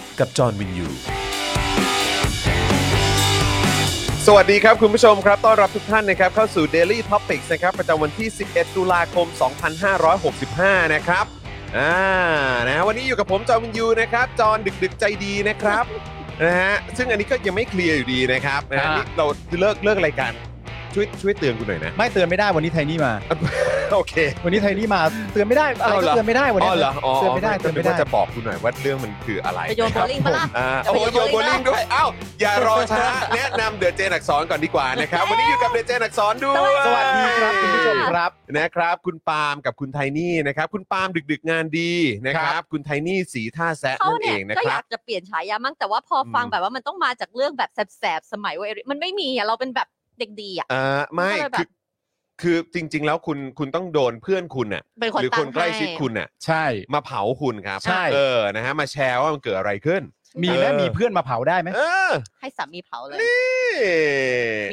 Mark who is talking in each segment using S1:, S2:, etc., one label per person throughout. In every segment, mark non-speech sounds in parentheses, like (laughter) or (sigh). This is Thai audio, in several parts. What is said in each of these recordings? S1: กับจอห์นวินยู
S2: สวัสดีครับ คุณผู้ชมครับ ต้อนรับทุกท่านนะครับเข้าสู่ Daily Topics นะครับประจำวันที่ 11 ตุลาคม 2565 นะครับอ่านะวันนี้อยู่กับผมจอห์นวินยูนะครับจอห์นดึกๆใจดีนะครับ (laughs) นะฮะซึ่งอันนี้ก็ยังไม่เคลียร์อยู่ดีนะครับนะฮะ
S3: อ่านี่
S2: นี่เราเลิกเลิกรายการช่วยช่วยเตือนกูหน่อยนะ
S3: ไม่เตือนไม่ได้วันนี้ไทนี่มา
S2: โอเค
S3: วันนี้ไทนี่มาเตือนไม่ได้อะไรก็
S2: าห
S3: เตือนไม่ได้วันนี้
S2: อ๋อเหรออ๋อ
S3: เตือนไม่ได้
S2: ก็
S3: เตือน
S2: นึก
S3: ไม่ได้
S2: ว่าจะบอกกูหน่อยว่าเรื่องมันคืออะไร
S4: ไปโยนโบลิ่งปะล่ะ
S2: อ่าโอ้โยนโบลิ่งด้วยเอ้าอย่ารอช้าแนะนำเดอะเจนอักษรก่อนดีกว่านะครับวันนี้อยู่กับเดอะเจนอักษรด้วย
S3: สวัสดีครับคุณผู้ชมครับ
S2: นะครับคุณปาล์มกับคุณไทนี่นะครับคุณปาล์มดึกๆงานดีนะครับ คุณไทนี่สีท่าแซะ
S4: เขา
S2: นั่นเอ
S4: เนี่ย
S2: งนะ
S4: ก็
S2: ค
S4: อ
S2: รั
S4: ยา
S2: บ
S4: กจะเปลี่ยนฉายามั่งแต่ว่าพอฟัง
S2: อืม
S4: แบบว่ามันต้องมาจากเรื่องแบบแสบๆสมัยวัยรุ่นมันไม่มีอ่ะเราเป็นแบบเด็กดีอ่ะ
S2: เออไม่
S4: ก็เลยแบ
S2: คือบ คือจริง ๆ แล้วคุณคุณต้องโดนเพื่อนคุณน่ะ
S4: เป็นคน
S2: หรือ
S4: ตั้
S2: ค
S4: ง
S2: น
S4: ให้
S2: ใกล้ชิดคุณน่ะ
S3: ใช่
S2: มาเผาคุณครับ
S3: ใช่
S2: เออนะฮะมาแชร์ว่ามันเกิดอะไรขึ้น
S3: มีไหม
S2: เออ
S3: มีเพื่อนมาเผาได้ไหม
S2: เออ
S4: ให้สามีเผาเลย
S2: นี่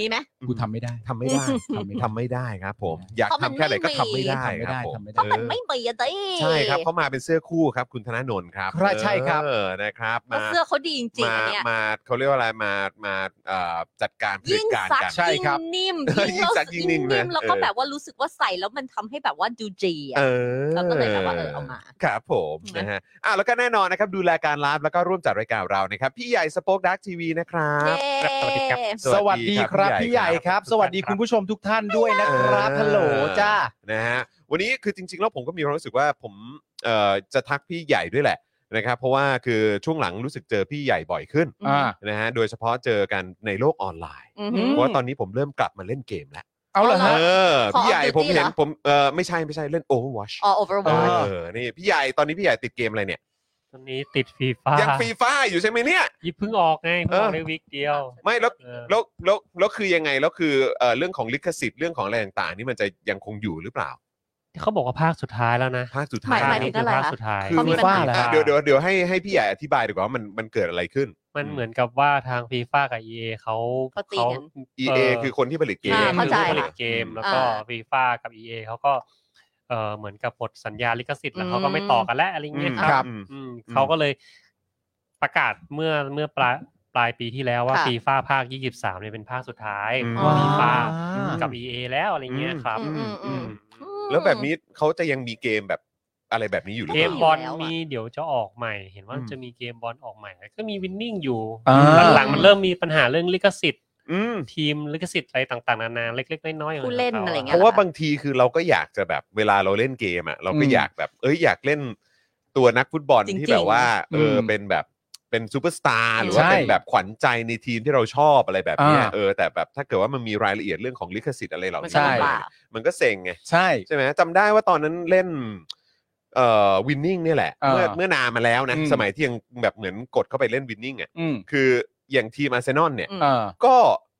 S4: มีไหม
S3: กูทำไม่ได้
S2: ทำไม่ได้ทำไม่ได้ทำไม่ได้ครับ ผม อยาก
S4: เพราะมัน
S2: ทำแค่ไหนก็
S4: ไม่มี
S2: ทำไม่ได้
S3: ทำไม่
S2: ครับผม
S3: ได้ทำไม่ได้
S4: เพราะมัน
S2: เออ
S4: ไม่มีอะเด้
S2: ใช่ครับเขามาเป็นเสื้อคู่ครับ คุณธนาโนนครับ
S3: ครับใช่ครับ
S2: เออนะครับ
S4: แล้ว
S2: มา
S4: เสื้อเขาดีจริงๆ
S2: มา
S4: อันเนี้ย
S2: มาเขาเรียกว่าอะไรมามาเอ่อจัดการผลิ
S4: ยิ่
S2: ต
S4: ง
S2: การ
S4: ซัก
S2: กัน
S3: ใช่
S4: ยิ่ง
S3: ครับ
S4: นิ่ม
S2: เออยิ่งซักยิ่งนิ่มนะ
S4: แล้วก็
S2: เออ
S4: แบบว่ารู้สึกว่าใส่แล้วมันทำให้แบบว่าดูดีอ่ะ
S2: เออ
S4: เราก็เลยแบบว่าเออเอามา
S2: ครับผม
S4: อืม
S2: นะฮะอ่ะแล้วก็แน่นอนนะครับดูแลการไลฟ์แล้วก็ร่วมจัดรายการเรานะครับ พี่ใหญ่สป็อคดักทีวีนะครับ
S4: เย้
S2: ส
S3: (laughs) ส
S2: วั
S3: วั
S2: ส
S3: ส
S2: ดี
S3: ดี
S2: ค
S3: ค
S2: รั
S3: รั
S2: บบ พี่
S3: พี่
S2: ให
S3: ให
S2: ญ่
S3: ญ่
S2: ค
S3: ค
S2: รั
S3: รับ บ สวัสดีคุณผู้ชมทุกท่านด้วยนะครับฮัลโหลจ้า
S2: นะฮะวันนี้คือจริง ๆ แล้วผมก็มีความรู้สึกว่าผมเอ่อจะทักพี่ใหญ่ด้วยแหละนะครับ เพราะว่าคือช่วงหลังรู้สึกเจอพี่ใหญ่บ่อยขึ้น
S4: อ่า
S2: นะฮะโดยเฉพาะเจอกันในโลกออนไลน์
S4: อือหือ
S2: เพราะว่าตอนนี้ผมเริ่มกลับมาเล่นเกมแล้ว
S3: เอาเหรอ
S4: เา
S3: ฮะ
S2: เออ
S4: ขอ
S2: พี่ใหญ่
S4: Call of
S2: ผม
S4: Duty
S2: เห็น
S4: เหรอ
S2: ผมเออไม่ใช่ไม่ใช่เล่น Overwatch
S4: อ๋อ
S2: เอ
S4: Overwatch
S2: อนี่พี่ใหญ่ตอนนี้พี่ใหญ่ติดเกมอะไรเนี่ย
S5: ตอนนี้ติดฟีฟ่า
S2: ยังฟรีฟ้าอยู่ใช่ไหมเนี่ย
S5: ยิบเพิ่งออกไงเพิ่งออกได้วิกเดียว
S2: ไม่แล้ว
S5: เออ
S2: แล้วแล้วแล้วคือยังไงแล้วคือเอ่อเรื่องของลิขสิทธิ์เรื่องของอะไรต่างๆ นี่มันจะยังคงอยู่หรือเปล่า
S5: เขาบอกว่าภาคสุดท้ายแล้วนะ
S2: ภาคสุด
S4: ห
S2: ท้าย
S4: มายถึง
S5: ภาคสุดท้าย
S2: คือ
S4: เขามีปัญหา
S2: มันอ่ะเดี๋ยวเดี๋ยวเดี๋ยวให้ให้พี่ใหญ่อธิบายดีกว่าว่ามันมันเกิดอะไรขึ้น
S5: มันเหมือนกับว่าทางฟีฟ่ากับ EA เขา
S4: เขาตีกัน
S2: EA คือคนที่ผลิตเกม
S4: อ่าเข้าใจ
S5: คือผู้ผลิต
S4: ละ
S5: เกมแล้วก็
S4: อ่า
S5: ฟีฟ่ากับ EA เขาก็เออเหมือนกับหมดสัญญาลิขสิทธิ์แล้ว
S4: อืม
S5: เขาก็ไม่ต่อกันแล้วอะไรเงี้ย
S2: อืมค
S5: ค
S2: รั
S5: รั
S2: บบ อืม
S5: อืม
S2: อืม
S5: เขาก็เลยประกาศเมื่อเมื่อปลายปลายปีที่แล้วว่า
S4: ค่ะ
S5: ฟีฟ่าภาค 23เนี่ยเป็นภาคสุดท้ายข
S4: อ๋
S5: อง
S4: อ
S5: ฟีฟ่า
S3: อืม
S5: กับ EA แล้วอะไรเงี้ยครับ
S4: อืมอืมอืม
S2: แล้วแบบนี้เขาจะยังมีเกมแบบอะไรแบบนี้อยู่หรือ
S5: เก
S2: เป
S5: ม
S2: ล่า
S5: บอล
S4: แล้วอะ
S5: มีเดี๋ยวจะออกใหม่ เห็นว่า
S2: อืม
S5: จะมีเกมบอลออกใหม่แล้วก็มีวินนิ่งอยู่
S3: อ่า
S5: หลังๆมันเริ่มมีปัญหาเรื่องลิขสิทธิ์
S2: อืม
S5: ทีมลิขสิทธิ์อะไรต่างๆนานาเล็ก ๆ น้อยๆ
S4: ผู้เล่น
S5: ขงขา
S4: อะไรเงี้
S2: เพ
S4: ย
S2: ราะว่าบางทีคือเราก็อยากจะแบบเวลาเราเล่นเกมอ่ะเราก็
S3: อืม
S2: อยากแบบ เอ้ยอยากเล่นตัวนักฟุตบอล
S4: จริงๆ
S2: ที่แบบว่าเอออ
S3: ม
S2: เป็นแบบเป็นซูเปอร์สตาร์หรือ
S3: ใช่
S2: ว่าเป็นแบบขวัญใจในทีมที่เราชอบอะไรแบบเนี้ย
S3: อ่า
S2: เออแต่แบบถ้าเกิดว่ามันมีรายละเอียดเรื่องของลิขสิทธิ์อะไรเหล่า
S4: มัน
S2: นี้
S4: ก็
S3: ใช่
S4: ลำบาก
S2: มันก็เซ็งไง
S3: ใช่
S2: ใช่ไหมจำได้ว่าตอนนั้นเล่นเอ่อวินนิ่งเนี่ยแหละ
S3: อ่า
S2: เมื่อเมื่อนานมาแล้วนะ
S3: อืม
S2: สมัยที่ยังแบบเหมือนกดเข้าไปเล่นวินนิ่งอ่ะ
S3: อืม
S2: คืออย่างทีมอาร์เซนอลเนี่ย
S4: อืม
S3: เออ
S2: ก็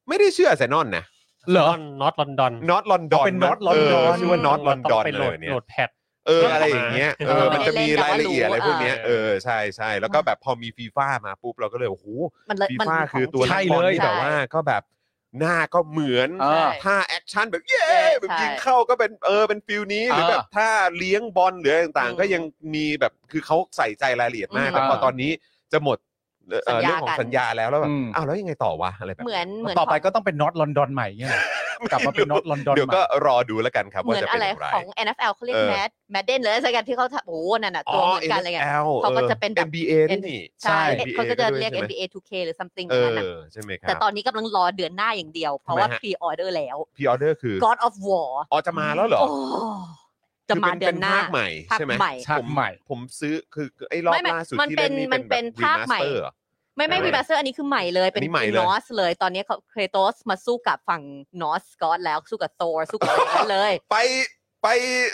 S2: ไม่ได้เชื่ออาร์เซนอลนะ
S3: เหร
S5: น็
S3: อ
S5: อตน็อตลอนดอน
S2: น็อตลอนดอน
S3: เป็น Not London
S2: ชื่อว่าน็อตลอนดอน
S5: ไปโหลด
S2: เลยเนี่ย
S5: โหลดแพด
S2: เออ
S5: เรื่อง
S2: อะไรอย่างเงี้ยเอ
S4: ออก
S2: อ
S4: มา
S2: มันจะมีรายละเอียดอะไรพวกเนี้ย
S5: เออ
S2: เออใช่ใช่แล้วก็แบบพอมีฟีฟ่ามาปุ๊บเราก็เลยโอ้โห
S4: มันเลย
S2: ฟี
S4: มัน
S2: ฟ่าคือตัว
S4: ข
S2: นั
S4: อก ง
S2: บ
S4: จ
S2: อล
S4: ริง
S2: ที่แบบว่า
S4: ใช่
S2: ก็แบบหน้าก็เหมือน
S3: เออ
S4: ใช่
S2: ท่าแอคชั่นแบบเย้
S4: ใช่
S2: แบบ
S4: ใช่
S2: ยิงเข้าก็เป็นเออเป็นฟิลนี้หรือ
S3: เออ
S2: แบบท่าเลี้ยงบอลหรืออะไรต่าง
S4: อืม
S2: ๆ ก็ยังมีแบบคือเขาใส่ใจรายละเอียดมาก
S4: อืม
S2: แต่พอตอนนี้จะหมดเอ่อ
S4: สัญญา
S2: เรื่องของ
S4: กัน
S2: สัญญาแล้วแล้วแบบ
S3: อืม
S2: อ้าวแล้วยังไงต่อวะอะไรแบบ
S4: เหมือนเหมือน (laughs)
S3: ต่อไป
S4: ขง
S3: ก็ต้องเป็นน็อตลอนดอนใหม่เงี้ยเหรอ กลับมาเป็นน็อตลอนดอน
S2: เดี๋ยวก็
S3: ใหม่
S2: รอดูแล้วกันครับ
S4: เห
S2: ว่า
S4: มือน
S2: จะ
S4: อะ
S2: เป็น
S4: ไร
S2: อย่างไร
S4: ของ NFL เขาเรีย
S2: เอก อ
S4: แมดแมดเดนเลยสักอย่างที่เขาทำโอ้โหนั่นน่ะตัวเหมือนกันอะไรเงี้ย
S2: NFL
S4: เขาก็จะเป็นแบบ
S2: NBA นี่นี่
S4: ใช่
S2: NBA
S4: เขาก็จะเรียก
S2: ด้วยใช่ไหม
S4: NBA 2K หรือ something
S2: เอ
S4: นั่นน่ะ
S2: อใช่ไหมครั
S4: แต่
S2: บ
S4: ตอนนี้กำลังรอเดือนหน้าอย่างเดียว เพราะว่า
S2: ทำไมฮะ
S4: พรีออเดอร์แล้ว
S2: พรีออเดอร์คือ
S4: God of War
S2: อ๋อจะมาแล้วเหรอ
S4: โอ้จะมาเดือนหน้า
S2: คือเป็ภาคใหม่
S4: ภาค
S2: ใช่ไหม
S4: ใหม่
S3: ฉากใหม่
S2: ผมซื้อคือไอ้รอบ
S4: ไม่ไม่
S2: ล่าสุด
S4: มัน
S2: ที่
S4: เป็
S2: เล่
S4: น
S2: นนี่
S4: มัน
S2: เป็น
S4: เป็นภาคใหม่
S2: แบบ remaster เหรอ
S4: ไม่ไม่
S2: เออ
S4: วีบาเซอร์อันนี้คือใหม่เลยเป็น
S2: อันนี้ใหม่เลย
S4: นอสเลย ตอนนี้เขาเครโตสมาสู้กับฝั่งนอสกอตแล้วสู้กับโซรสู้กับอะไรอย่างนั้นเลย
S2: ไปไป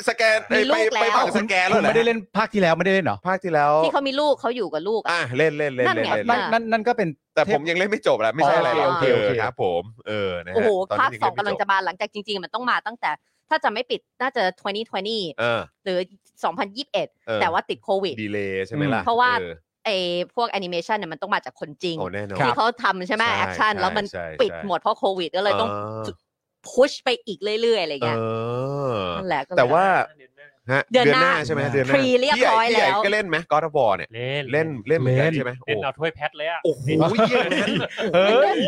S2: สแกน
S4: มี
S2: เอ้ย
S4: ลู
S2: ไป
S4: กแล้ว
S2: ไปฝั่งสแกนแล้วเหรอ
S3: ไม่ได้เล่นภาคที่แล้วไม่ได้เล่นเหรอ
S2: ภาคที่แล้ว
S4: ที่เขามีลูกเขาอยู่กับลูกอะ
S2: อ่ะเล่นเล่นเล่น
S4: นั่น
S2: เล่น
S4: ไง
S2: เล่น
S3: นั่น
S2: เล่น
S3: นั่นนั่นก็เป็น
S2: แต่ผมยังเล่นไม่จบแหละไม่ใช่อะไรหรอก
S4: โอเค
S2: เอ
S4: โอเค
S2: อครับผมเออนะฮะ
S4: โอ้โห
S2: ตน
S4: ภาค
S2: นี้ยั
S4: สอง
S2: ไ
S4: กำลังจะมาหลังจากจริงๆ มันต้องมาตั้งแต่ ถ้าจะไม่ปิดน่าจะ 2020
S2: เออ
S4: หรือ
S2: เออ
S4: 2021 แต่ว่าติดโควิด
S2: ดีเลยใช่ไหมล่ะ
S4: เพราะว่า
S2: ออ
S4: ไอพวกแอนิเมชันเนี่ยมันต้องมาจากคนจริง
S2: โอ้แน่นอน
S4: ที่เขาทำใช่ไหม
S2: ใช่
S4: แอคชั่น
S2: ใช่
S4: แล้วมัน
S2: ใช่
S4: ปิด
S2: ใช่
S4: หมดเพราะโควิดก็เลยต้อง
S2: ออ
S4: พุชไปอีกเรื่อยๆ อะไร
S2: เอ
S4: เงี้ย
S2: อ
S4: นั่นแหละก็เลย
S2: แต่ว่าฮะ
S4: เดือนหน้า
S2: ใช่ไหมเดือนหน้า
S4: พรีเรียบร้อย
S2: พี่ใหญ่พี่ใหญ่
S4: แล้ว
S2: ก็เล่นไหมกอล์ฟบอลเนี่ย
S5: เล่น
S2: เล่นเล่นเหมือนกัน
S3: เล่น
S2: ใช่ไหมโอ้
S5: เล่นเอาถ้วยแพทเลยอะ
S2: โอ้โหเยี่ยมนะ
S3: เฮ้ย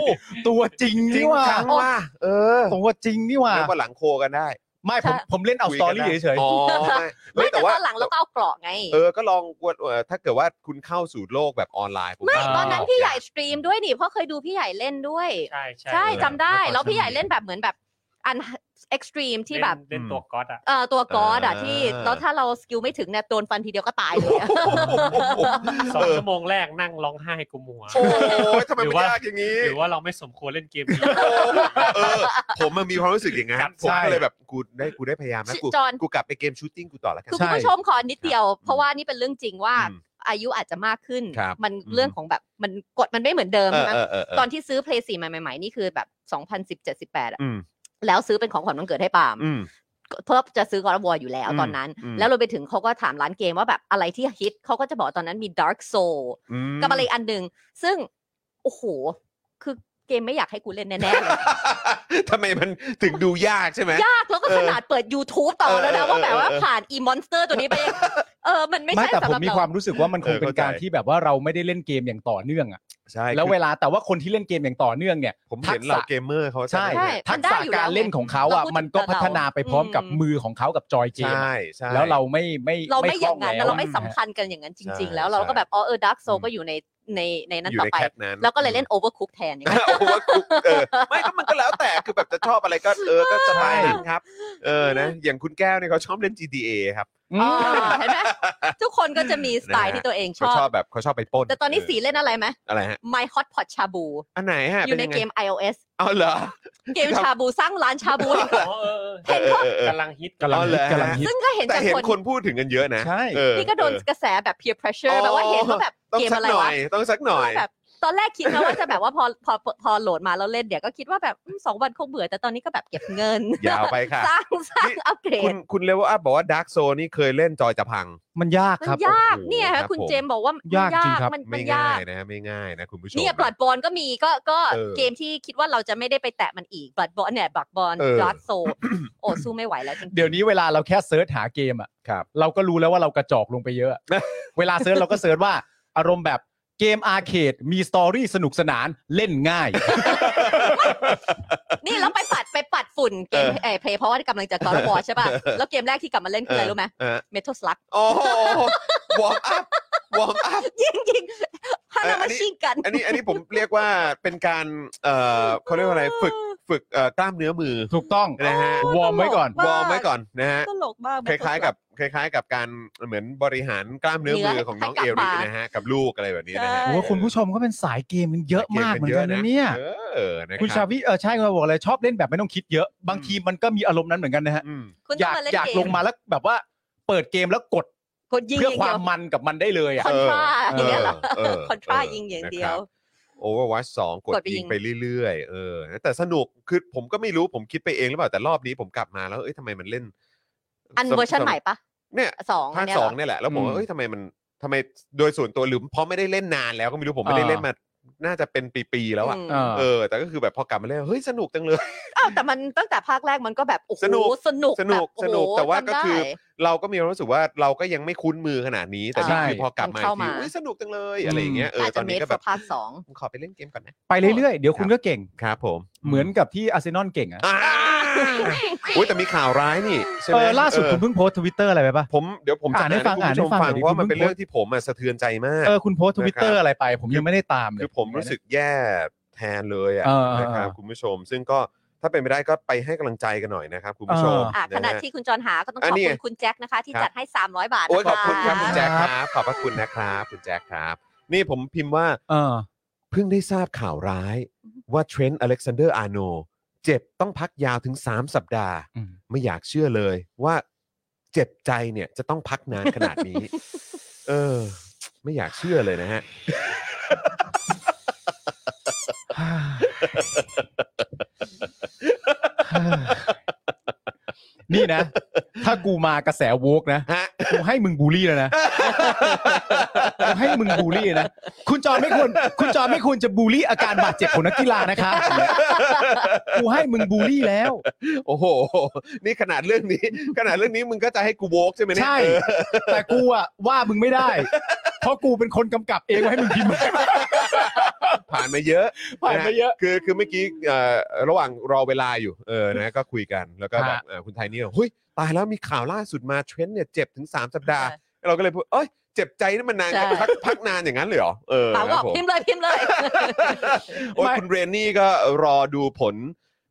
S3: ตัวจริง
S2: จริ
S3: นี่
S2: ง
S3: หว่า
S2: จังว่ะเออ
S3: ตัวจริงนี่หว่า
S2: แล้ววันหลังโคกันได้
S3: ไม่ผมผมเล่นเอา
S2: คุย
S3: สตอ
S2: กัน
S3: รี่
S2: ได้
S3: เฉย
S2: อ๋อไม่เฮ้
S4: ไม่
S2: ย
S4: แต่ตอนหลังเราก็เอาเกราะไง
S2: เออ ก็ลองกวนเอ่อถ้าเกิดว่าคุณเข้าสู่โลกแบบออนไลน์ผม
S4: ไม่
S2: ว่า
S4: ตอนนั้นพี่ใหญ่สตรีมด้วยนี่เพราะเคยดูพี่ใหญ่เล่นด้วย
S5: ใช่ใช่
S4: ใช่
S5: เออ
S4: จำได้
S5: เมื่อก่อน
S4: แล้วพี่ใหญ่เล่นแบบเหมือนแบบอันเอ็กซ์ตรีมที่แบบ
S5: เล่นตัวก๊อตอะ
S4: เอ่อตัวกอดอะ
S2: อ่า
S4: ที่แล้วถ้าเราสกิลไม่ถึงเนี่ยโดนฟันทีเดียวก็ตายเลยอะ
S5: สองชั่วโมงแรกนั่งร้องไห้กุมหัว
S2: โอ้โหทำไม
S5: หรื
S2: ไม่
S5: อว่า
S2: ยากอย่างนี้
S5: หรือว่าเราไม่สมควรเล่นเกมนี้
S2: โอ้เออ ผมมันมีความรู้สึกอย่างนั้น
S5: ครับ
S2: ผม
S3: ใช่
S2: ก็เลยแบบกูได้กูได้พยายามนะกู
S4: (laughs) จอน
S2: กูกลับไปเกมชูตติ้งกูต่อแล้วกัน
S4: คือ
S3: ใช่
S4: คุณผู้ชมขอนิดเดียว เพราะว่านี่เป็นเรื่องจริงว่า
S2: อืม
S4: อายุอาจจะมากขึ้น
S2: ครับ
S4: มัน
S2: อืม
S4: เรื่องของแบบมันกดมันไม่เหมือนเดิม
S2: เออ
S4: นะ
S2: เออเออเออ
S4: ตอนที่ซื้อเพลย์สี่ใหม่ๆ นี่คือแบบ 2017 18อะ
S2: อืม
S4: แล้วซื้อเป็นของขวัญวันเกิดให้ปาล์ม
S2: อืม
S4: เพิ่มจะซื้อกอร์วออยู่แล้วตอนนั้น
S2: อืม
S4: แล้วเราไปถึงเขาก็ถามร้านเกมว่าแบบอะไรที่ฮิตเขาก็จะบอกตอนนั้นมี Dark Soul
S2: อืม
S4: กับอะไรอีกอันหนึ่งซึ่งโอ้โหคือเกมไม่อยากให้กูเล่นแน่ๆเลย
S2: ทำไมมันถึงดูยากใช่ไหม
S4: ยากแล้วก็
S2: เออ
S4: ขนาดเปิด YouTube ต่อแล้วนะ
S2: เออเออ
S4: ว่าแบบว่า
S2: เออ
S4: ผ่านอีมอนสเตอร์ตัวนี้ไปยังเออมัน
S3: ๆ
S4: ไม่
S3: ไม่
S4: ใช่
S3: แต่
S4: สำ
S3: ผม
S4: หรับ
S3: มี
S4: เรา
S3: ความรู้สึกว่ามันคงเป็
S2: เออ
S3: น
S2: เข้าใจ
S3: การที่แบบว่าเราไม่ได้เล่นเกมอย่างต่อเนื่องอะ
S2: ใช่
S3: แล้ว
S2: คือ
S3: เวลาแต่ว่าคนที่เล่นเกมอย่างต่อเนื่องเนี่ย
S2: ผมเห็นเหล่าเกมเมอร์เขา
S3: ใช่
S2: ทำอย่างนั้น
S3: ทักษะการเล่นของเขาอ่ะมันก็พัฒนาไปพร้อมกับมือของเขากับจอยเกม
S2: ใช่ใช่
S3: แล้วเราไม่ไม่
S4: เราไม่อย่างนั้น
S3: คล่
S4: นะ
S3: แล้ว
S4: เราไม่สำคัญกันอย่างนั้นจริง ๆ แล้วเราก็แบบอ๋อเออดักโซ
S2: อืม
S4: ก็อยู่ในในในนั้น
S2: อยู่
S4: ต่อ
S2: ใน
S4: ไป
S2: แคทนั้น
S4: แล้วก็เลยเล่นโอเวอร์คุกแทนอย่างเงี้ย
S2: โอ (laughs) เวอร์คุกเออไม่ก็มันก็แล้วแต่คือแบบจะชอบอะไรก็เออก็สไตล์นั้นครับ เออนะ อย่างคุณแก้วเนี่ยเขาชอบเล่น GTA ครับ
S3: อื
S4: อ๋อ
S3: ม
S4: เห็นไหมทุกคนก็จะมีสไตล์ที่ตัวเองช
S2: เขา
S4: อ
S2: ชอ
S4: บบ
S2: แบบเขาชอบไปปล้น
S4: แต่ตอนนี้สีเล่นอะไรไหม
S2: อะไรฮะ
S4: My Hot Pot ชาบู
S2: อันไหนฮะ
S4: อยู่ในเกม
S2: (laughs)
S4: iOS
S2: เอาเหรอ
S4: เกมชาบูสร้างร้านชาบู
S5: อ๋อเออเอ
S2: เอ
S5: อ
S2: อเออเออก
S5: ำลังฮิต
S3: กำลังฮิตกำลังฮิต
S4: ซึ่งก็เห็น
S2: แต่
S4: จาก
S2: เห็น
S4: คน
S2: คนพูดถึงกันเยอะนะ
S3: ใช่
S2: เออ
S4: นี่ก็โดน
S2: เออ
S4: กระแสแบบ peer pressure แบบว่าเห็นว่าแบบ
S2: ต้อง
S4: เกม
S2: สัก
S4: อะไร
S2: หน่อ
S4: วะ
S2: ย ต้องสักหน่อย
S4: ก็แบบตอนแรกคิดนะว่าจะแบบว่าพอพอพอพอโหลดมาแล้วเล่นเดี๋ยวก็คิดว่าแบบอืมสองวันคงเบื่อแต่ตอนนี้ก็แบบเก็บเงิน
S2: ยาวไปค่ะ
S4: สร้างสร้างอัปเกร
S2: คุ
S4: ด
S2: ณคุณเลวอัพบอกว่าดาร์กโซนี่เคยเล่นจอยจะพัง
S3: มันยาก
S4: มัน
S3: ครับ
S4: ยาก
S2: โอ้โห
S4: เนี่ย
S2: ครั
S4: ค่ะ
S2: บ
S4: คุณ
S2: ผม
S4: เจมส์บอกว่ามัน
S3: ยากจริงครับ
S4: มันมั
S2: ไม่
S4: น
S2: ง่าย
S4: าย ก
S2: นะไม่ง่ายนะคุณผู้ชม
S4: เนี่ยบลัดบอลก็มีก็ก็
S2: เออ
S4: เกมที่คิดว่าเราจะไม่ได้ไปแตะมันอีกบลัดบอลเนี่ยบลัดบอล
S2: เออ
S4: ดาร์โซโอ้สู้ไม่ไหวแล้วจริงๆ
S3: เดี๋ยวนี้เวลาเราแค่เซิร์ชหาเกมอ่ะ
S2: ครับ
S3: เราก็รู้แล้วว่าเรากระจอกลงไปเยอะ เวลาเซิร์ชเราก็เซิร์ชว่าอารมณ์แบบเกมอาร์เคดมีสตอรี่สนุกสนานเล่นง่าย (laughs)
S4: นี่แล้วไปปัดไปปัดฝุ่นเกมเออเพลย์เพราะว่ากำลังจะกอล์ฟบอลใช่ป่ะแล้วเกมแรกที่กลับมาเล่นคืออะไรรู้ไหม
S2: (laughs) เออ
S4: เมทัลสลัก
S2: โอ้โหวอร์มอัพวอร์มอัพ
S4: ยิงยิงฮานามาชิกัน
S2: อันนี้อันนี้ผมเรียกว่าเป็นการเอ่อเขาเรียกว่าอะไรฝึกฝึกเอ่อกล้ามเนื้อมือ
S3: ถูกต้อง
S2: นะฮะ
S3: วอร์มไว้ก่อน
S4: มาก
S2: วอร์มไว้ก่อนนะฮะ
S4: ตลกมากเม
S2: ค
S4: ทัลสลั
S2: ล้ายๆกับคล้ายๆ กับการเหมือนบริหารกล้ามเนื้อมือของน้อง
S4: ให้
S2: เอก
S4: ลับ
S2: ริ
S4: มา
S2: นะฮะกับลูกอะไรแบบนี้นะฮะ
S3: โอ้โหคุณผู้ชมก็เป็นสายเกมกันเยอะมากเหมือนกันนะเนี่ย
S2: เออนะรับ
S3: คุณชาวิเออใช่คุณบอกเลยชอบเล่นแบบไม่ต้องคิดเยอะ บางทีมันก็มีอารมณ์นั้นเหมือนกันนะฮะ
S2: อืม
S4: คุณต้
S3: อา
S4: อย
S3: ง ก
S4: มาเล่น
S3: อยาก
S4: เก
S3: ล
S4: ม
S3: งมาแล้วแบบว่าเปิดเกมแล้วกด
S4: กดยิง
S3: เพื่อ
S4: อย่าง
S3: ค
S4: เดี
S3: วาย ม
S4: ว
S3: มันกับมันได้เลย
S4: ค
S3: อ่ะ
S4: อนทรา
S2: เออ
S4: อย่างเงี้ยเหรอ
S2: เออ
S4: คอนทรา
S2: เออ
S4: ยิงอย่าง
S2: นะครับ
S4: เดียว
S2: โอเวอร์วัตสองกด
S4: กดไปยิ
S2: ยิง
S4: ง
S2: ไปเรื่อยๆ เออ แต่สนุกคือผมก็ไม่รู้ผมคิดไปเองหรือเปล่าแต่รอบนี้ผมกลับมาแล้ว เอ้ยทำไมมันเล่น
S4: อันเวอร์ชันใหม่ปะ
S2: เนี่ย
S4: สองอั
S2: ภาน ค
S4: เนี้
S2: ส
S4: ยเห
S2: อ
S4: รง อ
S2: เนี่ยแหละแล้วผม
S3: อื
S2: ว่ามเอ้ยทำไมมันทำไมโดยส่วนตัวหรือเพราะไม่ได้เล่นนานแล้วก็ไม่รู้ผมไม่ได้
S3: อ่า
S2: เล่นมาน่าจะเป็นปีๆแล้วอ่ะ
S4: ม
S3: เออ
S2: เออ แต่ก็คือแบบพอกลับมาเล่นเฮ้ยสนุกจังเลย
S4: อ้าวแต่มันตั้งแต่ภาคแรกมันก็แบบโอ้โห
S2: สนุก
S4: สนุก
S2: สนุก
S4: บบโอ้โห
S2: สนุกแต่ว่า
S4: จำ
S2: ก็คือ
S4: ได้
S2: เราก็มีความรู้สึกว่าเราก็ยังไม่คุ้นมือขนาดนี้ แต่นี่
S3: ใช่
S2: คือพอกลับมาอีกที
S4: มันเข้ามา
S2: เฮ้ยสนุกจังเลยอะไรอย่างเงี้ยเออ
S4: อาจ
S2: ต
S4: จะ
S2: อน
S4: เม
S2: นี้
S4: ด
S2: ก็
S4: ส
S2: แบบ
S4: ภาคสอง
S2: ขอไปเล่นเกมก่อนนะ
S3: ไปเรื่อยๆเดี๋ยวคุณก็เก่ง
S2: ครับ ผม
S4: (laughs)
S3: เหมือนกับที่อาร์เซนอลเก่งอ่ะ
S2: อ่า อุ้ยแต่มีข่าวร้ายนี่ใช่ไหม
S3: เออล่าสุด
S2: เออ
S3: คุณเพิ่งโพสทวิตเตอร์อะไรไปปะ
S2: ผมเดี๋ยวผมจะ
S3: อ่านให้ฟัง
S2: คุณผู้ชม
S3: อ่าน
S2: ฟัง
S3: ให้ฟังหน่อยดิ
S2: เพราะว่ามันเป็น
S3: คุณ
S2: เรื่องที่ผมอะสะเทือนใจมาก
S3: เออคุณโพสทวิตเตอร์อะไรไป ผมยังไม่ได้ตามเลย
S2: คือผมรู้สึกแย่แทนเลยอ่ะ
S3: เออเออ
S2: นะครับ
S3: เออ
S2: คุณผู้ชม ซึ่งก็ถ้าเป็นไปได้ก็ไปให้กำลังใจกันหน่อยนะครับคุณผู้ชม
S3: เออ
S4: อ่ะขณะ
S2: นะฮะ
S4: ที่คุณจรหาก็ต้อง
S2: อั
S4: ข
S2: น
S4: อบ
S2: นี้
S4: คุณคุณแจ็คนะคะ ที่
S2: ครับ
S4: จัดให้ 300 บาท
S2: โอ้ย
S4: นะะ
S2: ขอบคุณครับคุณแจ็คครับ ขอบพระคุณนะครับคุณแจ็คครับ นี่ผมพิมพ์ว่า
S3: เออ
S2: เพิ่งได้ทราบข่าวร้าย ว่าเทรนต์อเล็กซานเดอร์อาร์โนเจ็บต้องพักยาวถึง 3 สัปดาห์
S3: อืม
S2: ไม่อยากเชื่อเลยว่าเจ็บใจเนี่ยจะต้องพักนานขนาดนี้
S4: (laughs)
S2: เออ ไม่อยากเชื่อเลยนะฮะ
S3: นี่นะ ถ้ากูมากระแสโวกนะ
S2: ฮะ
S3: กูให้มึงบูลลี่แล้วนะ กูให้มึงบูลลี่นะ คุณจอนไม่ควร คุณจอนไม่ควรจะบูลลี่อาการบาดเจ็บของนักกีฬานะคะ กูให้มึงบูลลี่แล้ว
S2: โอ้โห นี่ขนาดเรื่องนี้ (laughs) ขนาดเรื่องนี้มึงก็จะให้กูโวกใช่ไหมเนี่ย
S3: ใช่
S2: เออ
S3: แต่กูอะว่ามึงไม่ได้ เพราะกูเป็นคนกำกับเองว่าให้มึงพิมพ์
S2: ผ่านมาเยอะ
S3: ผ่านไปเยอะ
S2: คือคือเมื่อกี้เอ่อระหว่างรอเวลาอยู่ เออนะก็คุยกันแล้วก็แบบ
S3: ฮะ
S2: เอ่อคุณไทยเนี่ยเฮ้ยตายแล้วมีข่าวล่าสุดมาเทรนด์เนี่ยเจ็บถึง 3 สัปดาห์ เราก็เลยพูดเอ้ยเจ็บใจนี่มันนาน
S4: ใช่
S2: พักพักนานอย่างนั้นเลยเหรอเออ
S4: ป๋า
S2: ค
S4: บ
S2: รั
S4: อบ ก
S2: ผม
S4: พิมพ์เลยพิมพ์เลย
S2: (laughs) โอ้ยคุณเรนนี่ก็รอดูผล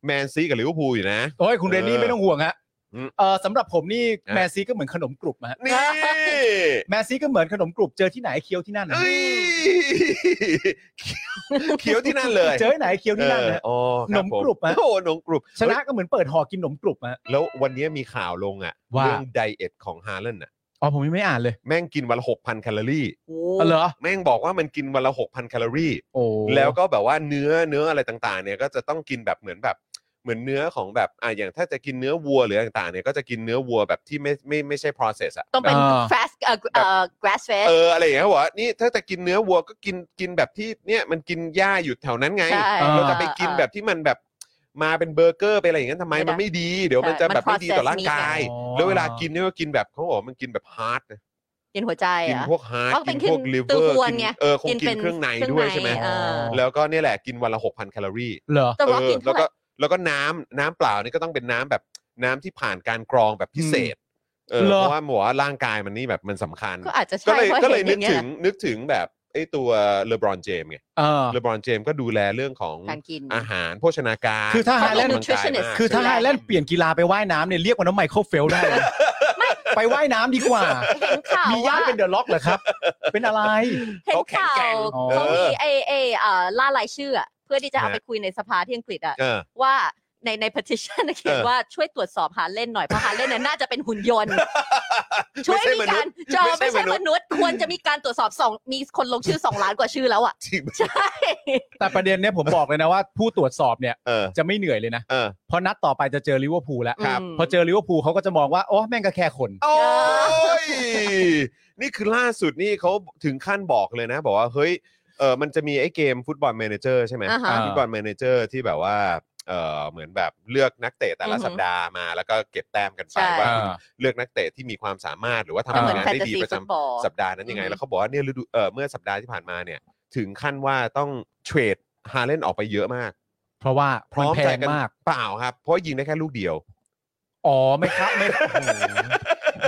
S2: แมนซีกับลิเวอร์พูลอยู่นะ
S3: โอ้ยคุณเรนนี่ไม่ต้องห่วงฮะ
S2: อืม
S3: เอ่อสำหรับผมนี่
S2: อ่ะ
S3: แมสซี่ก็เหมือนขนมกรุบฮะ
S2: นี่
S3: แมสซี่ก็เหมือนขนมกรุบเจอที่ไหนเคี้ยวที่นั่นนะ
S2: เอ้ย (laughs) เขียวที่นั่นเลย
S3: เจอที่ไหนเคี้ยวที่นั่นนะ
S2: เอออ๋อคบ
S3: หนมกรุบ
S2: ผ
S3: อะ
S2: โอ้หนมกรุบ
S3: ชนะก็เหมือนเปิดห่อกินขนมกรุบฮะ
S2: แล้ววันนี้มีข่าวลงอ่ะ
S3: ว่า
S2: เรื่องไดเอทของฮาเลนอ่ะ
S3: อ๋อผมยังไม่อ่านเลย
S2: แม่งกินวันละหกพันแคลอรี่
S3: อ๋อเหรอ
S2: แม่งบอกว่ามันกินวันละหกพันแคลอรี่
S3: โอ้
S2: แล้วก็แบบว่าเนื้อเนื้ออะไรต่างๆ เนี่ยก็จะต้องกินแบบเหมือนแบบเหมือนเนื้อของแบบอ่ะอย่างถ้าจะกินเนื้อวัวหรืออะไรต่างๆเนี่ยก็จะกินเนื้อวัวแบบที่ไม่ไม่ไม่ใช่ process อ่ะ
S4: ต้องเป็น
S2: แบบ
S4: fast เอ่อเอ่อ grass
S2: เอ
S4: fed
S2: ออะไรอย่างเงี้ยบอกว่านี่ถ้าจะกินเนื้อวัวก็กินกินแบบที่เนี่ยมันกินหญ้าอยู่แถวนั้นไง
S4: ใช่
S2: เราจะไปกินแบบที่มันแบบมาเป็นเบอร์เกอร์ไปอะไรอย่างนั้นทำไม
S4: ไม่ได้
S2: มันไม่ดี เดี๋ยวมัน
S4: ใช่
S2: จะแบบ
S4: มัน
S2: ไม่ดีต่อ
S4: process
S2: ร่างกาย
S3: อ๋อ
S2: แล้วเวลากินเนี่ยก็กินแบบเขาบอกว่ามันกินแบบฮาร์ดนะ
S4: กินหัวใจ
S2: กิน
S4: อ่ะ
S2: พวกฮาร์ด
S4: เพราะ
S2: กิน
S4: เป็น
S2: พวก
S4: กิน
S2: ลิเว
S4: ตั
S2: อ
S4: ว
S2: ร์
S4: อ้วน
S2: กิน
S4: ไง
S2: เออคงกิน
S4: ป็
S2: เครื่องในด้วยใช่ไหม
S3: ค
S4: เออ
S3: อ
S2: แล้วก็เนี่ยแหละกินวันละหกพันแคลอรี่
S3: เหรอ
S4: แต่
S2: เอ
S4: ว่า
S2: อ
S4: กิน
S2: แล้ก็
S4: เท่าว ไหร่
S2: แล้วก็น้ำน้ำเปล่านี่ก็ต้องเป็นน้ำแบบน้ำที่ผ่านการกรองแบบพิเศษเออ
S3: เหรอ
S2: เพราะว่าหมอว่าร่างกายมันนี่แบบมันสำคัญ
S4: ก็อาจจะ
S2: ก็
S4: ใช่
S2: เลย
S4: พราะ
S2: ก็เลย
S4: ห็
S2: นึ
S4: อก ย่างงี้
S2: ถึ
S4: ย
S2: งนึกถึงแบบไอ้ตัวเลบรอนเจมไง
S3: เออ
S2: เลบรอนเจมก็ดูแลเรื่องของ
S4: การกิน
S2: อาหารโภชนาการ
S3: คือถ้า
S2: ขง
S3: Highland
S2: กกำงกายมาก
S4: nutritionist
S3: คือถ้า
S4: ใช่
S3: ไฮแลนด์เปลี่ยนกีฬาไปว่ายน้ำเนี่ยเรียกว่าน้องไมเคิลเฟลได้เลยไปว่ายน้ำดีกว่า
S4: เห็นข่าว
S3: มีญา
S4: ว่า
S3: ติเป็นเดอะล็อกเหรอครับ เป็นอะไร
S4: เห็น
S2: เขาแข็ง
S4: ข่า
S2: แกร่ง
S4: ว
S3: อ๋อ
S4: เขามีไอไอเอ่อล่ารายชื่ออะเพื่อที่จะเอาไปคุยในสภาที่อังกฤษอ่ะ
S2: เออ
S4: ว่าในใน petition น่ะเขียน
S2: เออ
S4: ว่าช่วยตรวจสอบหาเล่นหน่อย เพราะหาเล่นน่ะน่าจะเป็นหุ่นย
S2: (laughs)
S4: นต์ ช่วย
S2: ไใช่
S4: มี
S2: ม
S4: การ
S2: ษย์
S4: จอ
S2: ไม่ใช่
S4: ไม่
S2: ม
S4: ใช่
S2: นุ
S4: ม
S2: ษย์
S4: นุษย์ควรจะมีการตรวจสอบสองมีคนลงชื่อสองล้านกว่าชื่อแล้วอ่ะ
S2: จริง
S4: ใช่
S3: แต่ประเด็นเนี่ยผมบอกเลยนะว่า ผู้ตรวจสอบเนี่ย
S2: เออ
S3: จะไม่เหนื่อยเลยนะ
S2: เออ
S3: เพราะนัดต่อไปจะเจอลิเวอร์พูลแล้ว
S4: ครับ
S3: พอเจอลิเวอร์พูลเขาก็จะมองว่า โอ้แม่งก็แค่คน
S2: โอ้ย นี่คือล่าสุดนี่เขาถึงขั้นบอกเลยนะ บอกว่า เฮ้ยเออมันจะมีไอ้เกมฟุตบอลแมเนเจอร์ใช่ไหม
S4: อ่าฮะ
S2: ฟุตบอลแมเนเจอร์ที่แบบว่าเออเหมือนแบบเลือกนักเตะแต่ละ
S4: อือฮึ
S2: สัปดาห์มาแล้วก็เก็บแต้มกันไป
S4: ใช่
S2: ว่าคุณเลือกนักเตะที่มีความสามารถหรือว่าทำ
S3: ก็
S4: ก็เห
S2: ผ
S4: มือ
S2: ล
S4: น
S2: งาน
S4: แฟน
S2: ได้
S4: ตา
S2: ดี
S4: ซี
S2: ประ
S4: ฟุ
S2: จำ
S4: ตบอล
S2: สัปดาห์นั้นยังไง
S4: อืม
S2: แล้วเขาบอกว่าเนี่ยฤดูเออเมื่อสัปดาห์ที่ผ่านมาเนี่ย ถึงขั้นว่าต้องเทรดฮาเลนออกไปเยอะมาก
S3: เพราะว่า
S2: พร้อม
S3: นแพ
S2: ใจ
S3: ง
S2: กัน
S3: มาก
S2: เปล่าครับ เพราะยิงได้แค่ลูกเดียว
S3: อ๋อไม่ครับไม่ (laughs) โอ้โห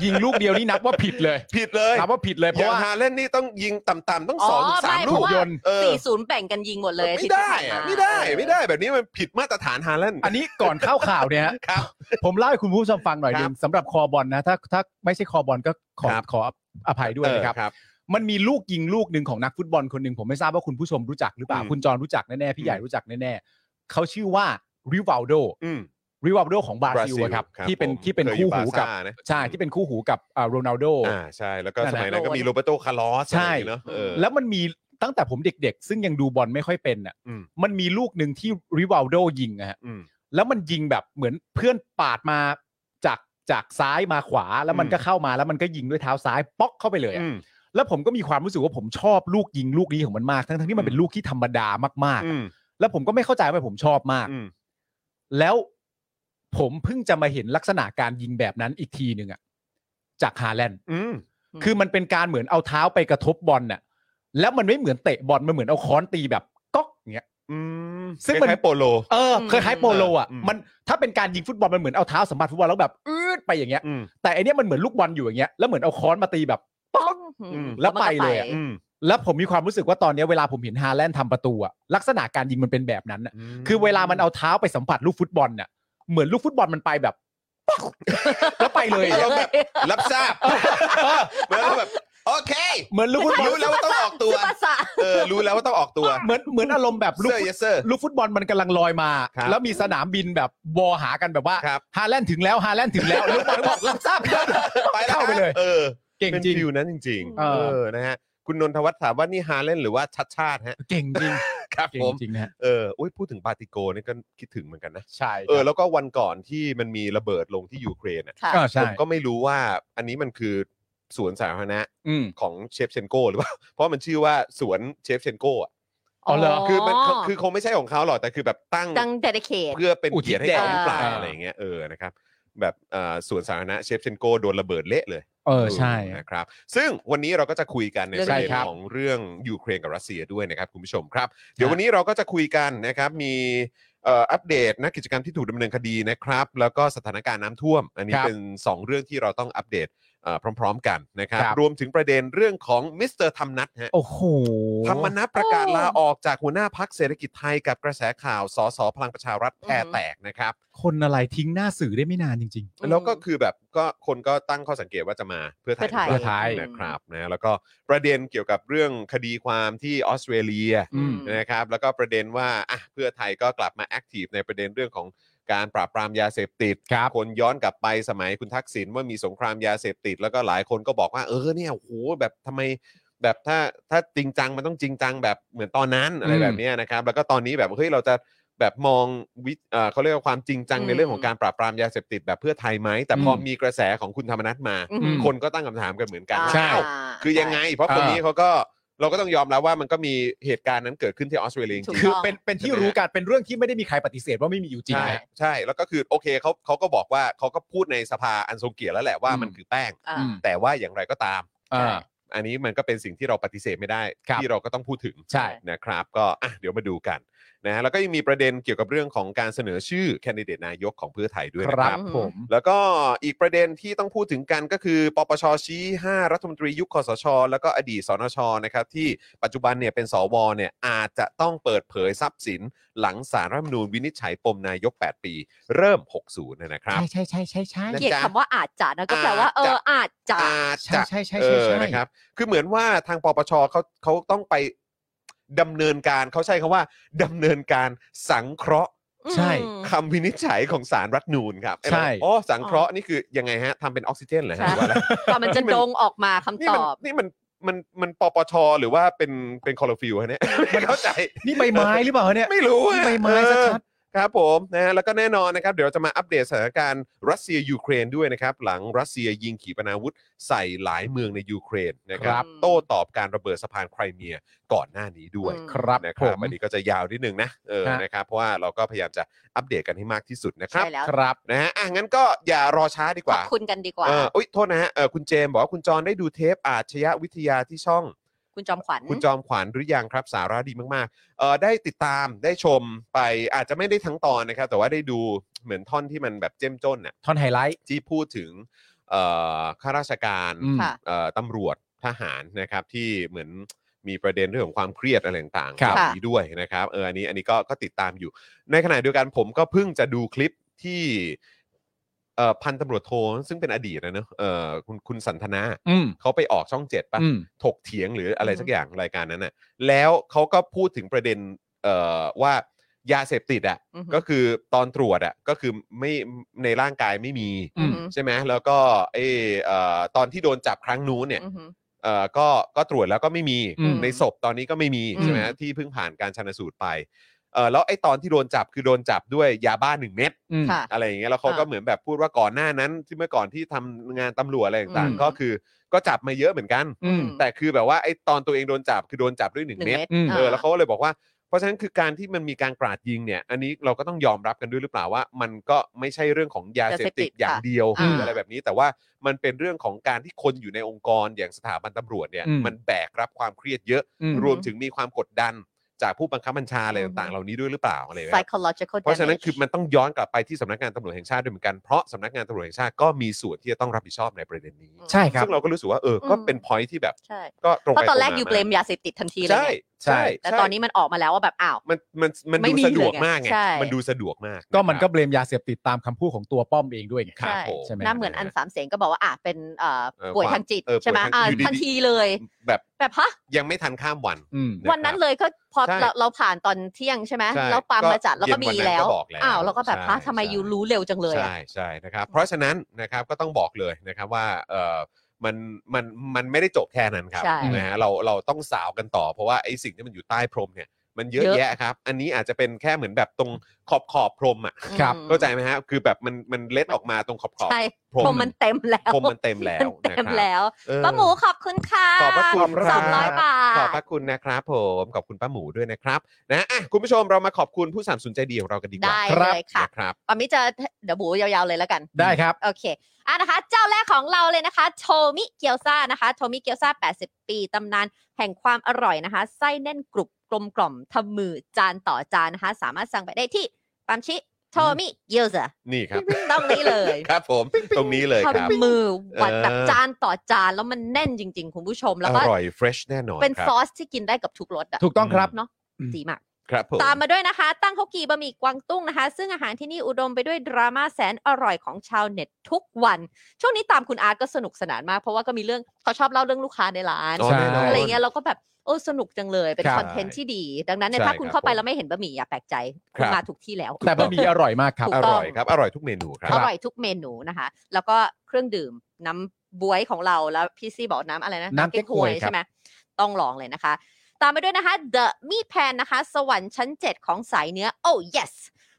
S3: ยิงลูกเดียวนี่นับว่าผิดเลย
S2: ผิดเลย
S3: นับว่าผิดเลยเพ
S2: อย่าง
S3: ราะว่า
S2: ฮาเล่นนี่ต้องยิงต่ำๆต้อง
S4: อ๋อ
S2: สองถึงสาม
S4: ไม่
S2: ลูก
S4: เพราะว่า
S3: ยนต์
S2: เออ
S4: สี่ศูนย์แบ่งกันยิงหมดเลย
S2: ไม่
S4: ที่
S2: ได้
S4: ผ่าน
S2: อะ
S4: มา
S2: ไม่ได้ไม่ได้แบบนี้มันผิดมาตรฐานฮาเล่น
S3: อันนี้ก่อนเข้าข่าวเนี่ยฮะ
S2: ครับ
S3: ผมเล่าให้คุณผู้ชมฟังหน่อย
S2: ครับ
S3: หนึงสำหรับคอบอลนะถ้าถ้าไม่ใช่คอบอลก็ขอ
S2: ครับ
S3: ขออภัยด้วยนะครับ
S2: เออ
S3: มันมีลูกยิงลูกหนึ่งของนักฟุตบอลคนหนึ่งผมไม่ทราบว่าคุณผู้ชมรู้จักหรือเปล่า
S2: อืม
S3: คุณจรรู้จักแน่ๆ
S2: อื
S3: พี่
S2: ม
S3: ใหญ่รู้จักแน่ๆเขาชื่อว่าริวัลโด
S2: อืม
S3: ริวัลโดของบราซิล
S2: ล
S3: อะครับ ที่
S2: ผม
S3: เป็นที่เป็น
S2: ยอ
S3: คู่
S2: ยู่
S3: หูกับ
S2: บาซ่านะ
S3: ใช่ที่เป็นคู่หูกับโรนัลโด
S2: อ่าใช่แล้วก็
S3: นั่น
S2: ส
S3: แหละ
S2: มัยนั้นก็มีโรเบโตคาร์ลอส
S3: ใช่
S2: เนาะเออ
S3: แล้วมันมีตั้งแต่ผมเด็กๆ ซึ่งยังดูบอลไม่ค่อยเป็นอ่ะ
S2: อืม
S3: มันมีลูกหนึ่งที่ริวัลโดยิงนะฮะ
S2: อืม
S3: แล้วมันยิงแบบเหมือนเพื่อนปาดมาจากจากซ้ายมาขวาแล้วมัน
S2: อืม
S3: ก็เข้ามาแล้วมันก็ยิงด้วยเท้าซ้ายป๊อกเข้าไปเลยอะ
S2: อืม
S3: แล้วผมก็มีความรู้สึกว่าผมชอบลูกยิงลูกนี้ของมันมาก ทั้งๆที่มันเป็นลูกที่ธรรมดามาก
S2: อืม
S3: ๆ แล้วผมก็ไม่เข้าใจว่าผมชอบมาก
S2: อืม
S3: แล้วผมเพิ่งจะมาเห็นลักษณะการยิงแบบนั้นอีกทีหนึ่งอะจากฮาแลนด์
S2: อืม
S4: อืม
S3: คือมันเป็นการเหมือนเอาเท้าไปกระทบบอลน่ะแล้วมันไม่เหมือนเตะบอลมันเหมือนเอาค้อนตีแบบก๊อกอย่างเงี้ย
S2: อืม
S3: ซึ่ง
S2: ค
S3: มัน
S2: ล้ายๆโปโล
S3: เออคล้ายๆโปโลอ่ะ
S2: อืม
S3: มันถ้าเป็นการยิงฟุตบอลมันเหมือนเอาเท้าสัมผัสฟุตบอลแล้วแบบอืดไปอย่างเงี้ย
S2: อืม
S3: แต่อันเนี้ยมันเหมือนลูกบอลอยู่อย่างเงี้ยแล้วเหมือนเอาค้อนมาตีแบบ
S4: ป้อง
S3: แล้วไปเลยอะ
S2: อืม
S3: แล้วผมมีความรู้สึกว่าตอนเนี้ยเวลาผมเห็นฮาแลนด์ทำประตูอะลักษณะการยิงมันเป็นแบบนั้นอะคือเวลามันเอาเท้าไปสัมผัสลูกฟุตบอลน่ะเหมือนลูกฟุตบอลมันไปแบบ (laughs) แล้วไปเลยอะ
S4: แล้วก็ไป
S2: รับทราบเหมือนแบบโอเค
S3: เหมือนลูกฟุตบอล
S2: รู้แล้วว่าต้องออกตัว
S4: ซึบะสะ
S2: เออรู้แล้วว่าต้องออกตัว
S3: เหมือนเหมือนอารมณ์แบบลูก
S2: เซอร์เยสเซอร์
S3: ลูกฟุตบอลมันกำลังลอยมา
S2: ครับ
S3: แล้วมีสนามบินแบบวอหากันแบบว่า
S2: ครับ
S3: ฮาแลนด์ถึงแล้วฮาแลนด์ถึงแล้วลูกบอลบอกรับทราบ (laughs)
S2: ไปแล้ว
S3: เข้าไปเลย
S2: เออ
S3: เก่ง
S2: เป็น
S3: จริง
S2: ฟิวนั้นจริง ๆ
S3: เอ
S2: เอ
S3: อ
S2: อนะฮะคุณนนทวัฒน์ถามว่านี่ฮาเล่นหรือว่าชัดชาติฮะ
S3: เก่งจริง
S2: ครับ
S3: เก่
S2: ผ
S3: ง
S2: ม
S3: จริงนะฮะ
S2: เอออุ้ยพูดถึงปาติโกนี่ก็คิดถึงเหมือนกันนะ
S3: ใช่
S2: เออแล้วก็วันก่อนที่มันมีระเบิดลงที่ยูเครนอ่ะ
S4: ค่ะ
S3: ก็
S2: ผ
S3: ใช่
S2: มก็ไม่รู้ว่าอันนี้มันคือสวนสาธารณะ
S3: อืม
S2: ของเชฟเชนโกหรือเปล่า (laughs) เพราะมันชื่อว่าสวนเชฟเชนโกอ่ะ
S3: อ๋อเหรอ
S2: คือมันคือคงไม่ใช่ของเขาหรอกแต่คือแบบตั้ง
S4: ดังเดดิเคท
S2: เพื่อเป็น
S3: อุทิศ
S2: เกียรติให้เขาห
S4: แด่
S2: รือเปล่า
S3: อ่า
S2: อะไรอย่างเงี้ยเออนะครับแบบเอ่อสวนสาธารณะเชฟเชนโกโดนระเบิดเละเลย
S3: เออใช่
S2: นะครับซึ่งวันนี้เราก็จะคุยกันในประเด็น
S3: ใช่ครับ
S2: ของเรื่องยูเครนกับรัสเซียด้วยนะครับคุณผู้ชมครับ เดี๋ยววันนี้เราก็จะคุยกันนะครับมีเอ่ออัปเดตนักกิจกรรมที่ถูกดำเนินคดีนะครับ แล้วก็สถานการณ์น้ำท่วม อันนี้
S3: ครับ
S2: เป็น 2 เรื่องที่เราต้องอัปเดตเอ่อพร้อม ๆ กันนะครับ
S3: ครับ
S2: รวมถึงประเด็นเรื่องของมิสเตอร์ธรรมนัทฮะ
S3: โอ้โห
S2: ธรรมนัฐประกาศลาออกจากหัวหน้าพักเศรษฐกิจไทยกับกระแสข่าวสสพลังประชารัฐแพรแตกนะครับ
S3: คนอะไรทิ้งหน้าสื่อได้ไม่นานจริง
S4: อืม
S2: แล้วก็คือแบบก็คนก็ตั้งข้อสังเกตว่าจะมาเพื่อไทย
S4: เพื่อไทย
S2: นะครับนะแล้วก็ประเด็นเกี่ยวกับเรื่องคดีความที่ออสเตรเลีย
S3: อืม
S2: นะครับแล้วก็ประเด็นว่าอ่ะเพื่อไทยก็กลับมาแอคทีฟในประเด็นเรื่องของการปราบปรามยาเสพติด
S3: ๆ ครับ
S2: คนย้อนกลับไปสมัยคุณทักษิณว่ามีสงครามยาเสพติด แล้วก็หลายคนก็บอกว่าเออเนี่ยโอ้โหแบบทำไมแบบถ้าถ้าจริงจังมันต้องจริงจังแบบเหมือนตอนนั้นอะไร
S3: อืม
S2: แบบเนี้ยนะครับ แล้วก็ตอนนี้แบบเฮ้ยเราจะแบบมองวิเอ่อเขาเรียกว่าความจริงจัง
S4: อืม
S2: ในเรื่องของการปราบปรามยาเสพติดแบบเพื่อไทยไหมแต่พออ
S3: ม
S2: มีกระแสของคุณธรรมนัฐมา
S4: อืม
S2: คนก็ตั้งคำถามกันเหมือนกันว่า
S3: ใช่
S2: อ้าวคือยังไง เพราะคนนี้เขาก็เราก็ต้องยอมรับว่ามันก็มีเหตุการณ์นั้นเกิดขึ้นที่ออสเตรเลียจริงๆ
S4: ถูก
S3: คือ
S4: ต้อง
S3: เป็นเป็นที่รู้กันเป็นเรื่องที่ไม่ได้มีใครปฏิเสธว่าไม่มีอยู่จริง
S2: ใช่ใช่แล้วก็คือโอเคเขาเขาก็บอกว่าเขาก็พูดในสภาอันทรงเกียรติแล้วแหละว่า
S3: อืม
S2: มันคือแป้ง
S4: อ่า
S3: อืม
S2: แต่ว่าอย่างไรก็ตาม
S3: อ่า
S2: อันนี้มันก็เป็นสิ่งที่เราปฏิเสธไม่ได้
S3: ครับ
S2: ที่เราก็ต้องพูดถึง
S3: ใช่
S2: นะครับ ก็อ่ะเดี๋ยวมาดูกันนะฮะแล้วก็ยังมีประเด็นเกี่ยวกับเรื่องของการเสนอชื่อแคนดิเดตนายกของเพื่อไทยด้วย
S3: ค
S2: นะค
S3: รั
S2: รั
S3: บบ
S4: อืม
S3: ผม
S2: แล้วก็อีกประเด็นที่ต้องพูดถึงกันก็คือปปชชี้ 5 รัฐมนตรียุคคสช แล้วก็อดีตสนชนะครับที่ปัจจุบันเนี่ยเป็นสวเนี่ยอาจจะต้องเปิดเผยทรัพย์สิน หลังสารรัฐธรรมนูญวินิจฉัยปมนายก 8 ปี เริ่ม 60เนยนะครับ
S3: ใช่ใช่ใช่ใช่ใช่
S2: นะ
S4: เกลียด
S2: จ๊ะ
S4: คำว่าอาจจะนะก็แปลว่า เอออาจจะ
S2: อาจ
S3: ใช่
S2: จะ
S3: ใช่ใช่
S2: เอ
S3: ใช่
S2: อ
S3: ใช่
S2: นะครับคือเหมือนว่าทางปปชเขาเขาต้องไปดำเนินการเขาใช้คำว่าดำเนินการสังเคราะห์
S3: ใช่
S4: อืม
S2: คำวินิจฉัยของสารรัฐธรรมนูนครับไอ้เรา
S3: ใช่
S2: อ๋อสังเคราะห์นี่คือยังไงฮะทำเป็นออกซิเจนเหรอฮะ
S4: ใช่
S2: หรือว่าอะไร
S4: กว่ามันจะดงออกมาคำ
S2: นี่
S4: ต
S2: มัน
S4: อบ
S2: นี่มันมันมันปปชหรือว่าเป็นเป็นคอร์ฟิวฮะเนี่ย (laughs) ไม่เข้าใจ
S3: นี่ใบไม้หรือเปล่าเนี่ย
S2: ไม่รู้
S3: นี่
S2: อะ
S3: ใบไม้
S2: เออ
S3: ชัด
S2: ครับผมนะฮะแล้วก็แน่นอนนะครับ เดี๋ยวเราจะมาอัปเดตสถานการณ์รัสเซียยูเครนด้วยนะครับ หลังรัสเซียยิงขีปนาวุธใส่หลายเมืองในยูเครนนะค
S4: ค
S2: รั
S4: รับ บ
S2: โต้ตอบการระเบิดสะพานไครเมียก่อนหน้านี้ด้วย
S4: อืม
S3: ครับ
S2: นะครับ
S3: ผม
S2: อันนี้ก็จะยาวนิดนึงนะเออ
S3: ฮะ
S2: นะครับเพราะว่าเราก็พยายามจะอัปเดตกันให้มากที่สุดนะครับ
S4: ใช่แล้ว
S3: ๆครับ
S2: นะฮะอ่ะงั้นก็อย่ารอช้าดีก
S4: ขอ
S2: ว่า
S4: บคุณกันดีกว่า
S2: เอออุ้ยโทษนะฮะเออคุณเจมส์บอกว่าคุณจรได้ดูเทปอาชญาวิทยาที่ช่อง
S4: คุณจอมขวัญ
S2: คุณจอมขวัญหรือยังครับ สาระดีมากๆเออได้ติดตามได้ชมไปอาจจะไม่ได้ทั้งตอนนะครับ แต่ว่าได้ดูเหมือนท่อนที่มันแบบเจ้มจนน่ะ
S3: ท่อนไฮไลท์
S2: ที่พูดถึงเอ่อข้าราชการ
S3: อืม
S4: ค่ะ
S2: เอ่อตำรวจทหารนะครับที่เหมือนมีประเด็นเรื่องของความเครียดอะไรต่างๆ
S3: ครั
S2: เห
S3: บ
S2: ล่านี้ด้วยนะครับเอออันนี้อันนี้ก็ก็ติดตามอยู่ ในขณะเดียวกันผมก็เพิ่งจะดูคลิปที่เอ่อพันตำรวจโทซึ่งเป็นอดีตนะเนอะเอ่อคุณคุณสันทนา
S3: อืม
S2: เขาไปออกช่องเจ็ดป่ะ
S3: อืม
S2: ถกเถียงหรืออะไร
S4: อืม
S2: สักอย่างรายการนั้นน่ะแล้วเขาก็พูดถึงประเด็นเอ่อว่ายาเสพติดอ่ะ
S4: อือหือ
S2: ก็คือตอนตรวจอ่ะก็คือไม่ในร่างกายไม่มี
S3: อืม
S2: ใช่ไหมแล้วก็เออเอ่อตอนที่โดนจับครั้งนู้นเนี่ย
S4: อือหือ
S2: เอ่อก็ก็ตรวจแล้วก็ไม่มี
S3: อืม
S2: ในศพตอนนี้ก็ไม่มี
S4: อืม
S2: ใช่ไหมที่เพิ่งผ่านการชันสูตรไปเออแล้วไอ้ตอนที่โดนจับคือโดนจับด้วยยาบ้าหนึ่งเม็ด
S3: อืม
S4: ค่ะ
S2: อะไรอย่างเงี้ยแล้วเขาก็
S4: อ่า
S2: เหมือนแบบพูดว่าก่อนหน้านั้นที่เมื่อก่อนที่ทำงานตำรวจอะไรต่าง
S4: อืม
S2: ๆ ก็คือก็จับมาเยอะเหมือนกัน
S3: อืม
S2: แต่คือแบบว่าไอ้ตอนตัวเองโดนจับคือโดนจับด้วยหนึ่ง
S4: หนึ่ง
S2: เม็ด
S4: เม็ด
S3: อืม
S2: เออแล้วเขาก็เลยบอกว่า เพราะฉะนั้นคือการที่มันมีการกราดยิงเนี่ย อันนี้เราก็ต้องยอมรับกันด้วยหรือเปล่าว่า มันก็ไม่ใช่เรื่องของยาเสพติดอย่างเดียว
S4: อื
S2: ห
S4: ม
S2: รืออะไรแบบนี้ แต่ว่ามันเป็นเรื่องของการที่คนอยู่ในองค์กรอย่างสถาบันตำรวจเนี่ย
S3: อืม
S2: มันแบกรับความเครียดเยอะ
S3: อืม
S2: รวมถึงมีความกดดัน จากผู้บังคับบัญชาอะไรต่างๆ
S4: อืม
S2: เหล่านี้ด้วยหรือเปล่าอะไรแบบ
S4: psychological
S2: เพราะฉะนั้น
S4: damage
S2: คือมันต้องย้อนกลับไปที่สำนักงานตำรวจแห่งชาติด้วยเหมือนกันเพราะสำนักงานตำรวจแห่งชาติก็มีส่วนที่จะต้องรับผิดชอบในประเด็นนี้
S3: ใช่ครับ
S2: ซึ่งเราก็รู้สึกว่าเออก็
S4: อืม
S2: เป็น point ที่แบบ
S4: ใช่
S2: ก็ตรง
S4: เพ
S2: ไป
S4: ราะตอนแรก
S2: งมา
S4: อยู่เบลมยาเสพติดทันทีเลย
S2: ใช่
S4: ไง
S2: ใช่
S4: แต่
S2: ใช่
S4: ตอนนี้มันออกมาแล้วว่าแบบอ้าว
S2: มันมันมัน
S4: ไม่
S2: ดู
S4: มี
S2: สะดวก
S4: เลยไง
S2: มากไง
S4: ใช่
S2: มันดูสะดวกมาก
S3: ก็มัน
S2: ะค
S3: ก็
S2: รับ
S3: เบลมยาเสพติดตามคำพูดของตัวป้อมเองด้วยไง
S2: ครับ
S4: ใช่
S2: ผม
S3: ใช่ไหม
S4: หน้าเหมือนอันสามเสียงก็บอกว่าอ่ะเป็นเอ่อ
S2: เออ
S4: ป่วยทางจิต
S2: เออป่วย
S4: ใช่ไหม
S2: ทาง
S4: อ่ะ
S2: อยู่ดีๆ
S4: ทันทีเลย
S2: แบบ
S4: แบบฮะ
S2: ยังไม่ทันข้ามวัน
S3: อืม
S2: นะครับ
S4: วันนั้นเลยก็พอ
S2: ใช่
S4: เราเราผ่านตอนเที่ยงใช่ไหม
S2: ใช่
S4: แล้วปาล์มมาจัด
S2: ก็
S4: แล้วก็มี
S2: เย็นวันนั้น
S4: แล้ว
S2: ก็บอกแล้ว
S4: อ้าวเราก็แบบ
S2: ใช่
S4: ฮะทำไม
S2: ใช่
S4: ยูรู้เร็วจังเลยอะ
S2: ใช่ใช่นะครับ เพราะฉะนั้นนะครับก็ต้องบอกเลยนะครับว่าเออมันมันมันไม่ได้จบแค่นั้นครับ
S4: ใช่
S2: นะฮะเราเราต้องสาวกันต่อ เพราะว่าไอ้สิ่งที่มันอยู่ใต้พรมเนี่ยมันเยอะ
S4: เยอะ
S2: แยะครับ อันนี้อาจจะเป็นแค่เหมือนแบบตรงขอบขอบพรมอ่ะ
S3: ครับ
S4: อืม
S2: เข้าใจไหมฮะคือแบบมันมันเล็ดออกมาตรงขอบขอบ
S4: ใช่
S2: พรม
S4: พรมมันเต็มแล้ว
S2: พรมมันเต็มแล้ว
S4: นเต็
S2: นะ
S4: ม
S2: ครับ
S4: แล้ว
S2: เออ
S4: ป้าหมูขอบคุณค่ะ
S2: ขอบพระคุณครับ
S4: สามร้อยบา
S2: ขอบ
S4: ท
S2: พระคุณนะครับผมขอบคุณป้าหมูด้วยนะครับนะอ่ะคุณผู้ชมเรามาขอบคุณผู้สามสนุนใจดีของเรากันดีกว่าค
S4: ได้
S2: รับ
S4: เลยค่ะ
S2: นะครับ
S4: ปามิจะเดี๋ยวบูยาวๆเลยแล้วกัน
S3: ได้ครับ
S4: โอเคอ่ะนะคะ เจ้าแรกของเราเลยนะคะ โทมิเกียวซานะคะ โทมิเกียวซา80 ปี ตำนานแห่งความอร่อยนะคะ ไส้แน่นกรุบกลมกล่อมทำมือจานต่อจานนะคะ สามารถสั่งไปได้ที่ปามชิ โทมิเกียวซา
S2: นี่ครับ
S4: ต้องนี้เลย
S2: ครับผมตรงนี้เลยครับ
S4: ทำมือวันแบบ
S2: เออ
S4: จานต่อจาน แล้วมันแน่นจริง ๆ คุณผู้ชม แล้ว
S2: อ
S4: ก็
S2: ร่อยเฟรชแน่นอน
S4: เป็น
S2: ครับ
S4: ซอสที่กินได้กับทุกรสอะ
S3: ถูกต้องครับ
S4: เนาะดีมาก
S2: ครับผม
S4: ตามมาด้วยนะคะ ตั้งฮกกีบะหมี่กวางตุ้งนะคะ ซึ่งอาหารที่นี่อุดมไปด้วยดราม่าแสนอร่อยของชาวเน็ตทุกวัน ช่วงนี้ตามคุณอาร์ตก็สนุกสนานมาก เพราะว่าก็มีเรื่องเขาชอบเล่าเรื่องลูกค้าในร้าน
S2: อ๋อ
S3: ใช่
S2: แน่นน
S4: อะไรเงี้ยเราก็แบบโอ้สนุกจังเลยเป็น
S3: ครับ
S4: คอนเทนต์ที่ดี ดังนั้นเนี่ย
S2: ใช่
S4: ถ้าคุณ
S2: ครับ
S4: เข้าไป
S2: ผม
S4: แล้วไม่เห็นบะหมี่อย่าแปลกใจ
S2: ค
S4: คุ
S2: รั
S4: ณ
S2: บ
S4: มาถูกที่แล้ว
S3: แต่บะหมี่อร่อยมากครับ
S4: ถู
S2: อก
S4: ต้ง
S2: ร่อยครับ อร่อยทุกเมนูครั
S4: อบ ร่อยทุกเมนูนะคะ แล้วก็เครื่องดื่มน้ำบวยของเราแล้วพี่ซี่บอกน้ำอะไรนะ
S3: น้ำเก๊กฮวยครับ
S4: ใช่ไหมต้องลองเลยนะคะ ตามไปด้วยนะคะ The Meat Pan นะคะ สวรรค์ชั้น 7 ของสายเนื้อ oh yes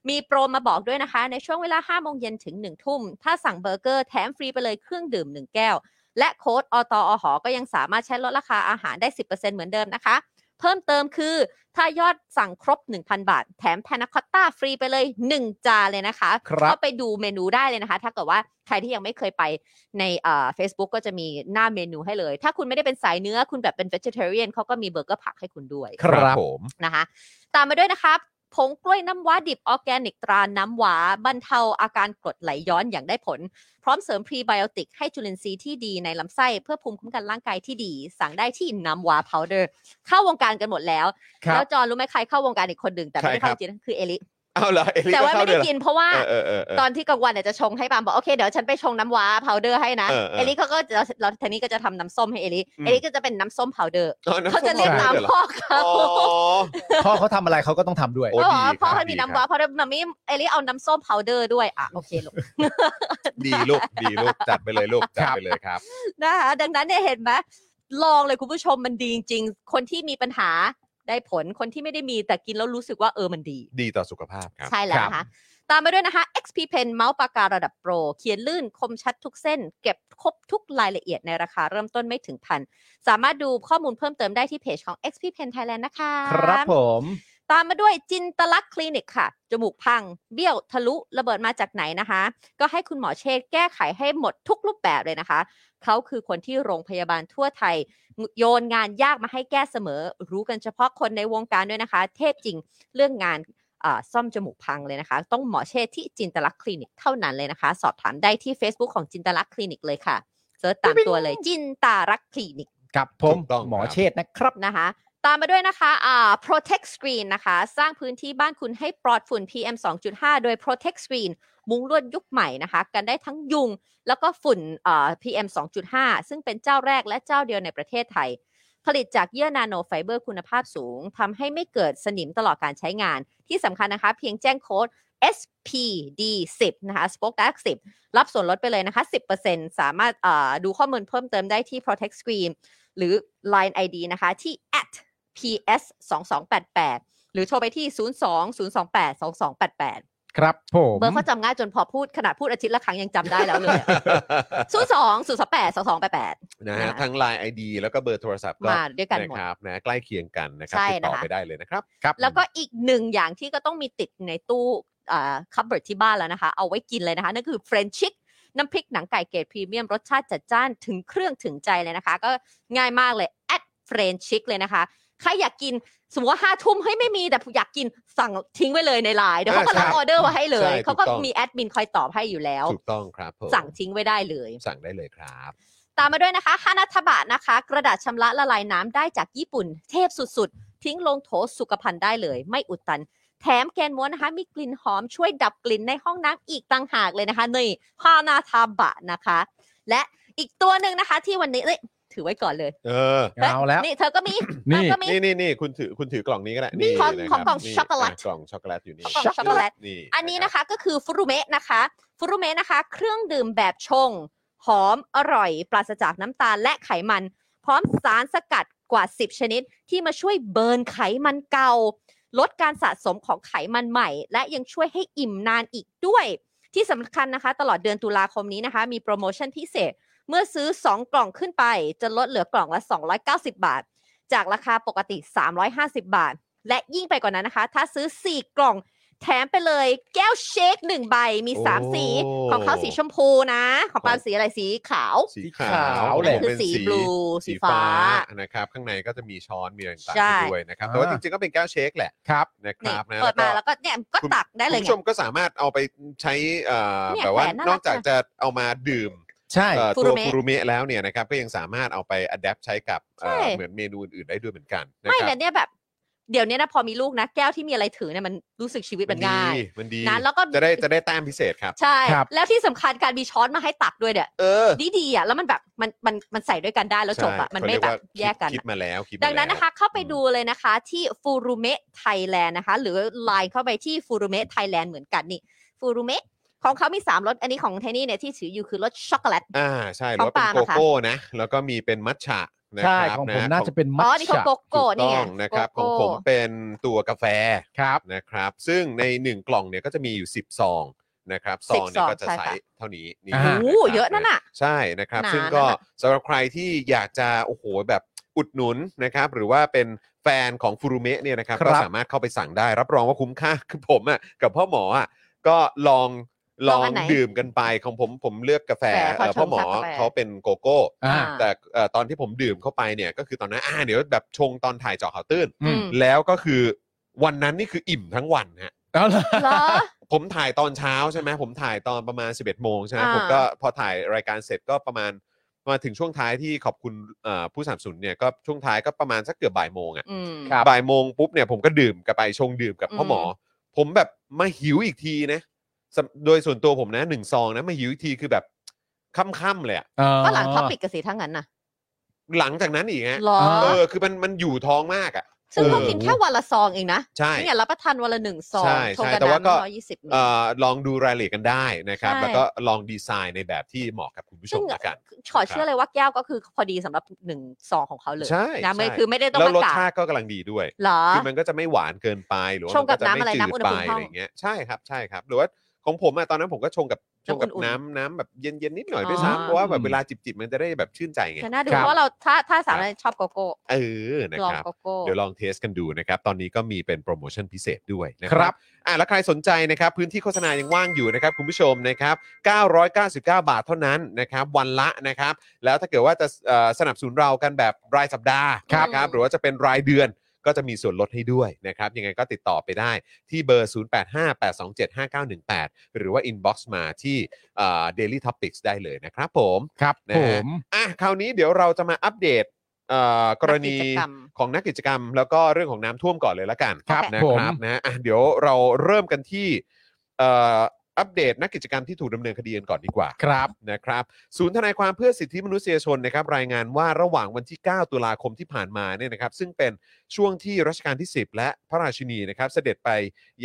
S4: มีโปรมาบอกด้วยนะคะ ในช่วงเวลา5โมงเย็นถึง 1 ทุ่ม ถ้าสั่งเบอร์เกอร์แถมฟรีไปเลยเครื่องดื่ม 1 แก้ว และโค้ดอตออหอก็ยังสามารถใช้ลดราคาอาหารได้ 10%เหมือนเดิมนะคะ เพิ่มเติมคือ ถ้ายอดสั่งครบ 1,000 บาท แถมพานาคอตต้าฟรีไปเลย 1 จานเลยนะคะ
S3: ครับ
S4: ก็ไปดูเมนูได้เลยนะคะ ถ้าเกิดว่าใครที่ยังไม่เคยไปในเอ่อ Facebook ก็จะมีหน้าเมนูให้เลย ถ้าคุณไม่ได้เป็นสายเนื้อคุณแบบเป็น vegetarian เขาก็มีเบอร์เกอร์ผักให้คุณด้วย
S3: ค
S2: ครับ
S3: รับ
S2: ผม
S4: นะคะ ตามมาด้วยนะคะผงกล้วยน้ำว้าดิบออร์แกนิกตราน้ำว้าบรรเทาอาการกรดไหลย้อนอย่างได้ผล พร้อมเสริมพรีไบโอติกให้จุลินทรีย์ที่ดีในลำไส้เพื่อภูมิคุ้มกันร่างกายที่ดี สั่งได้ที่น้ำว้าพาวเดอร์เข้าวงการกันหมดแล้ว
S3: ครับ
S4: แล้วจอห์นรู้ไหมใครเข้าวงการอีกคนหนึ่งแต่ไม่ได้
S2: ใครครั
S4: เข้า
S2: บ
S4: จริงๆคือเอลิ
S2: เอาเหรอเอลิ
S4: แต่ว่า
S2: เข้
S4: ไม่ได้
S2: วยเหรอ
S4: กินเพราะว่า
S2: เออเออเออ
S4: ตอนที่กลางวันเนี่ยจะชงให้ปาล์มบอกโอเคเดี๋ยวฉันไปชงน้ำว้าพาวเดอร์ให้นะ
S2: เออเออ
S4: เอลิเขาก็เราเราทางนี้ก็จะทำน้ำส้มให้เอลิ
S2: อืม
S4: เอลิก็จะเป็นน้ำส้มพาวเดอร์
S2: อ๋อน้ำ
S4: เขาจะเรียกตาม
S2: ส้ม
S4: พ่อ
S2: อ๋อ
S4: เขา
S3: พ่อเขาทำอะไรเขาก็ต้องทำด้วย
S2: โอ้
S4: เขาบอก
S2: ดีครับ
S4: ว่าพ่อเขามี
S2: ดีครับ
S4: น้ำว้าพาวเดอร์มัมมี่เอลิเอาน้ำส้มพาวเดอร์ด้วยอ่ะโอเคลูก
S2: ดีลูกดีลูกจัดไปเลยลูกจัดไปเลยครับ
S4: นะคะดังนั้นเนี่ยเห็นไหมลองเลยคุณผู้ชมมันดีจริงๆคนที่มีปัญหาได้ผลคนที่ไม่ได้มีแต่กินแล้วรู้สึกว่าเออมันดี
S2: ดีต่อสุขภาพครับ
S4: ใช่แล้ว
S3: ครับ
S4: นะคะ ตามมาด้วยนะคะ XP Pen เมาส์ปากการะดับโปร เขียนลื่นคมชัดทุกเส้น เก็บครบทุกรายละเอียดในราคาเริ่มต้นไม่ถึงพัน สามารถดูข้อมูลเพิ่มเติมได้ที่เพจของ XP Pen Thailand นะคะ
S3: ครับผม
S4: ตามมาด้วยจินตลักษณ์คลินิกค่ะ จมูกพัง เบี้ยวทะลุระเบิดมาจากไหนนะคะ ก็ให้คุณหมอเชษฐ์แก้ไขให้หมดทุกรูปแบบเลยนะคะ เขาคือคนที่โรงพยาบาลทั่วไทย โยนงานยากมาให้แก้เสมอ รู้กันเฉพาะคนในวงการด้วยนะคะ เทพจริงเรื่องงานอ่าซ่อมจมูกพังเลยนะคะ ต้องหมอเชษที่จินตลักษณ์คลินิกเท่านั้นเลยนะคะ สอบถามได้ที่ Facebook ของจินตลักษณ์คลินิกเลยค่ะเซิร์ชตามตัวเลยจินตารักษณ์คลินิก
S3: กับผม
S2: ถูกต้องครับ
S3: หมอเชษฐ์นะครับ
S4: นะคะตามมาด้วยนะคะอ่า protect screen นะคะ สร้างพื้นที่บ้านคุณให้ปลอดฝุ่น PM 2.5 โดย protect screen มุ้งลวดยุคใหม่นะคะ กันได้ทั้งยุง แล้วก็ฝุ่นอ่า PM 2.5 ซึ่งเป็นเจ้าแรกและเจ้าเดียวในประเทศไทย ผลิตจากเยื่อนาโนไฟเบอร์คุณภาพสูงทำให้ไม่เกิดสนิมตลอดการใช้งาน ที่สำคัญนะคะ เพียงแจ้งโค้ด SPD10 นะคะ Spoke Dark 10 รับส่วนลดไปเลยนะคะ 10%สามารถอ่าดูข้อมูลเพิ่มเติมได้ที่ protect screen หรือ Line ID นะคะที่ at @ps 2 2 8 8หรือโทรไปที่ 0 2 0 2 8 2 2 8
S3: ค
S4: 8
S3: รับผม
S4: เบอร์เขาจำง่ายจนพอพูดขนาดพูดอาทิตย์ละครั้งยังจำได้แล้ว
S3: (laughs)
S4: เลย0 2 0 2 8 2 2 8 8 (laughs)
S2: นะฮะทั้ง Line ID แล้วก็เบอร์โทรศัพท์ก็
S4: มาด้วยกัน
S2: นะ
S4: หมด
S2: ครับนะใกล้เคียงกันนะครับ
S4: ใช่
S2: ติดต่อ
S4: นะคะ
S2: ไปได้เลยนะครับ
S3: ครับ
S4: แล้วก็อีกหนึ่งอย่างที่ก็ต้องมีติดในตู้คัพเบิร์ดที่บ้านแล้วนะคะ เอาไว้กินเลยนะคะ นั่นคือเฟรนชิกน้ำพริกหนังไก่เกรดพรีเมียม รสชาติจัดจ้านถึงเครื่องถึงใจเลยนะคะ ก็ง่ายมากเลย แอดเฟรนชิกเลยนะคะ ใครอยากกิน สมมติว่าห้าทุ่มเฮ้ยไม่มีแต่อยากกินสั่งทิ้งไว้เลยในไลน์เดี๋ยวเขาก็
S2: อ่าใช่
S4: รับออเดอร์มาให้เลย
S2: ใช่
S4: เขาก็
S2: ถูกต้อง
S4: มีแอดมินคอยตอบให้อยู่แล้ว
S2: ถูกต้องครับผม
S4: สั่งทิ้งไว้ได้เลย
S2: สั่งได้เลยครับ
S4: ตามมาด้วยนะคะฮานาทบะนะคะ กระดาษชำระละลายน้ำได้จากญี่ปุ่น เทพสุดๆ ทิ้งลงโถสุขภัณฑ์ได้เลย ไม่อุดตัน แถมแกนม้วนนะคะ มีกลิ่นหอมช่วยดับกลิ่นในห้องน้ำอีกต่างหากเลยนะคะนี่ฮานาทาบะนะคะ และอีกตัวหนึ่งนะคะที่วันนี้เอ้ยถือไว้ก่อนเลย
S2: เออ
S3: เอาแล้ว
S4: นี่เธอก็มี
S3: นี่
S4: เธอก็มี
S2: นี่นี่นี่คุณถือคุณถือกล่องนี้ก็ได้
S4: นี่ของ
S2: ะ
S4: ของกล่อง
S2: นี่
S4: ช็อกโกแลต
S2: ะกล่องช็อกโกแลตอยู่นี่
S4: ของกล่องช็อกโกแลต
S2: นี่
S4: อันนี้นะคะก็คือฟุรุเมะนะคะ ฟุรุเมะนะคะ เครื่องดื่มแบบชง หอมอร่อย ปราศจากน้ำตาลและไขมัน พร้อมสารสกัดกว่า 10 ชนิด ที่มาช่วยเบิร์นไขมันเก่า ลดการสะสมของไขมันใหม่ และยังช่วยให้อิ่มนานอีกด้วย ที่สำคัญนะคะ ตลอดเดือนตุลาคมนี้นะคะ มีโปรโมชั่นพิเศษ เมื่อซื้อ 2 กล่องขึ้นไป จะลดเหลือกล่องละ 290 บาท จากราคาปกติ 350 บาท และยิ่งไปกว่านั้นนะคะ ถ้าซื้อ 4 กล่อง แถมไปเลยแก้วเชคหนึ่งใบมี 3 สีของเขาสีชมพูนะ ของปาล์มสีอะไรสีขาว
S2: สีขาว
S3: นั่น
S4: คือ
S2: เป็น
S4: สี blue สีฟ้า
S2: นะครับ ข้างในก็จะมีช้อนมีอะไรต่าง
S4: ใช่
S2: ๆด้วยนะครับแต่ว่าจริงๆก็เป็นแก้วเชคแหละ
S3: ครับ
S2: นะครับ
S4: นี่
S2: นะ
S4: เปิดมาแล้วก็เนี่ยก็ตักได้เล
S2: คุ
S4: ย
S2: ณ
S4: ไง
S2: ผู้ชมก็สามารถเอาไปใช้เอ่อ
S4: เนี่ย
S2: แบบว่า
S4: แขวนน่ารัก
S2: นอกจากจะเอามาดื่ม
S3: ใช่
S2: เอ่อ
S4: ฟูรุ
S2: ตัว
S4: เมะ
S2: ฟูรุเมะแล้วเนี่ยนะครับก็ยังสามารถเอาไปอัดแอปใช้กับเอ่อ
S4: ใช่
S2: เหมือนเมนูอื่นๆได้ด้วยเหมือนกันนะ
S4: ไม่
S2: ครั
S4: แต่
S2: บ
S4: เนี่ยแบบเดี๋ยวเนี้ยนะพอมีลูกนะ แก้วที่มีอะไรถือเนี่ยมันรู้สึกชีวิตมันง่าย
S2: มันดี
S4: นะแล้วก็
S2: จะได้จะได้แต้มพิเศษครับ
S4: ใช่
S3: ครับ
S4: แล้วที่สำคัญการมีช้อนมาให้ตักด้วยเนี่ย
S2: เออ
S4: ดีดีๆอ่ะแล้วมันแบบมันมันมันใส่ด้วยกันได้แล้วจบอ่ะ
S2: ใช่
S4: มันไม่แบบ
S2: เขาเรี
S4: แย
S2: ย
S4: ก
S2: กว่าคิด
S4: กัน
S2: คิดมาแล้วคิดมา
S4: ดังนั้น
S2: แล้ว
S4: นะคะเข้าไปดูเลยนะคะที่ฟูรุเมะไทยแลนด์นะคะ หรือไลน์เข้าไปที่ฟูรุเมะไทยแลนด์เหมือนกันนี่ฟูรุเมะของเขามีสามรสอันนี้ของเทนี่เนี่ยที่ถืออยู่คือรสช็อกโกแลต
S2: อ่าใช่หรือ
S4: ของ
S2: ว่าเป็น
S4: ปา
S2: โก
S4: ล์มอะค่ะ
S2: โก้นะ แล้วก็มีเป็นมัทฉะนะ
S3: ใช่
S2: ครับ
S3: ของผม
S2: นะ
S3: น่าจะเป็นมั
S4: อ๋
S3: ท
S4: อนี่เขา
S3: ฉะ
S4: โกโก้
S2: ถู
S4: นี่ไง
S2: ต้องนะครับ
S4: โก
S2: ของผ
S4: โก้
S2: มเป็นตัวกาแฟ
S3: ครับ
S2: นะครับ ซึ่งใน 1 กล่องเนี่ยก็จะมีอยู่ 10 ซองนะครับซองเนี่ยก็จะ
S4: ใช่
S2: ใส
S4: ค่ะ
S2: เท่านี้นี่
S3: อ่า
S4: โอ้
S2: ค
S4: โห
S2: รับ
S4: เยอะนั่นอ่ะ
S2: ใช่นะครับ
S4: หนา
S2: ซึ่งก็
S4: นั่นน่
S2: สำหรับใครที่อยากจะโอ้โหแบบอุดหนุนนะครับ หรือว่าเป็นแฟนของฟูรุเมะเนี่ยนะครับ
S3: ครับ
S2: ก็สามารถเข้าไปสั่งได้รับรองว่าคุ้มค่าคือผมอ่ะกับพ่อหมออ่ะก็ลองล
S4: ล
S2: อ
S4: อง
S2: ง
S4: อันไหน
S2: ดื่มกันไปของผมผมเลือกกาแฟ
S4: กาแฟ
S2: เอ่อ
S4: พ่
S2: พ่
S4: อ
S2: อหมอ
S4: ชงกาแฟ
S2: เขาเป็นโกโก้
S3: อ่า
S4: อ่า
S2: แต่เอ่อตอนที่ผมดื่มเข้าไปเนี่ยก็คือตอนนั้นอ่าเดี๋ยวแบบชงตอนถ่ายเจาะข่าวตื้น
S3: อืม
S2: แล้วก็คือวันนั้นนี่คืออิ่มทั้งวันฮะ
S3: แล้วเหรอ
S4: เหรอ
S2: ผมถ่ายตอนเช้าใช่ไหมผมถ่ายตอนประมาณ 11 โมงใช่ไหม
S4: อ่า
S2: ผมก็พอถ่ายรายการเสร็จก็ประมาณมาถึงช่วงท้ายที่ขอบคุณเอ่อผู้สามสูนเนี่ยก็ช่วงท้ายก็ประมาณสักเกือบบ่ายโมงอ่ะ
S4: อืม
S3: ครับ
S2: บ่ายโมงปุ๊บเนี่ยผมก็ดื่มกับไปชงดื่มกับพ่อหมออผมแบบมาหิวอีกทีนะสำโดยส่วนตัวผมนะหนึ่งซองนะมาหิวอีกทีคือแบบค่ำๆเลยอะ
S3: อ๋อ
S4: ก็หลังท็อปิกกับสีทั้งนั้นน่ะ
S2: หลังจากนั้นอีกฮะ
S4: เหรอ
S3: เ
S2: เออคือมันมันอยู่ท้องมากอ่ะ
S4: ซึ่งเขา
S2: เออ
S4: กินแค่วันละซองเองนะ
S2: ใช่
S4: เนี่ยรับประทานวันละหนึ่งซอง
S2: ใช่
S4: โทร
S2: ใช่
S4: กระ
S2: แต่ว่า
S4: ดาน
S2: ก็
S4: ร้อยยี่สิบมิล
S2: เอ่อลองดูรายละเอียดกันได้นะครับ
S4: ใช่
S2: แล้วก็ลองดีไซน์ในแบบที่เหมาะกับคุณผู้ช
S4: ซึ่ง
S2: มละกัน
S4: ขอเชื่อเลยว่าแก้วก็คือพอดีสำหรับหนึ่งซองของเขาเลย
S2: ใช่
S4: นะไม่
S2: ใช่
S4: คือไม่ได้ต้อง
S2: แล้ว
S4: มาร
S2: ส
S4: กะ
S2: ชาติก็กำลังดีด้วย
S4: เหรอ
S2: คือมันก็จะไม่หวานเกินไปหรือว่า
S4: ช
S2: มั
S4: ง
S2: น
S4: กั
S2: ก็
S4: บ
S2: จะ
S4: น้ำ
S2: ไม่
S4: อะไร
S2: จื
S4: น้ำ
S2: ด
S4: อุณห
S2: ไป
S4: ภูมิห้
S2: อะ
S4: อง
S2: ไรอย่างเงี้ยใช่ครับใช่ครับ หรือว่าของผมอะตอนนั้นผมก็ชงกับชงกับ
S4: น้ำอุ่น
S2: น้ำ
S4: ๆ
S2: น้ำแบบเย็นๆนิดหน่อย
S4: อ๋อ
S2: ด้วยซ้ำเพราะว่าแบบเวลาจิบๆมันจะได้แบบชื่นใจไง
S4: จะน่าดู
S3: ครับ
S4: เพราะว่าเราถ้าถ้าสามารถชอบโกโก้
S2: เออนะ
S4: ลอง
S2: ครับ
S4: โกโก้
S2: เดี๋ยวลองเทสกันดูนะครับ ตอนนี้ก็มีเป็นโปรโมชั่นพิเศษด้วยนะค
S3: ครั
S2: รับบ อ่ะแล้วใครสนใจนะครับ พื้นที่โฆษณายังว่างอยู่นะครับ คุณผู้ชมนะครับ 999 บาทเท่านั้นนะครับ วันละนะครับ แล้วถ้าเกิดว่าจะเอ่อสนับสนุนเรากันแบบรายสัปดาห์
S4: ครับ
S2: นะครับ หรือว่าจะเป็นรายเดือนก็จะมีส่วนลดให้ด้วยนะครับ ยังไงก็ติดต่อไปได้ที่เบอร์ 0858275918 หรือว่า inbox มาที่เอ่อ daily topics ได้เลยนะครับผม
S3: ครับ
S2: นะ
S3: ผ
S2: ฮะ
S3: ม
S2: อ่ะคราวนี้เดี๋ยวเราจะมาอัปเดตเอ่อกรณี
S4: นักกิจกรรม
S2: ของนักกิจกรรม แล้วก็เรื่องของน้ำท่วมก่อนเลยละกัน
S3: ครับ
S2: นะ
S3: ผม
S2: ครับนะอ่ะเดี๋ยวเราเริ่มกันที่เอ่ออัปเดตนักกิจกรรมที่ถูกดำเนินคดีกันก่อนดีกว่า
S3: ครับ
S2: นะครับ ศูนย์ทนายความเพื่อสิทธิมนุษยชนนะครับ รายงานว่าระหว่างวันที่ 9 ตุลาคมที่ผ่านมาเนี่ยนะครับ ซึ่งเป็นช่วงที่รัชกาลที่ 10 และพระราชินีนะครับ เสด็จไป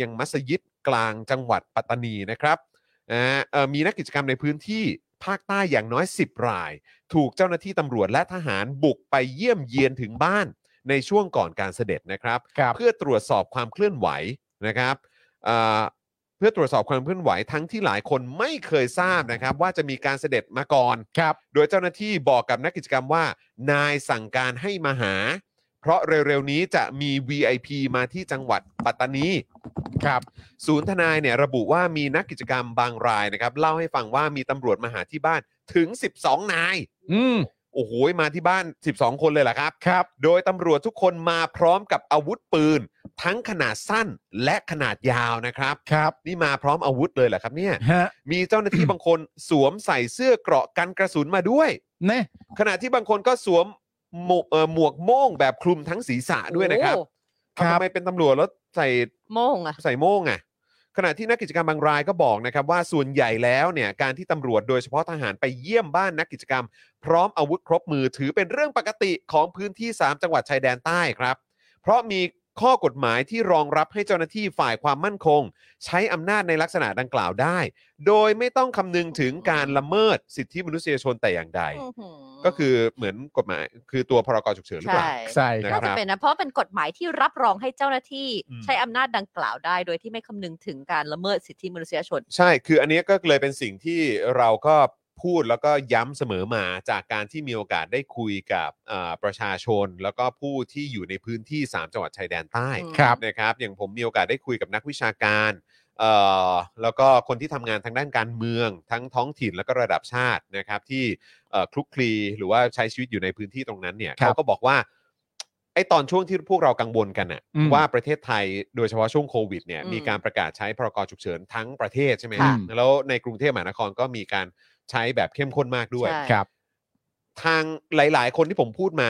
S2: ยังมัสยิดกลางจังหวัดปัตตานีนะครับอ่าเอ่อมีนักกิจกรรมในพื้นที่ภาคใต้อย่างน้อย 10 ราย ถูกเจ้าหน้าที่ตำรวจและทหารบุกไปเยี่ยมเยียนถึงบ้านในช่วงก่อนการเสด็จนะครับ
S3: ครับ
S2: เพื่อตรวจสอบความเคลื่อนไหวนะครับเอ่อเพื่อตรวจสอบความเคลื่อนไหวทั้งที่หลายคนไม่เคยทราบนะครับ ว่าจะมีการเสด็จมาก่อน
S3: ครับ
S2: โดยเจ้าหน้าที่บอกกับนักกิจกรรมว่า นายสั่งการให้มาหา เพราะเร็วๆนี้จะมี VIP มาที่จังหวัดปัตตานี
S3: ครับ
S2: ศูนย์ทนายเนี่ยระบุว่ามีนักกิจกรรมบางรายนะครับ เล่าให้ฟังว่ามีตำรวจมาหาที่บ้านถึง 12 นาย
S3: อืม
S2: โอ้โหมาที่บ้าน 12 คนเลยเหรอครับครับ โดยตำรวจทุกคนมาพร้อมกับอาวุธปืน ทั้งขนาดสั้นและขนาดยาวนะครับ
S3: ครับ
S2: นี่มาพร้อมอาวุธเลยเหรอครับเนี่ย
S3: ฮะ
S2: มีเจ้าหน้าที่ บางคนสวมใส่เสื้อเกราะกันกระสุนมาด้วย
S3: แน่
S2: ขณะที่บางคนก็สวมหมวกเอ่อหมวกโม่งแบบคลุมทั้งศีรษะด้วยนะครับ
S4: โอ้โห
S2: ทำไมเป็นตำรวจแล้วใส่
S4: โม่งอะ
S2: ใส่โม่งอ่ะขณะที่นักกิจกรรมบางรายก็บอกนะครับว่าส่วนใหญ่แล้วเนี่ยการที่ตำรวจโดยเฉพาะทหารไปเยี่ยมบ้านนักกิจกรรม พร้อมอาวุธครบมือถือเป็นเรื่องปกติของพื้นที่ 3 จังหวัดชายแดนใต้ครับ เพราะมีข้อกฎหมายที่รองรับให้เจ้าหน้าที่ฝ่ายความมั่นคง ใช้อำนาจในลักษณะดังกล่าวได้ โดยไม่ต้องคำนึงถึงการละเมิดสิทธิมนุษยชนแต่อย่างใด
S4: อื้อหือ
S2: ก็คือเหมือนกฎหมาย คือตัวพรกฉุกเฉินหรือเป
S4: ใช่
S2: ล่า
S3: ใส่ค
S2: ครับ
S3: รับ
S4: น่าจะเป็นนะเพราะเป็นกฎหมายที่รับรองให้เจ้าหน้าที่
S2: อืม
S4: ใช้อำนาจดังกล่าวได้ โดยที่ไม่คำนึงถึงการละเมิดสิทธิมนุษยชน
S2: ใช่ คืออันเนี้ยก็เลยเป็นสิ่งที่เราก็พูดแล้วก็ย้ำเสมอมาจากการที่มีโอกาสได้คุยกับเอ่อประชาชน แล้วก็ผู้ที่อยู่ในพื้นที่ 3 จังหวัดชายแดนใต้
S4: อืม
S3: ครับ
S2: นะครับ อย่างผมมีโอกาสได้คุยกับนักวิชาการเอ่อแล้วก็คนที่ทำงานทางด้านการเมือง ทั้งท้องถิ่นแล้วก็ระดับชาตินะครับที่เอ่อคลุกคลีหรือว่าใช้ชีวิตอยู่ในพื้นที่ตรงนั้นเนี่ย
S3: ครั
S2: เขา
S3: บ
S2: ก็บอกว่าไอ้ตอนช่วงที่พวกเรากังวลกันน่ะ
S3: อืม
S2: ว่าประเทศไทยโดยเฉพาะช่วงโควิดเนี่ย
S4: อืม
S2: มีการประกาศใช้พรกฉุกเฉินทั้งประเทศใช่ไหม
S3: ค่ะ
S2: แล้วในกรุงเทพมหานครก็มีการใช้แบบเข้มข้นมากด้วย
S4: ใช่
S3: ครับ
S2: ทางหลาย ๆ คนที่ผมพูดมา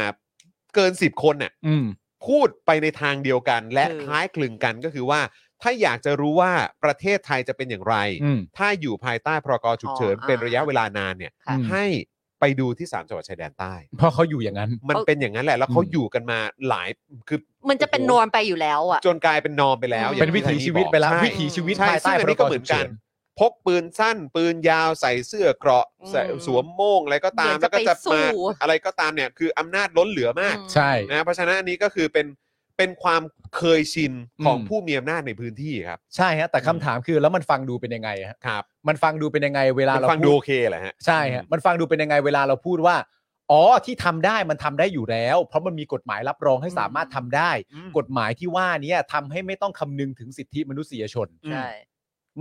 S2: เกิน 10 คนน่ะ
S3: อืม
S2: พูดไปในทางเดียวกัน และ
S4: คือ
S2: คล้ายคลึงกันก็คือว่า ถ้าอยากจะรู้ว่าประเทศไทยจะเป็นอย่างไร
S3: อืม
S2: ถ้าอยู่ภายใต้พรกฉุกเฉิน
S4: อ๋อ
S2: เป็น
S4: อ่า
S2: ระยะเวลานานเนี่ย
S3: ค่ะ
S2: ให้ไปดูที่สามจังหวัดชายแดนใต้
S3: เพราะเขาอยู่อย่างนั้น
S2: มันเป็นอย่างนั้นแหละแล้วเขา
S3: อืม
S2: อยู่กันมาหลายคือ
S4: มันจะเป็นนวมไปอยู่แล้วอะ
S2: จนกลายเป็นนอมไปแล้วอย่า
S3: เป็
S2: ง
S3: น
S2: ที่
S3: วิถี
S2: ทาง
S3: ชีวิต
S2: บอก
S3: ไปแล้ว
S2: ใช่
S3: วิถีชีวิต
S2: ใช่
S3: ภายใต้
S2: ซึ่งอันนี้ก็
S3: พร
S2: เหมือน
S3: ฉุฉิ
S2: กัน พกปืนสั้น ปืนยาวใส่เสื้อเกราะใส่
S4: อืม
S2: สวมโม่งอะไรก็ตาม
S4: เหมือนจะ
S2: แล้วก็จะ
S4: ไปสู้
S2: มาอะไรก็ตามเนี่ยคืออำนาจล้นเหลือมาก
S4: อืม
S3: ใช่
S2: นะเพราะฉะนั้นอันนี้ก็คือเป็นเป็นความเคยชินของ
S3: อืม
S2: ผู้มีอำนาจในพื้นที่ครับ
S3: ใช่ฮะแต่คำถามคือแล้วมันฟังดูเป็นยังไงฮะ
S2: ครับ
S3: มันฟังดูเป็นยังไง เวลาเรา
S2: ฟัง
S3: พู
S2: ดู
S3: ด
S2: โอเคแหละฮะ
S3: ใช่ฮะมันฟังดูเป็นยังไงเวลาเราพูดว่า อ๋อที่ทำได้มันทำได้อยู่แล้ว เพราะมันมีกฎหมายรับรองให้สามารถทำได้
S2: อืม
S3: กฎหมายที่ว่าเนี้ทำให้ไม่ต้องคำนึงถึงสิทธิมนุษยชน
S4: ใช่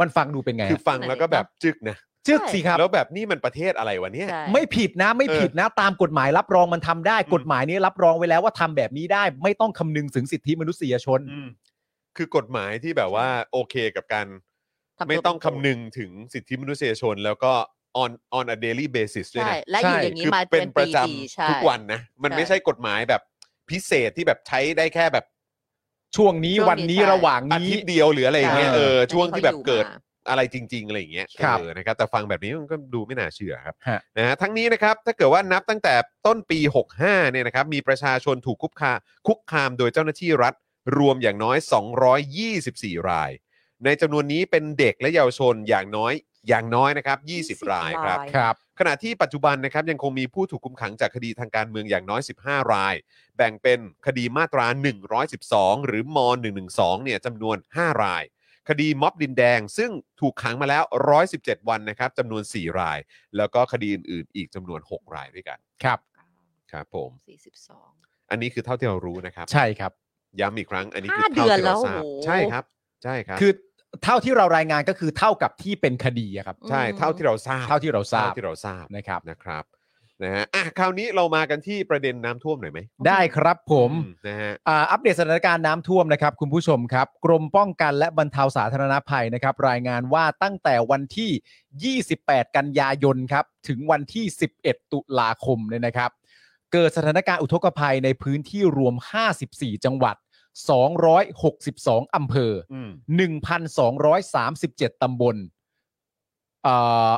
S3: มันฟังดูเป็นไง
S2: คือ
S3: ฮะ
S2: ฟังแล้วก็แบบจึกนะ
S3: จึกสิครับ
S2: แล้วแบบนี่มันประเทศอะไรวะเนี่ย
S4: ใช่
S3: ไม่ผิดนะไม่ผิดนะ ตามกฎหมายรับรองมันทำได้
S2: อืม
S3: กฎหมายนี้รับรองไว้แล้วว่าทำแบบนี้ได้ ไม่ต้องคำนึงถึงสิทธิมนุษยชน
S2: อืมคือกฎหมายที่แบบว่าโอเคกับการ
S4: ทำตัว
S2: ไม่ต้อง
S4: เป็นตัว
S2: คำนึงถึงสิทธิมนุษยชน แล้วก็ on on a daily basis ด้วย
S4: ใช่
S2: นะ
S4: และอยู่อย่างนี้
S2: คือ
S4: มา
S2: เป็
S4: เป็น น
S2: ป
S4: ประ ระ
S2: จ
S4: จ
S2: ำ
S4: ำ
S2: ทุกวันนะ มัน
S4: ใช่
S2: ไม่ใช่กฎหมายแบบพิเศษที่แบบใช้ได้แค่แบบ
S3: ช่วงนี้
S4: ช่วงนี้
S3: วันนี้
S4: ใช่
S3: ระหว่าง
S2: อา
S3: นี้
S2: ทิตย์เดียวหรืออะไรอย่างเงี้ย
S3: ใช่
S2: เออช่วงที่แบบเกิด
S4: ที่เขาอยู่มา
S2: อะไรจริง ๆ อะไรอย่างเงี้ย
S3: ครับ
S2: เออนะครับแต่ฟังแบบนี้มันก็ดูไม่น่าเชื่อครับ
S3: ฮะ
S2: นะฮะทั้งนี้นะครับถ้าเกิดว่านับตั้งแต่ต้นปี 65เนี่ยนะครับมีประชาชนถูกคุกคาคุกคามโดยเจ้าหน้าที่รัฐ รวมอย่างน้อย 224 ราย ในจำนวนนี้เป็นเด็กและเยาวชนอย่างน้อยอย่างน้อยนะครับ 20 รายครับ
S3: ครับ
S2: ขณะที่ปัจจุบันนะครับยังคงมีผู้ถูกคุมขังจากคดีทางการเมืองอย่างน้อย 15 ราย แบ่งเป็นคดีมาตรา 112 หรือม 112 เนี่ยจำนวน 5 ราย คดีม็อบดินแดง ซึ่งถูกขังมาแล้ว 117 วันนะครับจำนวน 4 ราย แล้วก็คดีอื่น ๆ อีกจำนวน 6 รายด้วยกัน
S3: ครับ
S2: ครับผม
S4: สี่สิบสอง
S2: อันนี้คือเท่าที่เรารู้นะครับ
S3: ใช่ครับ
S2: ย้ำอีกครั้ง อันนี้คือ
S4: ห้า
S2: เท่าที่
S4: เดือนแล้
S2: เรา
S4: ว
S2: ทราบ
S4: โอ้โห
S2: ใช่ครับ ใช่ครับ
S3: คือเท่าที่เรารายงานก็คือเท่ากับที่เป็นคดีอะครับ
S2: ใช่เท่าที่เราทราบ
S3: เท่าที่เราทราบ
S2: เท่าที่เราทราบ
S3: นะครับ
S2: นะครับนะฮะอ่ะคราวนี้เรามากันที่ประเด็นน้ำท่วมหน่อยไหม
S3: ได้ครับผม
S2: อืนะฮะ
S3: อ่าอัปเดตสถานการณ์น้ำท่วมนะครับ คุณผู้ชมครับ กรมป้องกันและบรรเทาสาธารณภัยนะครับ รายงานว่าตั้งแต่วันที่ 28 กันยายนครับ ถึงวันที่ 11 ตุลาคมเนี่ยนะครับ เกิดสถานการณ์อุทกภัยในพื้นที่รวม 54 จังหวัด 262 อำเภอ
S2: อืม
S3: 1,237 ตำบลเอ่อ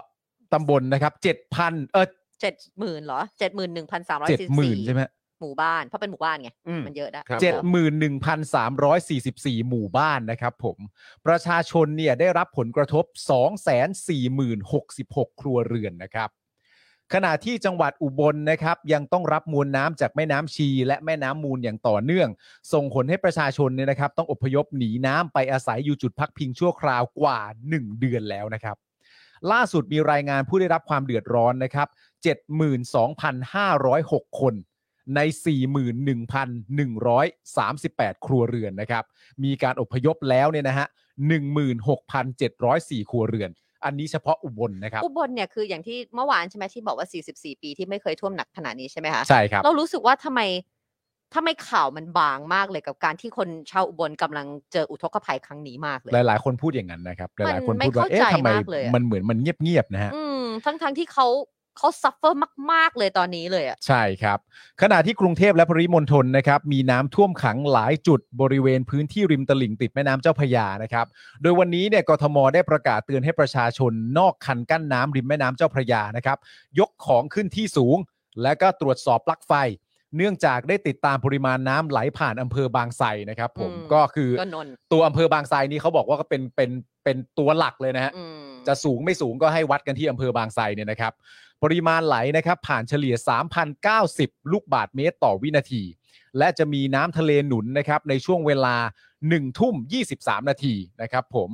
S3: ตำบลนะครับ 7,000 เออ
S4: เจ็ดหมื่นเหรอเจ็ดหมื่นหนึ่งพันสามร้อยสี่
S3: 70,000 ใช่ไหม
S4: หมู่บ้าน เพราะเป็นหมู่บ้านไง
S2: อืม
S4: มันเยอะได้
S2: ครับ ผม
S3: 71,344 หมู่บ้านนะครับผมประชาชนเนี่ยได้รับผลกระทบ 240,066 ครัวเรือนนะครับ ขณะที่จังหวัดอุบลนะครับ ยังต้องรับมวลน้ำจากแม่น้ำชี และแม่น้ำมูลอย่างต่อเนื่อง ส่งผลให้ประชาชนเนี่ยนะครับ ต้องอพยพหนีน้ำไปอาศัยอยู่จุดพักพิงชั่วคราวกว่า 1 เดือนแล้วนะครับ ล่าสุดมีรายงานผู้ได้รับความเดือดร้อนนะครับ 72,506 คน ใน 41,138 ครัวเรือนนะครับ มีการอพยพแล้วเนี่ยนะฮะ 16,704 ครัวเรือน อันนี้เฉพาะอุบลนะครับ
S4: อุบลเนี่ยคืออย่างที่เมื่อวานใช่ไหมที่บอกว่า 44 ปีที่ไม่เคยท่วมหนักขนาดนี้ใช่ไหมคะ
S3: ใช่ครับ
S4: เรารู้สึกว่าทำไมทำไมข่าวมันบางมากเลยกับการที่คนชาวอุบลกำลังเจออุทกภัยครั้งนี้มากเลย
S3: หลาย ๆ คนพูดอย่างนั้นนะครับ หลาย ๆ คน
S4: มันไม่
S3: พูดว่า
S4: เข้า
S3: เอ๊ะ
S4: ใจ
S3: ทำไม
S4: มากเลยอะ
S3: มันเหมือนมันเงียบ ๆ นะฮะ
S4: อืมทั้งทั้งที่เขาเขาซัฟเฟอร์มาก ๆ เลยตอนนี้เลยอะ
S3: ใช่ครับ ขณะที่กรุงเทพและปริมณฑลนะครับมีน้ำท่วมขังหลายจุดบริเวณพื้นที่ริมตลิ่งติดแม่น้ำเจ้าพระยานะครับ โดยวันนี้เนี่ยกทมได้ประกาศเตือนให้ประชาชนนอกคันกั้นน้ำริมแม่น้ำเจ้าพระยานะครับ ยกของขึ้นที่สูง และก็ตรวจสอบปลั๊กไฟ เนื่องจากได้ติดตามปริมาณน้ำไหลผ่านอำเภอบางไทรนะครับ ผมก็คือ
S4: ก็นนท์
S3: ตัวอำเภอบางไทรนี้เขาบอกว่าก็เป็นเป็นเป็นตัวหลักเลยนะฮะ
S4: อืม
S3: จะสูงไม่สูงก็ให้วัดกันที่อำเภอบางไทรเนี่ยนะครับ ปริมาณไหลนะครับผ่านเฉลี่ย 3,090 ลูกบาทเมตรต่อวินาที และจะมีน้ำทะเลหนุนนะครับในช่วงเวลา 1 ทุ่ม 23 นาทีนะครับผม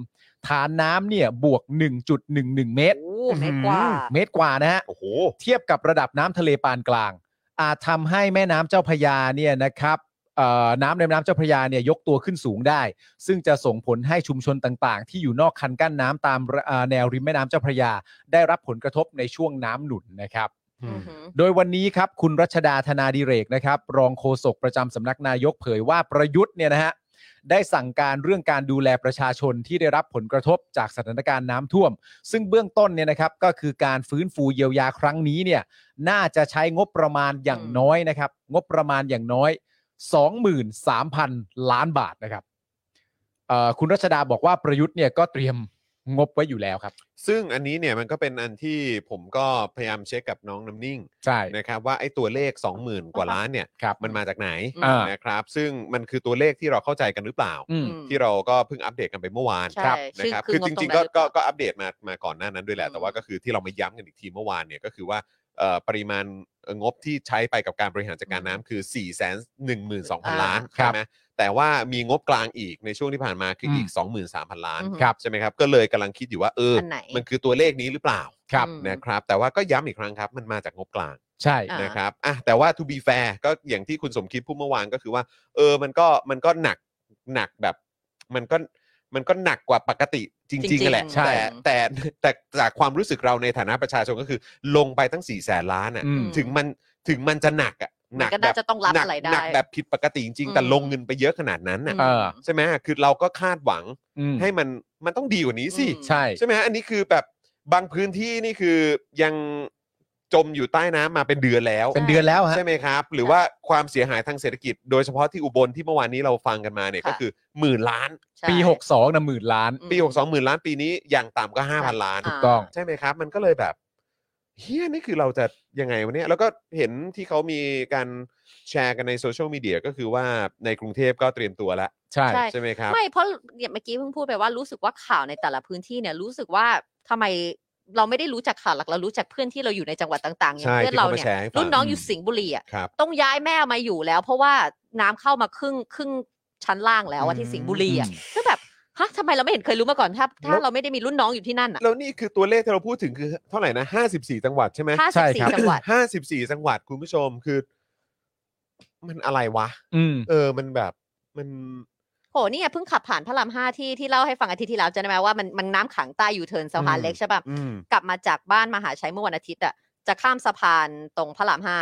S3: ฐานน้ำเนี่ยบวก 1.11 เมตร
S4: โอ้ไม่กว่า
S3: เมตรกว่านะฮะ
S2: โอ้โห
S3: เทียบกับระดับน้ำทะเลปานกลาง อาจทำให้แม่น้ำเจ้าพระยาเนี่ยนะครับเอ่อน้ำในแม่น้ำเจ้าพระยาเนี่ยยกตัวขึ้นสูงได้ ซึ่งจะส่งผลให้ชุมชนต่างๆ ที่อยู่นอกคันกั้นน้ำตามเอ่อแนวริมแม่น้ำเจ้าพระยา ได้รับผลกระทบในช่วงน้ำหนุนนะครับ
S5: อืม
S4: อือหือ
S3: โดยวันนี้ครับคุณรัชดาธนาดิเรกนะครับ รองโฆษกประจำสำนักนายกเผยว่าประยุทธ์เนี่ยนะฮะได้สั่งการเรื่องการดูแลประชาชนที่ได้รับผลกระทบจากสถานการณ์น้ำท่วม ซึ่งเบื้องต้นเนี่ยนะครับก็คือการฟื้นฟูเยียวยาครั้งนี้เนี่ยน่าจะใช้งบประมาณอย่างน้อยนะครับ งบประมาณอย่างน้อย 23,000 ล้านบาทนะครับเอ่อคุณรัชดาบอกว่าประยุทธ์เนี่ยก็เตรียมงบไว้อยู่แล้วครับ
S2: ซึ่งอันนี้เนี่ยมันก็เป็นอันที่ผมก็พยายามเช็คกับน้องน้ำนิ่ง
S3: ใช่
S2: นะครับว่าไอ้ตัวเลข 20,000 กว่าล้านเนี่ย
S3: ครับ
S2: มันมาจากไหน
S3: อ่าน
S2: นะครับ ซึ่งมันคือตัวเลขที่เราเข้าใจกันหรือเปล่า
S3: อืม
S4: อืม
S2: ที่เราก็เพิ่งอัปเดตกันไปเมื่อวาน
S4: ใช่
S2: นะครับ
S4: ซึ่ง
S2: คือจ
S4: คืองบ
S2: ริงๆ
S4: ตร
S2: ก็
S4: งนั้นห
S2: ก็
S4: รือเปล่า
S2: ก็อัปเดตมามาก่อนหน้านั้นด้วยแหละ
S4: อืม
S2: แต่ว่าก็คือที่เรามาย้ำกันอีกทีเมื่อวานเนี่ยก็คือว่าเอ่อปริมาณงบที่ใช้ไปกับการบริหารจัดการน้ำคือ 4 1 2 0 0 0 ล้าน
S3: ครั
S2: ใช่
S3: บ
S2: ไหมแต่ว่ามีงบกลางอีกในช่วงที่ผ่านมาคืออีก
S3: อืม
S2: 23,000 ล้าน
S4: อือหือ
S3: ครับ
S2: ใช่ไหมครับก็เลยกำลังคิดอยู่ว่าเอออน
S4: ไหน
S2: มันคือตัวเลขนี้หรือเปล่า
S3: ครับ
S4: อืม
S2: นะครับแต่ว่าก็ย้ำอีกครั้งครับ มันมาจากงบกลาง
S3: ใช่
S4: อ่าน
S2: นะครับอ่ะแต่ว่า to be fair ก็อย่างที่คุณสมคิดพูดเมื่อวานก็คือว่า เออมันก็มันก็หนักหนักแบบ มันก็มันก็หนักกว่าปกติจ
S4: จริ
S2: ริง
S4: ง
S2: ๆ
S4: ๆ
S2: แหละ
S4: ใช่
S2: แต่แต่แต่แต่จากความรู้สึกเราในฐานะประชาชนก็คือ ลงไปตั้ง4ี่แสนล้านอ่ะ
S3: อืม
S2: ถึงมันถึงมันจะหนักอ่ะหนั
S4: มันก็น่าจะต้องรับ
S2: หนัก
S4: อะไรได้
S2: หนักแบบผิดปกติจริง
S4: อื
S2: ๆ
S4: ม
S2: แต่ลงเงินไปเยอะขนาดนั้นน่ะ
S3: เออ
S2: ใช่ไหมคือเราก็คาดหวัง
S3: อืม
S2: ให้มันมันต้องดีกว่านี้สิ
S4: อืม
S3: ใช่
S2: ใช่ไหมฮะอันนี้คือแบบบางพื้นที่นี่คือยังจมอยู่ใต้น้ำมาเป็นเดือนแล้ว
S3: เป็นเดือนแล้วฮะ
S2: ใช่ไหมครับ หรือว่าความเสียหายทางเศรษฐกิจ โดยเฉพาะที่อุบลที่เมื่อวานนี้เราฟังกันมาเนี่ย
S4: ค่ะ
S2: ก็คือหมื่นล้าน
S4: ใช่
S3: ปี 62นะหมื่นล้าน
S4: อืม
S2: ปีหกสองหมื่นล้านปีนี้อย่างต่ำก็ห้าพันล้าน
S4: อ่า
S3: ถูกต้อง
S2: ใช่ไหมครับ มันก็เลยแบบเฮียนี่คือเราจะยังไงวะเนี่ยแล้วก็เห็นที่เขามีการแชร์กันในโซเชียลมีเดียก็คือว่าในกรุงเทพก็เตรียมตัวแล้ว
S3: ใช่
S4: ใช่
S2: ใช่ไหมครับ
S4: ไม่เพราะเนี่ยเมื่อกี้เพิ่งพูดไปว่ารู้สึกว่าข่าวในแต่ละพื้นที่เนี่ยรู้สึกว่าทำไมเราไม่ได้รู้จักข่าวหลักเรารู้จักเพื่อนที่เราอยู่ในจังหวัดต่างๆอย่า
S2: ใช่
S4: งเพื่อน
S2: ที่
S4: เรา
S2: เขามา
S4: เนี่ย
S2: แชร์ให้ฟัง
S4: รุ่นน้องอยู่สิงห์บุรีอ่ะ
S2: ครับ
S4: ต้องย้ายแม่มาอยู่แล้ว เพราะว่าน้ำเข้ามาครึ่งครึ่งชั้นล่างแล้วอะที่สิงห์บุรีอ่ะ
S3: อืม
S4: ก็แบบฮะทำไมเราไม่เห็นเคยรู้มาก่อนถ้า
S2: แล้
S4: ถ้าว เราไม่ได้มีรุ่นน้องอยู่ที่นั่นอ่ะ
S2: แล้วนี่คือตัวเลขที่เราพูดถึงคือเท่าไหร่นะ54 จังหวัดใช่ไหม
S4: ห้า
S3: ใช่
S4: สิบสี่
S3: ครับ
S4: จังหวัด
S2: ห้าสิบสี่จังหวัดคุณผู้ชมคือ มันอะไรวะ
S3: อืม
S2: เออ มันแบบมัน
S4: โหนี่ไงเพิ่งขับผ่านพระรามห้าที่ที่เล่าให้ฟังอาทิตย์ที่แล้วจะได้ไหมว่ามันมันน้ำขังใต้ยูเทิร์นสะพาน
S2: อืม
S4: เล็กใช่ป่ะ
S2: อืม
S4: กลับมาจากบ้านมหาชัยเมื่อวันอาทิตย์อ่ะจะข้ามสะพานตรงพระรามห้า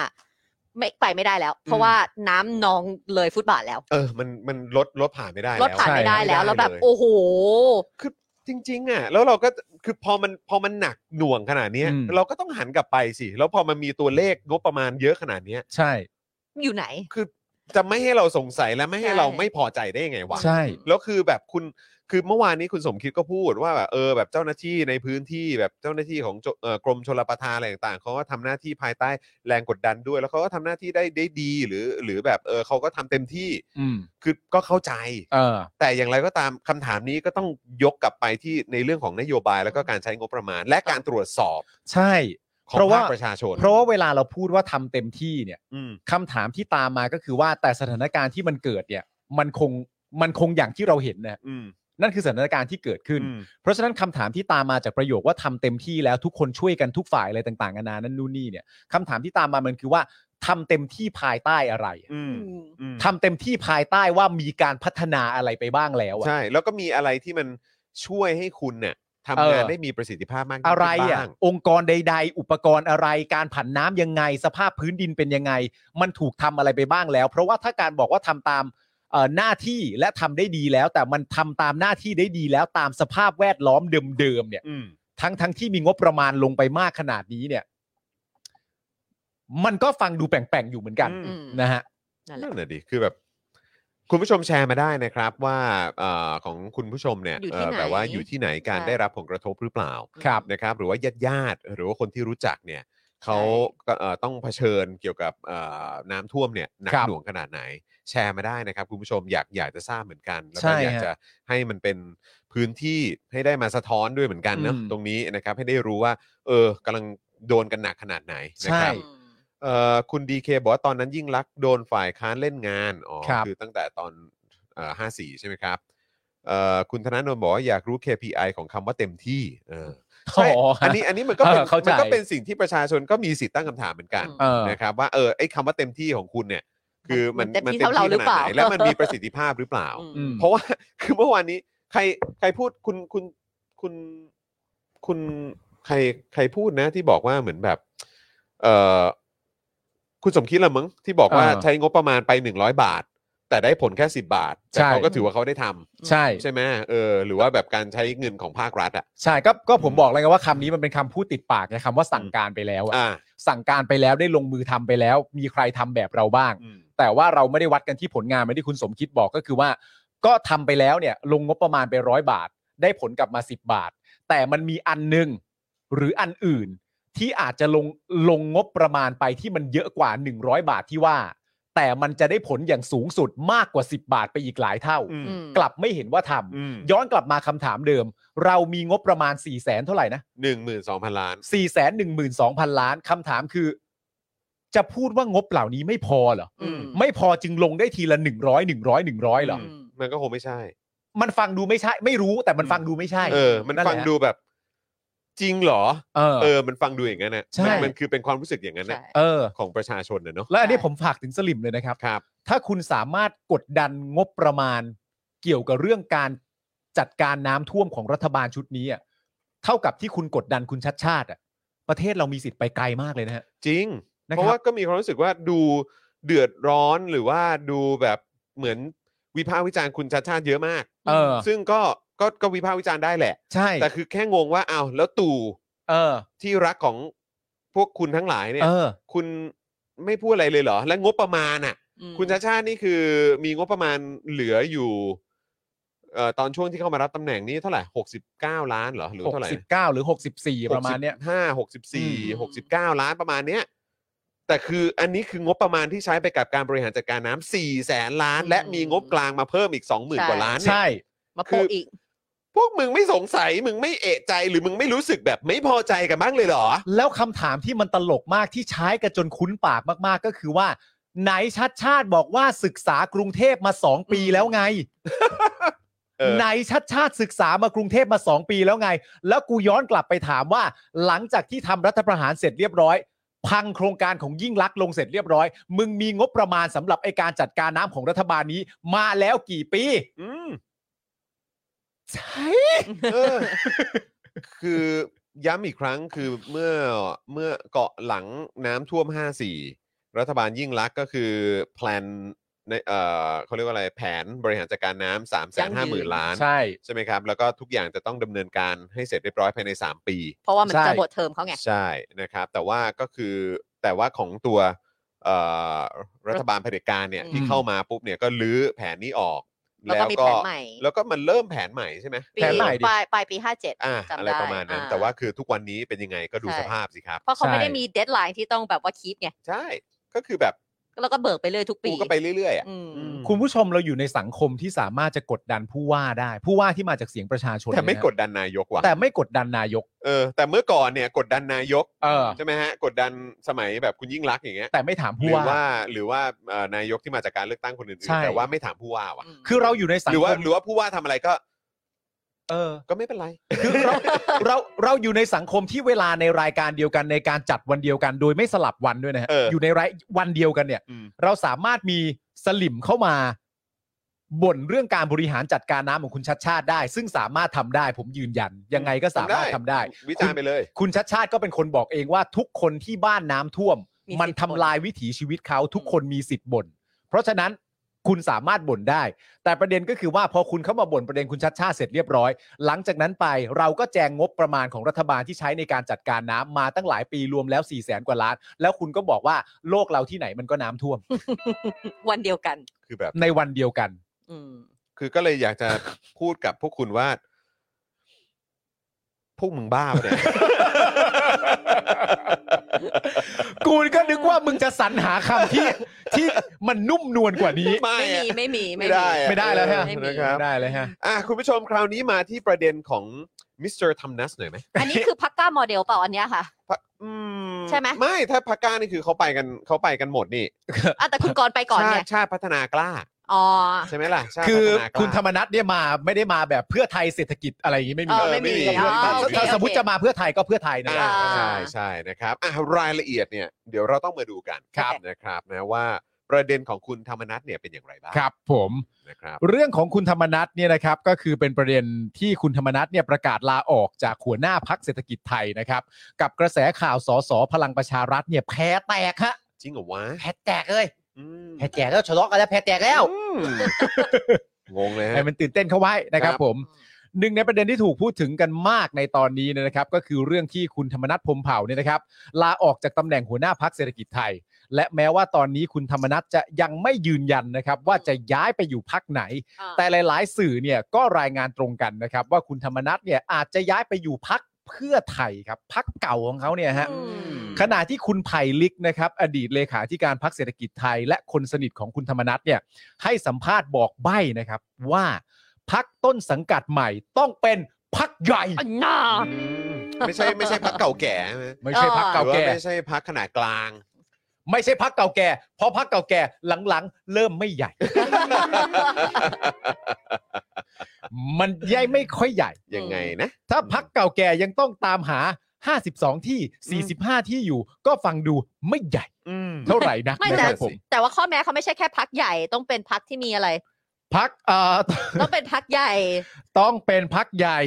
S4: ไม่ไปไม่ได้แล้ว เพ
S2: อื
S4: ราะ
S2: ม
S4: ว่าน้ำนองเลยฟุตบาทแล้ว
S2: เออ มันมันลดลดผ่านไม่ได้
S4: รถผ่าน
S3: ใช่
S4: ไม่ได้แล้ว แล้วแบบ
S2: เย
S4: โอ้โห
S2: คือจริง ๆ อ่ะ แล้วเราก็คือพอมันพอมันหนักหน่วงขนาดเนี้ย
S3: อืม
S2: เราก็ต้องหันกลับไปสิ แล้วพอมันมีตัวเลขงบประมาณเยอะขนาดเนี้ย
S3: ใช่
S4: อยู่ไหน
S2: คือจะไม่ให้เราสงสัยและไม่ให้
S4: ใช่
S2: เราไม่พอใจได้ยังไงวะ
S3: ใช่
S2: แล้วคือแบบคุณคือเมื่อวานนี้คุณสมคิดก็พูดว่าแบบเออแบบเจ้าหน้าที่ในพื้นที่แบบเจ้าหน้าที่ของโจเอ่อกรมชลประทานอะไรต่างๆเขาก็ทำหน้าที่ภายใต้แรงกดดันด้วย แล้วเขาก็ทำหน้าที่ได้ได้ดีหรือหรือแบบเออเขาก็ทำเต็มที่
S3: อืม
S2: คือก็เข้าใจ
S3: เออ
S2: แต่อย่างไรก็ตามคำถามนี้ก็ต้องยกกลับไปที่ในเรื่องของนโยบายแล้วก็การใช้งบประมาณ และการตรวจสอบ
S3: ใช่
S2: ของ
S3: เพราะว่า
S2: ภคประชาชน
S3: เพราะว่าเวลาเราพูดว่าทำเต็มที่เนี่ย
S2: อืม
S3: คำถามที่ตามมาก็คือว่าแต่สถานการณ์ที่มันเกิดเนี่ย มันคงมันคงอย่างที่เราเห็นนะ
S2: อืม
S3: นั่นคือสถานการณ์ที่เกิดขึ้น
S2: อืม
S3: เพราะฉะนั้นคำถามที่ตามมาจากประโยคว่าทำเต็มที่แล้วทุกคนช่วยกันทุกฝ่ายอะไรต่างๆนานานั่นนู่นนี่เนี่ยคำถามที่ตามมามันคือว่าทำเต็มที่ภายใต้อะไร
S2: อืมอืม
S3: ทำเต็มที่ภายใต้ว่ามีการพัฒนาอะไรไปบ้างแล้วอะ
S2: ใช่ แล้วก็มีอะไรที่มันช่วยให้คุณเนี่ยท ทำ
S3: เออ
S2: งานได้มีประสิทธิภาพมากยิ่ง
S3: อะ
S2: ขึ้น
S3: ไรอ่ะ
S2: บ้าง
S3: องค์กรใด ๆ อุปกรณ์อะไรการผันน้ำยังไง สภาพพื้นดินเป็นยังไง มันถูกทำอะไรไปบ้างแล้ว เพราะว่าถ้าการบอกว่าทำตามเอ่อหน้าที่และทำได้ดีแล้ว แต่มันทำตามหน้าที่ได้ดีแล้วตามสภาพแวดล้อมเดิมๆเนี่ย
S2: อืม
S3: ทั้งทั้งที่มีงบประมาณลงไปมากขนาดนี้เนี่ย มันก็ฟังดูแปลงๆอยู่เหมือนกัน
S2: อื
S4: อืม
S3: นะฮะ
S4: นั่นแหละ
S2: นั่นแหละดิคือแบบ คุณผู้ชมแชร์มาได้นะครับว่าเออของคุณผู้ชมเนี่ย
S4: อยู่ที่
S2: เอ่อ
S4: ไหน
S2: แบบว่าอยู่ที่ไหนการ
S4: ใช่
S2: ได้รับผลกระทบหรือเปล่า
S3: ครับ
S2: นะครับ หรือว่าญาติญาติๆหรือว่าคนที่รู้จักเนี่ยเขาก็เอ่อต้องเผชิญเกี่ยวกับเอ่อน้ำท่วมเนี่ยหนัก
S3: ครับ
S2: หน่วงขนาดไหน แชร์มาได้นะครับ คุณผู้ชมอยากอยากจะทราบเหมือนกัน แล้ว
S3: ใช่
S2: ก็
S3: ฮะ
S2: อยากจะให้มันเป็นพื้นที่ให้ได้มาสะท้อนด้วยเหมือนกันเนอะ
S3: อืม
S2: ตรงนี้นะครับ ให้ได้รู้ว่า เออกำลังโดนกันหนักขนาดไหนนะค
S3: ใช่
S2: รับ เอ่อคุณดีเคบอกว่าตอนนั้นยิ่งรักษณ์โดนฝ่ายค้านเล่นงานอ๋อ
S3: ครับ
S2: อตั้งแต่ตอนห้าสี่อ54 ใช่ไหมครับเอ่อคุณธนาโนนบอกว่าอยากรู้ KPI ของคำว่าเต็มที่เออใช่
S3: อ๋ออั
S2: อันนี้อันนี้มันก็เป็น
S3: เออเข้าใจ
S2: มันก็เป็นสิ่งที่ประชาชนก็มีสิทธิ์ตั้งคำถามเหมือนกัน
S3: เออ
S2: นะครับว่าเออไอ้คำว่าเต็มที่ของคุณเนี่ย คือมัน
S4: มัน
S2: ข
S4: เต็มที่เท่าเราหรื
S2: นา
S4: อ
S2: ด
S4: เปล่า
S2: ไหนและมันมีประสิทธิภาพหรือเปล่า
S3: อืม
S2: เพราะว่า (laughs) คือเมื่อวานนี้ ใครใครพูดคุณคุณคุณคุณใครใครพูดนะ ที่บอกว่าเหมือนแบบ เออคุณสมคิดละมั้งที่บอกว่า
S3: เออ
S2: ใช้งบประมาณไปหนึ่งร้อยบาท แต่ได้ผลแค่สิบาท แต่
S3: ใช่
S2: เขาก็ถือว่าเขาได้ทำ
S3: ใช่
S2: ใช่ไหมเออ หรือว่าแบบการใช้เงินของภาครัฐอ่ะ
S3: ใช่ก็ก็ผมบอกเลยไงว่าคำนี้มันเป็นคำพูดติดปากไงคำว่าสั่งการไปแล้วอะ
S2: อ่า
S3: สั่งการไปแล้วได้ลงมือทำไปแล้ว มีใครทำแบบเราบ้าง
S2: อืม
S3: แต่ว่าเราไม่ได้วัดกันที่ผลงานไม่ที่คุณสมคิดบอกก็คือว่า ก็ทำไปแล้วเนี่ย ลงงบประมาณไปร้อยบาท ได้ผลกลับมา 10 บาท แต่มันมีอันหนึ่งหรืออันอื่น ที่อาจจะลงลงงบประมาณไปที่มันเยอะกว่า 100 บาทที่ว่า แต่มันจะได้ผลอย่างสูงสุดมากกว่า 10 บาทไปอีกหลายเท่า
S2: อืม
S4: อืม
S3: กลับไม่เห็นว่าทำ
S2: อืม
S3: ย้อนกลับมาคำถามเดิม เรามีงบประมาณ 4 0 0แสนเท่าไหร่นะ
S2: หนึ่งหมื่นสองพันล้าน
S3: 4 1 2 0 0 0 ล้านคำถามคือ จะพูดว่างบเหล่านี้ไม่พอเหรอ
S4: อืม
S3: ไม่พอจึงลงได้ทีละ 100 100 100เหรอ
S2: ม มันก็คงไม่ใช่
S3: มันฟังดูไม่ใช่ ไม่รู้แต่มันฟังดูไม่ใช่
S2: เออ มันฟัง
S3: แหละ
S2: ดูแบบ จริงเหรอ
S3: เออ
S2: เออ มันฟังดูอย่างนั้นนะ
S3: ใช่
S2: มันมันคือเป็นความรู้สึกอย่างนั้น
S4: ใช่
S2: นะ
S3: เออ
S2: ของประชาชนนะเนาะ
S3: แล้วอันนี้
S4: ใช่
S3: ผมฝากถึงสลิมเลยนะครับ
S2: ครับ
S3: ถ้าคุณสามารถกดดันงบประมาณ เกี่ยวกับเรื่องการจัดการน้ำท่วมของรัฐบาลชุดนี้อะเท่ากับที่คุณกดดันคุณชัดชาติอะประเทศเรามีสิทธิ์ไปไกลมากเลยนะฮะ
S2: จริง
S3: นะ
S2: เพ
S3: ครับ
S2: ราะว่าก็มีความรู้สึกว่าดูเดือดร้อนหรือว่าดูแบบเหมือนวิพากษ์วิจารณ์คุณชาติชาติเยอะมาก
S3: เออ
S2: ซึ่งก็ก็ก็วิพากษ์วิจารณ์ได้แหละ
S3: ใช่
S2: แต่คือแค่งงว่าอ้าวแล้วตู่
S3: เออ
S2: ที่รักของพวกคุณทั้งหลายเนี่ย
S3: เออ
S2: คุณไม่พูดอะไรเลยเหรอ และงบประมาณอ่ะ คุณชาติชาตินี่คือมีงบประมาณเหลืออยู่เอ่อตอนช่วงที่เข้ามารับตำแหน่งนี้เท่าไหร่หกสิบเก้าล้านเหรอหรือเท่าไหร่นะ
S3: 69 หรือ 64 ประมาณเนี้ย
S2: ห้าหกสิบสี่หกสิบเก้าล้านประมาณเนี้ยแต่คืออันนี้คืองบประมาณที่ใช้ไปกับการบริหารจัดการน้ำสี่แสนล้าน
S4: อืม
S2: และมีงบกลางมาเพิ่มอีกสองหมื่น
S4: ใช่
S2: กว่าล้านเนี่ย
S3: ใช่
S4: มาโปะอีก
S2: พวกมึงไม่สงสัย มึงไม่เอะใจหรือมึงไม่รู้สึกแบบไม่พอใจกันบ้างเลยเหรอ
S3: แล้วคำถามที่มันตลกมากที่ใช้กันจนคุ้นปากมากๆ ก็คือว่า ไหนชัดชาติบอกว่าศึกษากรุงเทพมาสองปีแล้วไง
S2: เออ
S3: ไหนชัดชาติศึกษามากรุงเทพมาสองปีแล้วไง แล้วกูย้อนกลับไปถามว่า หลังจากที่ทำรัฐประหารเสร็จเรียบร้อย พังโครงการของยิ่งลักษณ์ลงเสร็จเรียบร้อย มึงมีงบประมาณสำหรับไอการจัดการน้ำของรัฐบาลนี้มาแล้วกี่ปี
S2: อืม
S3: ใช่
S2: เออ (laughs) คือย้ำอีกครั้งคือเมื่อเมื่อเกาะหลังน้ำท่วม 54 รัฐบาลยิ่งรักษณ์ก็คือแพลนในเอ่อเขาเรียกว่าอะไรแผนบริหารจัดการน้ำสามแสนห้าหมื่นล้าน
S3: ใช่
S2: ใช่ไหมครับ แล้วก็ทุกอย่างจะต้องดำเนินการให้เสร็จเรียบร้อยภายใน 3 ปี
S4: เพราะว่ามัน
S3: ใช่
S4: จะหมดเทอมเขาไง
S2: ใช่นะครับ แต่ว่าก็คือแต่ว่าของตัวเอ่อรัฐบาลเผด็จการเนี่ย
S4: อืม
S2: ที่เข้ามาปุ๊บเนี่ยก็ลื้อแผนนี้ออก
S4: แล้วก็มีแผนใหม่
S2: แล้วก็มันเริ่มแผนใหม่ใช่ไหม
S4: ปี
S3: แผนใหม่ดิ
S4: ปลายปลายปีห้าเจ็ด
S2: อ่า
S4: จำ
S2: อะไร
S4: ได้
S2: ประมาณนั้น
S4: อ่
S2: แต่ว่าคือทุกวันนี้เป็นยังไงก็ดู
S4: ใช่
S2: สภาพสิครับ
S4: เพราะเขาไม่
S3: ใช่
S4: ได้มีเดทไลน์ที่ต้องแบบว่าคีปไง
S2: ใช่ก็คือแบบ
S4: แล้วก็เบิกไปเลยทุกปี
S2: กูก็ไปเรื่อยๆอ่ะ
S4: อืม
S2: อืม
S3: คุณผู้ชมเราอยู่ในสังคมที่สามารถจะกดดันผู้ว่าได้ ผู้ว่าที่มาจากเสียงประชาชน
S2: แต่ไม่
S3: เนี่ยนะ
S2: กดดันนายกว่ะ
S3: แต่ไม่กดดันนายก
S2: เออแต่เมื่อก่อนเนี่ยกดดันนายก
S3: เออ
S2: ใช่ไหมฮะกดดันสมัยแบบคุณยิ่งรักษณ์อย่างเงี้ย
S3: แต่ไม่ถาม
S2: ห
S3: ผู้
S2: รือ
S3: ว่า
S2: ว่าหรือว่าเอ่อนายกที่มาจากการเลือกตั้งคนอื่น
S3: ใช่
S2: ๆแต่ว่าไม่ถามผู้ว่าว่ะ
S4: อืม
S3: คือเราอยู่ในสัง
S2: หรือ
S3: ค
S2: ว่าม หรือว่าผู้ว่าทำอะไรก็
S3: เออ
S2: ก็ไม่เป็นไร
S3: คือเรา (laughs) เราเราอยู่ในสังคมที่เวลาในรายการเดียวกันในการจัดวันเดียวกัน โดยไม่สลับวันด้วยนะฮะ
S2: เอออ
S3: ยู่ในรายวันเดียวกันเนี่ย
S2: อืม
S3: เราสามารถมีสลิมเข้ามา บ่นเรื่องการบริหารจัดการน้ำของคุณชัดชาติได้ ซึ่งสามารถทำได้ ผมยืนยัน ยังไงก็สามารถทำได้
S2: วิจารณ์ไปเลย
S3: คุณชัดชาติก็เป็นคนบอกเองว่าทุกคนที่บ้านน้ำท่วม
S4: มี
S3: มัน
S4: สิทธิ์
S3: ทำ
S4: บ่น
S3: ลายวิถีชีวิตเขาทุกคนมีสิทธิ์บ่นเพราะฉะนั้นคุณสามารถบ่นได้ แต่ประเด็นก็คือว่าพอคุณเข้ามาบ่นประเด็นคุณชัดชาติเสร็จเรียบร้อย หลังจากนั้นไปเราก็แจงงบประมาณของรัฐบาลที่ใช้ในการจัดการน้ำมาตั้งหลายปีรวมแล้ว4ี่แสนกว่าล้าน แล้วคุณก็บอกว่าโลกเราที่ไหนมันก็น้ำท่วม
S4: วันเดียวกัน
S2: คือแบบ
S3: ในวันเดียวกัน
S4: อืม
S2: คือก็เลยอยากจะพูดกับพวกคุณว่า พวกมึงบ้าปะเนี่ย
S3: กูก็นึกว่ามึงจะสรรหาคำที่ที่มันนุ่มนวลกว่านี้
S2: ไม่
S4: ไม่มี
S2: อะ
S4: ไม่มี
S2: ไม่ได้อะ
S3: ไม่ได้แล้วฮะ
S4: ไม่มี
S2: นะครับ
S3: ได้เลยฮะ
S2: อ่ะคุณผู้ชมคราวนี้มาที่ประเด็นของมิสเตอร์ทัมนัสหน่อยไหม
S4: อันนี้คือพักก้าโมเดลเปล่าอันเนี้ยค่ะ
S2: พะอื
S4: ใช่ไหม
S2: ไม่ถ้าพักก้านี่คือเขาไปกันเขาไปกันหมดนี่
S4: อ่ะแต่คุณกรณ์ไปก่อน
S2: ชา
S4: ไง
S2: ติชาติพัฒนากล้า
S4: อ๋อ
S2: ใช่ไหมล่ะชาติ
S3: คือ
S2: พัฒนากล้า
S3: คุณธรรมนัฐเนี่ยมาไม่ได้มาแบบเพื่อไทยเศรษฐกิจอะไรอย่างงี้ไม่มี
S4: เออ
S3: เลย
S4: ไม่มี
S2: ไม่มี
S4: อ๋อ
S3: ถ้า
S4: โอเค
S3: ถ้า
S4: โอเค
S3: สมมติจะมาเพื่อไทยก็เพื่อไทยนะ
S2: อ่า
S4: อ่า
S2: ใช่ใช่นะครับอ่ะรายละเอียดเนี่ยเดี๋ยวเราต้องมาดูกัน
S4: ครับ
S2: นะครับนะว่าประเด็นของคุณธรรมนัฐเนี่ยเป็นอย่างไรบ้าง
S3: ครับผม
S2: นะครับ
S3: เรื่องของคุณธรรมนัฐเนี่ยนะครับก็คือเป็นประเด็นที่คุณธรรมนัฐเนี่ยประกาศลาออกจากหัวหน้าพักเศรษฐกิจไทยนะครับกับกระแสข่าวสสพลังประชารัฐเนี่ยแพ้แตกฮะ
S2: จริงเหรอวะ
S3: แพ้แตกเลย
S2: อืม
S3: แพ้แตกแล้วทะเลาะกันแล้วแพ้แตกแล้ว
S2: อืมงงเลยฮะ
S3: ให้มันตื่นเต้นเข้าไว้นะครับ
S2: ครับ
S3: ผม หนึ่งในประเด็นที่ถูกพูดถึงกันมากในตอนนี้เนี่ยนะครับ ก็คือเรื่องที่คุณธรรมนัฐพรหมเผ่าเนี่ยนะครับ ลาออกจากตำแหน่งหัวหน้าพักเศรษฐกิจไทย และแม้ว่าตอนนี้คุณธรรมนัฐจะยังไม่ยืนยันนะครับ ว่าจะย้ายไปอยู่พักไหน
S4: อ่า
S3: แต่หลาย ๆ สื่อเนี่ยก็รายงานตรงกันนะครับ ว่าคุณธรรมนัฐเนี่ยอาจจะย้ายไปอยู่พักเพื่อไทยครับพักเก่าของเขาเนี่ยฮะ
S4: อืม
S3: ขณะที่คุณไผ่ลิกนะครับ อดีตเลขาธิการพักเศรษฐกิจไทย และคนสนิทของคุณธรรมนัฐเนี่ยให้สัมภาษณ์บอกใบ้นะครับ ว่าพักต้นสังกัดใหม่ต้องเป็นพักใหญ่
S4: อันน่า
S2: อืมไม่ใช่ไม่ใช่พักเก่าแก่ใช่ไหม
S3: ไม่ใช่พัก
S2: หรื
S3: เก่า
S2: อว่า
S3: แก่
S2: ไม่ใช่พักขนาดกลาง (laughs)
S3: ไม่ใช่พักเก่าแก่เพราะพักเก่าแก่หลังๆ เริ่มไม่ใหญ่ มันใหญ่ไม่ค่อยใหญ่
S2: ยังไงนะ
S3: ถ้าพักเก่าแก่ยังต้องตามหา 52 ที่ 45 ที่อยู่ ก็ฟังดูไม่ใหญ่เท่าไหร่นัก
S4: ไม่
S3: นะ
S4: แต่
S3: ครับผม
S4: แต่ว่าข้อแม้เขาไม่ใช่แค่พักใหญ่ต้องเป็นพักที่มีอะไร
S3: พักเอ่อ
S4: ต้องเป็นพักใหญ่
S3: ต้องเป็นพักใหญ่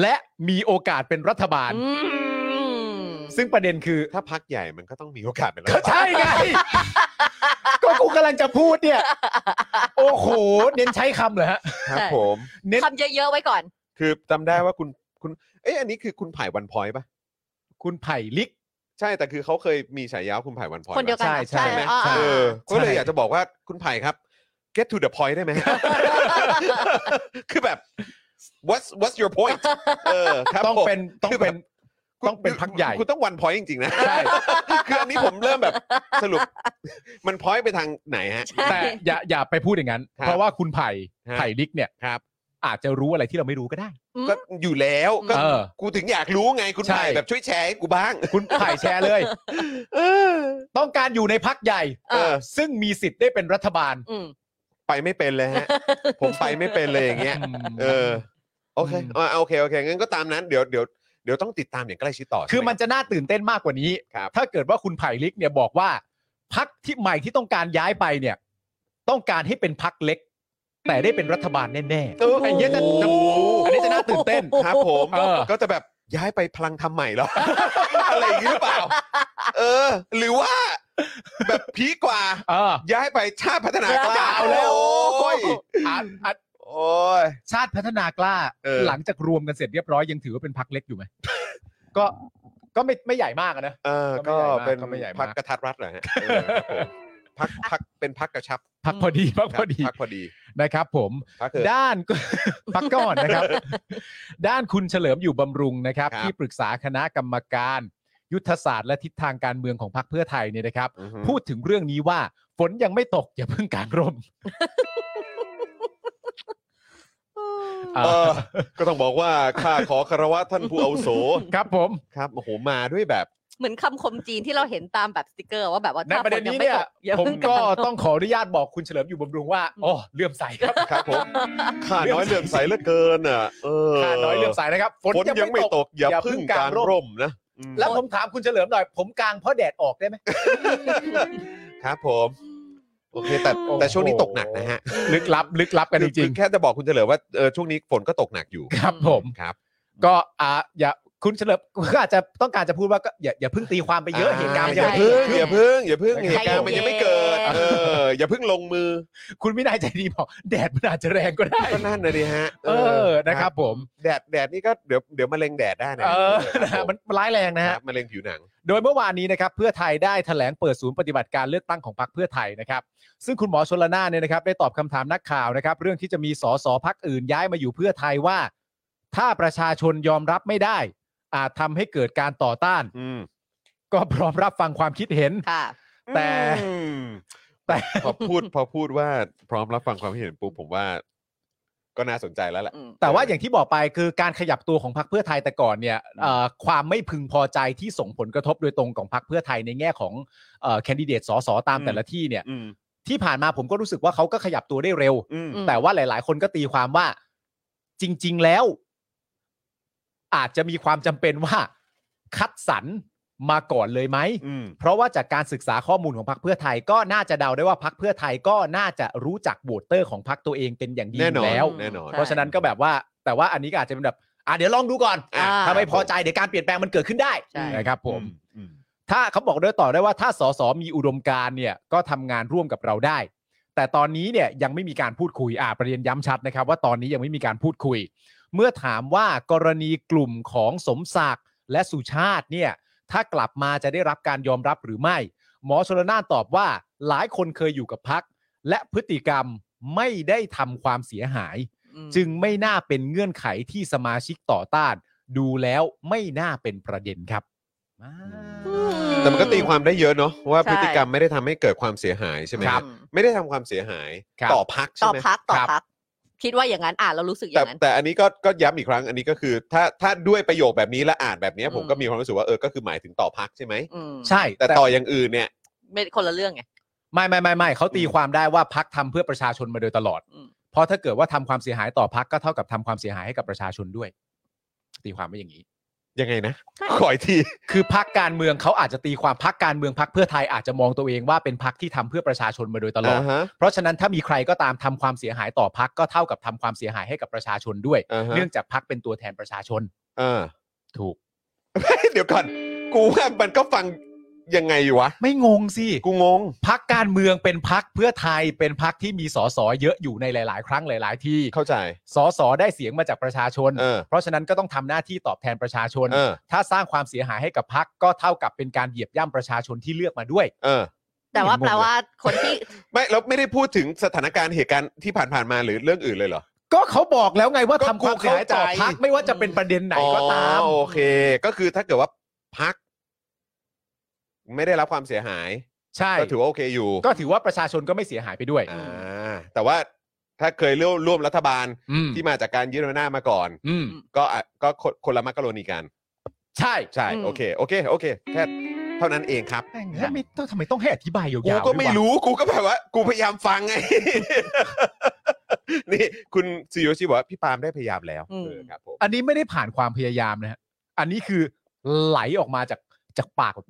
S3: และมีโอกาสเป็นรัฐบาล
S4: อืม
S3: ซึ่งประเด็นคือ
S2: ถ้าพักใหญ่มันก็ต้องมีโอกาสเป็นรัฐ
S3: ก็
S2: บาล
S3: ใช่ไง ก็กูกำลังจะพูดเนี่ย โอ้โห เน้นใช้คำเหรอฮะ
S2: ครับผม
S3: เน้น
S4: คำเยอะๆไว้ก่อน
S2: คือจำได้ว่าคุณคุณเอ้ยอันนี้คือคุณไผ่วันพอยต์ปะ
S3: คุณไผ่ลิก
S2: ใช่แต่คือเขาเคยมีฉายาว่าคุณไผ่วันพอยต์
S4: คนเดียวกัน
S3: ใช่ใช่
S2: ใช่ไหม
S4: อ๋อ
S2: เอ
S4: อ๋อ
S2: อก็เลยอยากจะบอกว่าคุณไผ่ครับ get to the point ได้ไหม (laughs) คือแบบ what's what's your point เออครับ
S3: ต้อง
S2: ผม
S3: เป็นต้องเป็น
S2: คุณ
S3: ต้องเป็นพรรคใหญ่
S2: คุณต้องวันพอยจริงๆนะ
S3: ใช่
S2: คืออันนี้ผมเริ่มแบบสรุป มันพอยไปทางไหนฮะ
S4: ใช่
S3: แต่อย่าอย่าไปพูดอย่างนั้น
S2: ครับ
S3: เพราะว่าคุณไผ่
S2: ฮะ
S3: ไผ่ลิกเนี่ย
S2: ครับ
S3: อาจจะรู้อะไรที่เราไม่รู้ก็ได้
S2: ก็อยู่แล้วก็
S3: เออ
S2: กูถึงอยากรู้ไงคุณ
S3: ใช่
S2: ไผ่แบบช่วยแชร์ให้กูบ้าง
S3: คุณไผ่แชร์เลยต้องการอยู่ในพักใหญ่
S4: เออ
S3: ซึ่งมีสิทธิ์ได้เป็นรัฐบาล
S4: อืม
S2: ไปไม่เป็นเลยฮะ ผมไปไม่เป็นเลยอย่างเงี้ย
S3: ม
S2: (laughs) เออ โอเคเอาเอาโอเคโอเคงั้นก็ตามนั้นเดี๋ยวเดี๋ยวเดี๋ยวต้องติดตามอย่างใกล้ชิดต่อ
S3: คือ
S2: ใช่ไห
S3: มันจะน่าตื่นเต้นมากกว่านี้
S2: ครับ
S3: ถ้าเกิดว่าคุณไผ่ลิกเนี่ยบอกว่าพักที่ใหม่ที่ต้องการย้ายไปเนี่ย ต้องการให้เป็นพักเล็ก แต่ได้เป็นรัฐบาลแน่
S2: โอ้โห
S3: ๆไอ้เนี้ยจะจะอันนี้จะน่าตื่นเต้น
S2: ครับผม
S3: เออ
S2: ก็จะแบบย้ายไปพลังทำใหม่เหรอ (laughs) อะไรอย่างนี้หรือเปล่า เออ หรือว่า แบบพีคกว่า
S3: เออ
S2: ย้ายไปชาติพัฒนากล้า
S4: เอาแล้ว
S2: โอ้ย
S3: อ่ะอ่ะ
S2: โอ้ย
S3: ชาติพัฒนากล้า
S2: เออ
S3: หลังจากรวมกันเสร็จเรียบร้อยยังถือว่าเป็นพักเล็กอยู่ไหม ก็ก็ไม่ไม่ใหญ่มากอะนะ
S2: เออ
S3: ก็
S2: ก็
S3: ไม่ใหญ่มาก
S2: เป็น
S3: ก็ไม่ใหญ่มาก
S2: พักกระทัดรัดเหรอฮะเออครับ
S3: (laughs)
S2: ผมพักพักเป็นพักกระชับ
S3: พักพอดีพัก
S2: ค
S3: พ
S2: รั
S3: อบ ดี
S2: พักพอดี
S3: นะครับ ผม
S2: พักเถอะ
S3: ด้าน (laughs) พักก่อนนะครับ
S2: (laughs)
S3: ด้านคุณเฉลิมอยู่บำรุงนะครับ
S2: ครับ
S3: ที่ปรึกษาคณะกรรมการ ยุทธศาสตร์และทิศทางการเมืองของพรรคเพื่อไทยเนี่ยนะครับ
S2: อือฮึ
S3: พูดถึงเรื่องนี้ว่าฝนยังไม่ตกอย่าเพิ่งกางร่ม
S2: เออ ก็ต้องบอกว่าข้าขอคารวะท่านผู้อาวุโส
S3: ครับผม
S2: ครับโอ้โหมาด้วยแบบ
S4: เหมือนคำคมจีนที่เราเห็นตามแบบสติกเกอร์ว่าแบบว่า
S3: ใน
S4: ถ้า
S3: ประเด็น
S4: ฝ
S3: นี้
S4: ง
S3: เนี่ย
S4: ตกอย่า
S3: ผม
S4: เพิ่ง
S3: ก็
S4: ลับ
S3: ต้องขออนุญาตบอกคุณเฉลิมอยู่บำรุงว่าอ๋อเลื่อมใสครับ
S2: ครับ
S3: (laughs)
S2: ผมข้าน้อยเลื่อมใสเหลือเกินอ่ะเออ
S3: ข้าน้อยเลื่อมใสนะครับฝน
S2: ฝน
S3: ยั
S2: ยัง ง
S3: ไม่
S2: ไม่
S3: ต
S2: ต
S3: ก
S2: ก อย่า
S3: อย่า
S2: เพึ่ง
S3: เพิ่ง
S2: ก
S3: กา
S2: ลาง ง
S3: ร่ม
S2: ร่มนะอืม
S3: แล้วผมถามคุณเฉลิมหน่อยผมกางเพราะแดดออกได้ไหม
S2: ครับผม โอเคแต่แต่ช่วงนี้ตกหนักนะฮะ
S3: ลึกลับ ลึกลับกันจ
S2: คื
S3: ริ
S2: อง แค่จะบอกคุณเฉลิมว่าเออช่วงนี้ฝนก็ตกหนักอยู่
S3: ๆครับผม
S2: ครับ
S3: ก็อ่าอย่าคุณเฉลิมก็อาจจะต้องการจะพูดว่าก็อย่าอย่าเพิ่งตีความไปเยอะเหตุการณ์มัน
S2: อย่า
S3: ยังไม่
S2: เพึ่ง
S3: เกิด
S2: อ
S3: ขึ้น
S4: ใช่
S2: ย่าเพึ่งอย่าเพึ่งเห
S3: ใจเย็
S2: ตุการ
S3: น
S2: ณ์มันยังไม่เกิดเอออย่าเพึ่งลงมือ
S3: คุณวินัยใจดีบอกแดดมันอาจจะแรงก็ได้
S2: ก็นั่นนะดิฮะ
S3: เออนะครับผม
S2: แดดแดดนี่ก็เดี๋ยวเดี๋ยวมะเร็งแดดได้นะ
S3: เออนะฮะมันร้ายแรงนะ
S2: นะ
S3: ฮะ
S2: มะเร็งผิวหนัง
S3: โดยเมื่อวานนี้นะครับเพื่อไทยได้แถลงเปิดศูนย์ปฏิบัติการเลือกตั้งของพรรคเพื่อไทยนะครับซึ่งคุณหมอชนละนานเนี่ยนะครับได้ตอบคำถามนักข่าวนะครับเรื่องที่จะมีสสพักอื่นย้ายมาอยู่เพื่อไทยว่า ถ้าประชาชนยอมรับไม่ได้ อาจทำให้เกิดการต่อต้าน
S2: อืม
S3: ก็พร้อมรับฟังความคิดเห็น
S4: ค่ะ
S3: แต่
S2: อืม
S3: แต่
S2: พอพูดพอพูดว่าพร้อมรับฟังความเห็นปุ๊บผมว่า ก็น่าสนใจแล้วแหละ
S3: แต่ว่าอย่างที่บอกไปคือการขยับตัวของพรรคเพื่อไทยแต่ก่อนเนี่ยเอ่อความไม่พึงพอใจที่ส่งผลกระทบโดยตรงของพรรคเพื่อไทยในแง่ของแคนดิเดตสสตามแต่ละที่เนี่ย
S2: อืม
S3: ที่ผ่านมาผมก็รู้สึกว่าเขาก็ขยับตัวได้เร็ว
S2: อืม
S4: อืม
S3: แต่ว่าหลาย ๆ คนก็ตีความว่าจริง ๆ แล้ว อาจจะมีความจำเป็นว่า คัดสรรมาก่อนเลยไหม
S2: อืม
S3: เพราะว่าจากการศึกษาข้อมูลของพรรคเพื่อไทยก็น่าจะเดาได้ว่าพรรคเพื่อไทยก็น่าจะรู้จักโหวตเตอร์ของพรรคตัวเองเป็นอย่างดีอ
S2: แน่นอยู่น
S3: แล้ว
S2: แน่นอน
S3: เพราะฉะนั้นก็แบบว่า แต่ว่าอันนี้ก็อาจจะเป็นแบบอ่ะเดี๋ยวลองดูก่อน
S4: อ่า
S3: ถ้าไม่พอใจเดี๋ยวการเปลี่ยนแปลงมันเกิดขึ้นได้
S4: ใช่
S3: นะครับผม
S2: อืม
S3: ถ้าเขาบอกด้วยต่อได้ว่าถ้าสสมีอุดมการณ์เนี่ยก็ทำงานร่วมกับเราได้ แต่ตอนนี้เนี่ยยังไม่มีการพูดคุยอ่าประเด็นย้ำชัดนะครับ ว่าตอนนี้ยังไม่มีการพูดคุย เมื่อถามว่ากรณีกลุ่มของสมศักดิ์และสุชาติเนี่ยถ้ากลับมาจะได้รับการยอมรับหรือไม่ หมอชลนานตอบว่าหลายคนเคยอยู่กับพัก และพฤติกรรมไม่ได้ทำความเสียหาย จึงไม่น่าเป็นเงื่อนไขที่สมาชิกต่อต้าน ดูแล้วไม่น่าเป็นประเด็นครับมา
S2: แต่มันก็ตีความได้เยอะเนาะว่า
S4: ใช่
S2: พฤติกรรมไม่ได้ทำให้เกิดความเสียหายใช่ไหม
S3: ครับ
S2: ไม่ได้ทำความเสียหาย
S3: ครับ
S2: ต่อพัก
S4: ต่
S2: ใช่
S4: อ
S2: ไหม
S4: พักต่อ
S3: ครับ
S4: พัก คิดว่าอย่างนั้นอ่านเรารู้สึกอ
S2: แต่
S4: ย่างนั้น
S2: แต่อันนี้ก็ก็ย้ำอีกครั้งอันนี้ก็คือถ้าถ้าด้วยประโยคแบบนี้และอ่านแบบนี้
S4: อืม
S2: ผมก็มีความรู้สึกว่าเออก็คือหมายถึงต่อพักใช่ไหม
S4: อืม
S3: ใช่
S2: แต่ต่ออย่างอื่นเนี่ย
S4: ไม่คนละเรื่องไง
S3: ไม่ไม่ไม่ไม่เขาตีความได้ว่าพักทำเพื่อประชาชนมาโดยตลอด
S4: อืม
S3: เพราะถ้าเกิดว่าทำความเสียหายต่อพักก็เท่ากับทำความเสียหายให้กับประชาชนด้วย ตีความไว้อย่างนี้
S2: ยังไงนะ
S4: ใช่
S2: ขอยที
S3: คือพักการเมืองเขาอาจจะตีความพักการเมืองพักเพื่อไทยอาจจะมองตัวเองว่าเป็นพักที่ทำเพื่อประชาชนมาโดยตลอด
S2: อ่าฮะ
S3: เพราะฉะนั้นถ้ามีใครก็ตามทำความเสียหายต่อพักก็เท่ากับทำความเสียหายให้กับประชาชนด้วย
S2: อ่าฮะ
S3: เนื่องจากพักเป็นตัวแทนประชาชน
S2: อ่า
S3: ถูก
S2: เดี๋ยวก่อนกูว่ามันก็ฟังยังไงอยู่วะ
S3: ไม่งงสิ
S2: กูงง
S3: พักการเมืองเป็นพักเพื่อไทยเป็นพักที่มีสสเยอะอยู่ในหลาย ๆ ครั้งหลาย ๆ ที่
S2: เข้าใจ
S3: สสได้เสียงมาจากประชาชน
S2: เออ
S3: เพราะฉะนั้นก็ต้องทำหน้าที่ตอบแทนประชาชน
S2: เออ
S3: ถ้าสร้างความเสียหายให้กับพักก็เท่ากับเป็นการเหยียบย่ำประชาชนที่เลือกมาด้วย
S2: เออ
S4: แต่ว่า
S3: เห็นหมด
S4: แปลว่าคนที่ (laughs)
S2: ไม่แล้วไม่ได้พูดถึงสถานการณ์เหตุการณ์ที่ผ่านๆมาหรือเรื่องอื่นเลยเหรอ
S3: ก็เขาบอกแล้วไงว่า
S2: ก็
S3: ทำความเสียหายต่อ
S2: กูเข้าใจ
S3: พักไม่ว่าจะเป็นประเด็นไหนก็ตาม
S2: อ๋อโอเค ก็คือถ้าเกิดว่าพัก ไม่ได้รับความเสียหาย
S3: ใช่
S2: ก็ถือว่าโอเคอยู่
S3: ก็ถือว่าประชาชนก็ไม่เสียหายไปด้วย
S2: อ่าแต่ว่าถ้าเคยร่วมร่วมรัฐบาล
S3: อืม
S2: ที่มาจากการยึดอำนาจมาก่อน
S3: อืม
S2: ก็อ่ะก็คนคนละมักกะโรนีกัน
S3: ใช่
S2: ใช่
S4: อืม
S2: โอเคโอเคโอเค แค่เท่านั้นเองครับ
S3: แม่งแล้วไม่ต้องทำไมต้องให้อธิบายยาวๆ
S2: กูก็
S3: ด้วยวะ
S2: ไม่รู้กูก็แบบว่า กูพยายามฟังไง (laughs) นี่คุณซีโยชิบอกว่าพี่ปาล์มได้พยายามแล้ว
S4: อืม
S2: เออครับผม
S3: อันนี้ไม่ได้ผ่านความพยายามนะฮะอันนี้คือไหลออกมาจากจากปากแบบ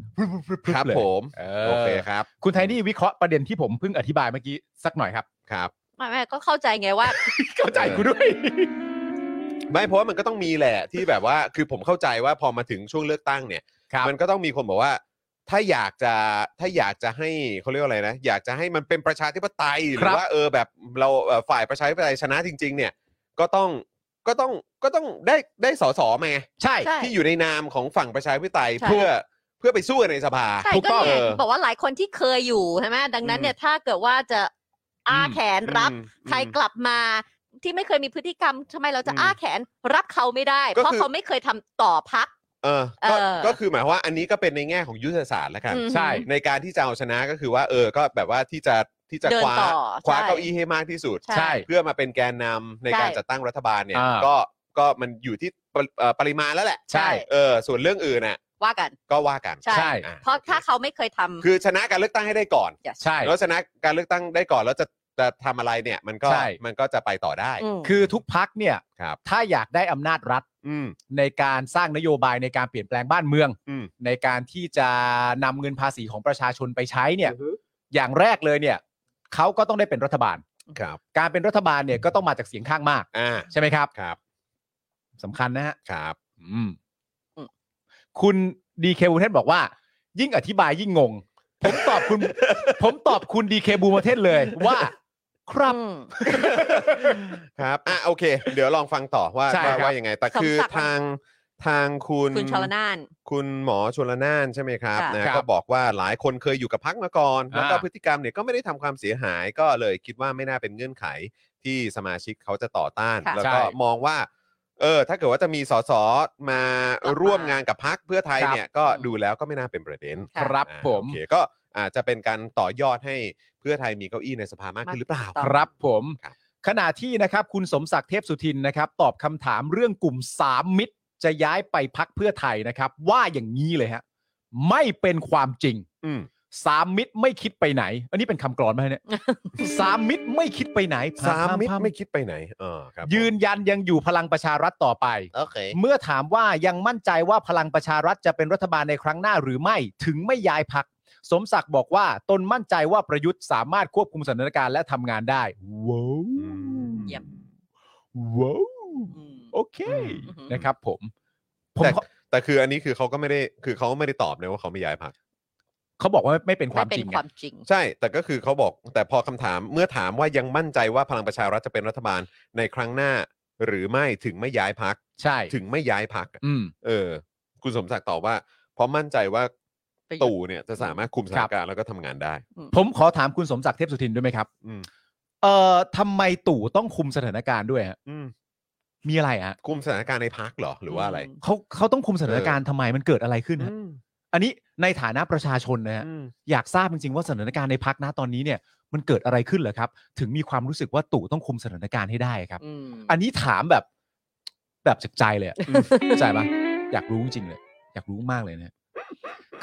S3: พรึ
S2: ค
S3: บๆๆๆ
S2: รับ
S3: เลย
S2: ผม
S3: เอ
S2: โอเค
S3: อ
S2: ครับ
S3: คุณไทนี่วิเคราะห์ประเด็นที่ผมเพิ่งอธิบายเมื่อกี้สักหน่อยครับ
S2: ครับ
S4: ไม่ไม่ก็เข้าใจไงว่า
S3: เข้าใจกูด้วย
S2: ไม่เพราะว่ามันก็ต้องมีแหละที่แบบว่า คือผมเข้าใจว่าพอมาถึงช่วงเลือกตั้งเนี่ย
S3: ครับ
S2: มันก็ต้องมีคนบอกว่า ถ้าอยากจะถ้าอยากจะให้เขาเรียกว่าอะไรนะ อยากจะให้มันเป็นประชาธิปไตยหรื
S3: ครั
S2: อบ ว่าเออแบบเราเอ่อฝ่ายประชาธิปไตยชนะจริง ๆ เนี่ย ก็ต้องก็ต้องก็ต้องได้ได้สสมาไง
S3: ใช่
S4: ใช่
S2: ที่อยู่ในนามของฝั่งประชาธิปไตย
S4: ใช่
S2: เพื่อเพื่อไปสู้กันในสภา
S4: ใช่
S3: ถูก
S4: ก็
S3: ต้อง
S4: เนี่ย
S2: เออ
S4: บอกว่าหลายคนที่เคยอยู่ใช่ไหมดังนั้นเนี่ยถ้าเกิดว่าจะอ้า
S3: อืม
S4: แขนรับ
S2: อืม
S4: ใครกลับมาที่ไม่เคยมีพฤติกรรมทำไมเราจะ
S2: อืม
S4: อ้าแขนรับเขาไม่ได้
S2: ก็
S4: เพราะ
S2: คือ
S4: เขาไม่เคยทำต่อพัก
S2: เออก็
S4: เออ
S2: ก็คือหมายความว่าอันนี้ก็เป็นในแง่ของยุทธศาสตร์แล้วกัน
S3: ใช่
S2: ในการที่จะเอาชนะก็คือว่าเออ ก็แบบว่าที่จะที่จะ
S4: เดิน
S2: คว้า
S4: ต่อ
S2: คว้า
S4: ใช่
S2: เก้าอี้ให้มากที่สุด
S4: ใช่
S3: ใช่
S2: เพื่อมาเป็นแกนนำใน
S4: ใช่
S2: การจัดตั้งรัฐบาลเนี่ย
S3: อ่า
S2: ก็ก็มันอยู่ที่ปริเอ่อปริมาณแล้วแหละ
S4: ใช่
S2: เออส่วนเรื่องอื่นน่ะ
S4: ว่ากัน
S2: ก็ว่ากัน
S4: ใช่
S2: อ่
S4: เพราะถ้าเขาไม่เคยทำ
S2: คือชนะการเลือกตั้งให้ได้ก่อน
S4: Yes
S3: ใช่
S2: แล้วชนะการเลือกตั้งได้ก่อนแล้วจะจะทำอะไรเนี่ย มันก็
S3: ใช่
S2: มันก็จะไปต่อได้
S4: อืม
S3: คือทุกพักเนี่ย
S2: ครับ
S3: ถ้าอยากได้อำนาจรัฐ
S2: อืม
S3: ในการสร้างนโยบายในการเปลี่ยนแปลงบ้านเมือง
S2: อืม
S3: ในการที่จะนำเงินภาษีของประชาชนไปใช้เนี่ย อย่างแรกเลยเนี่ย เขาก็ต้องได้เป็นรัฐบาล
S2: ครับ
S3: การเป็นรัฐบาลเนี่ยก็ต้องมาจากเสียงข้างมาก
S2: อ่า
S3: ใช่ไหมครับ
S2: ครับ
S3: สำคัญนะฮะ
S2: ครับ
S3: อืมคุณดีเคบูเทนบอกว่า ยิ่งอธิบายยิ่งงง ผมตอบคุณ ผมตอบคุณดีเคบูเทนเลยว่า ครับ
S4: อืม
S2: ครับอ่ะโอเค เดี๋ยวลองฟังต่อว่า
S3: ใช่
S2: ว่า
S3: ครับ
S2: ว่ายังไง แต่คือ
S4: สมศักดิ์
S2: ทางทางคุณ
S4: คุณชลนาน
S2: คุณหมอชลนานใช่ไหมครับ
S4: ค่ะ
S2: นะ
S3: ครั
S2: ก็
S3: บ
S2: บอกว่าหลายคนเคยอยู่กับพักมาก่อน แล้วก็
S3: อ่า
S2: พฤติกรรมเนี่ยก็ไม่ได้ทำความเสียหายก็เลยคิดว่าไม่น่าเป็นเงื่อนไขที่สมาชิกเขาจะต่อต้าน
S4: ค่ะ
S2: แล้วก็
S3: ใช่
S2: มองว่าเออถ้าเกิดว่าจะมีสสมาร่วมงานกับพักเพื่อไทย
S3: ครับ
S2: เนี่ยก็ดูแล้วก็ไม่น่าเป็นประเด็น
S4: ค่ะ
S3: ครับ
S2: อ่า
S3: ผม
S2: โอเคก็อาจจะเป็นการต่อยอดให้เพื่อไทยมีเก้าอี้ในสภามากขึ้นหรือเปล่า
S3: ครับผม
S2: ครับ
S3: ขณะที่นะครับคุณสมศักดิ์เทพสุทินนะครับ ตอบคำถามเรื่องกลุ่มสามมิตร จะย้ายไปพักเพื่อไทยนะครับ ว่าอย่างนี้เลยฮะไม่เป็นความจริง
S2: อืม
S3: สามมิตรไม่คิดไปไหน อันนี้เป็นคำกรอนไหมเนี่ยสามมิตรไม่คิดไปไหน
S2: สามมิตร
S3: พัพั
S2: ไม่คิดไปไหนเออครับ
S3: ยืนยันยังอยู่พลังประชารัฐต่อไป
S2: โอเค
S3: เมื่อถามว่ายังมั่นใจว่าพลังประชารัฐจะเป็นรัฐบาลในครั้งหน้าหรือไม่ถึงไม่ย้ายพัก สมศักดิ์บอกว่าตนมั่นใจว่าประยุทธ์สามารถควบคุมสถานการณ์และทำงานได้ว้าว
S4: เยี่ยม
S3: ว้าว
S4: อืม
S3: โอเค
S4: อืม
S3: นะครับผมผม
S2: แต่
S3: เขา
S2: แต่คืออันนี้คือเขาก็ไม่ได้คือเขาไม่ได้ตอบนะว่าเขาไม่ย้ายพรรค
S3: เขาบอกว่าไม่เป็นค
S4: ไม่
S3: วาม
S4: เป็
S3: จ
S4: น
S3: ริง
S4: ควา
S3: อะ
S4: มจริง
S2: ใช่ แต่ก็คือเขาบอกแต่พอคำถามเมื่อถามว่ายังมั่นใจว่าพลังประชารัฐจะเป็นรัฐบาลในครั้งหน้า หรือไม่ถึงไม่ย้ายพัก
S3: ใช่
S2: ถึงไม่ย้ายพัก
S3: อืม
S2: เออ คุณสมศักดิ์ตอบว่า เพราะมั่นใจว่า
S4: ประยุทธ์
S2: ตู่เนี่ยจะสามารถคุมสถานการณ์แล้วก็ทำงานได้
S3: ผมขอถามคุณสมศักดิ์เทพสุทินด้วยไหมครับ
S2: อืม
S3: เอ่อทำไมตู่ต้องคุมสถานการณ์ด้วยฮะ
S2: อืม
S3: มีอะไรฮะ
S2: คุมสถานการณ์ในพักเหรอหรือว่าอะไร
S3: เขาเขาต้องคุมสถานการณ์ทำไมมันเกิดอะไรขึ้นฮะอันนี้ในฐานะประชาชนนะฮะ อยากทราบจริงๆว่าสถานการณ์ในพักนะตอนนี้เนี่ยมันเกิดอะไรขึ้นเหรอครับ ถึงมีความรู้สึกว่าตู่ต้องคุมสถานการณ์ให้ได้ครับ
S4: อืม
S3: อันนี้ถามแบบแบบจากใจเลยอะเข้าใจปะอยากรู้จริงๆเลย อยากรู้มากเลยนะ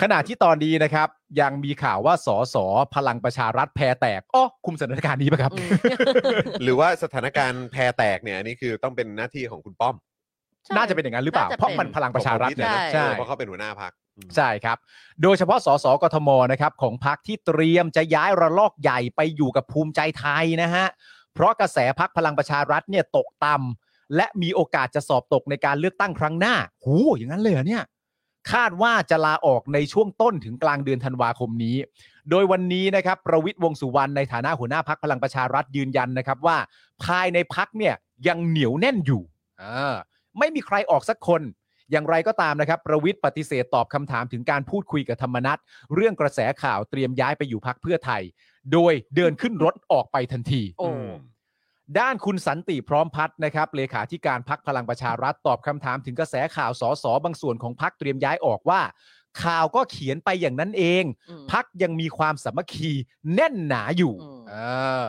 S3: ขณะที่ตอนนี้นะครับ ยังมีข่าวว่าสสพลังประชารัฐแพรแตกอ๋อคุมสถานการณ์นี้ปะครับ
S4: อืม
S2: หรือว่าสถานการณ์แพรแตกเนี่ยอันนี่คือต้องเป็นหน้าที่ของคุณป้อม
S4: ใช่
S3: น่าจะเป็นอย่างนั้นหรือเปล่า
S4: น่าจะเป็น
S3: เพราะมันพลังประชารัฐเนี่ยนะ
S2: ของคุณวิทย์นะเออเพราะเขาเป็นหัวหน้าพัก
S3: ใช่ครับ โดยเฉพาะสสกทมนะครับของพักที่เตรียมจะย้ายระลอกใหญ่ไปอยู่กับภูมิใจไทยนะฮะ เพราะกระแสพักพลังประชารัฐเนี่ยตกต่ำและมีโอกาสจะสอบตกในการเลือกตั้งครั้งหน้า หูอย่างนั้นเลยเหรอเนี่ย คาดว่าจะลาออกในช่วงต้นถึงกลางเดือนธันวาคมนี้ โดยวันนี้นะครับประวิทย์วงษ์สุวรรณในฐานะหัวหน้าพักพลังประชารัฐยืนยันนะครับว่า ภายในพักเนี่ยยังเหนียวแน่นอยู่อ่าไม่มีใครออกสักคน อย่างไรก็ตามนะครับ ประวิทย์ปฏิเสธตอบคำถามถึงการพูดคุยกับธรรมนัตเรื่องกระแสข่าวเตรียมย้ายไปอยู่พักเพื่อไทย โดยเดินขึ้นรถออกไปทันที
S4: โอ้
S3: ด้านคุณสันติพร้อมพัฒน์นะครับ เลขาธิการพักพลังประชารัฐตอบคำถามถึงกระแสข่าวสสบางส่วนของพักเตรียมย้ายออกว่า ข่าวก็เขียนไปอย่างนั้นเอง
S4: อืม
S3: พักยังมีความสามัคคีแน่นหนาอยู่
S4: อืม
S3: เออ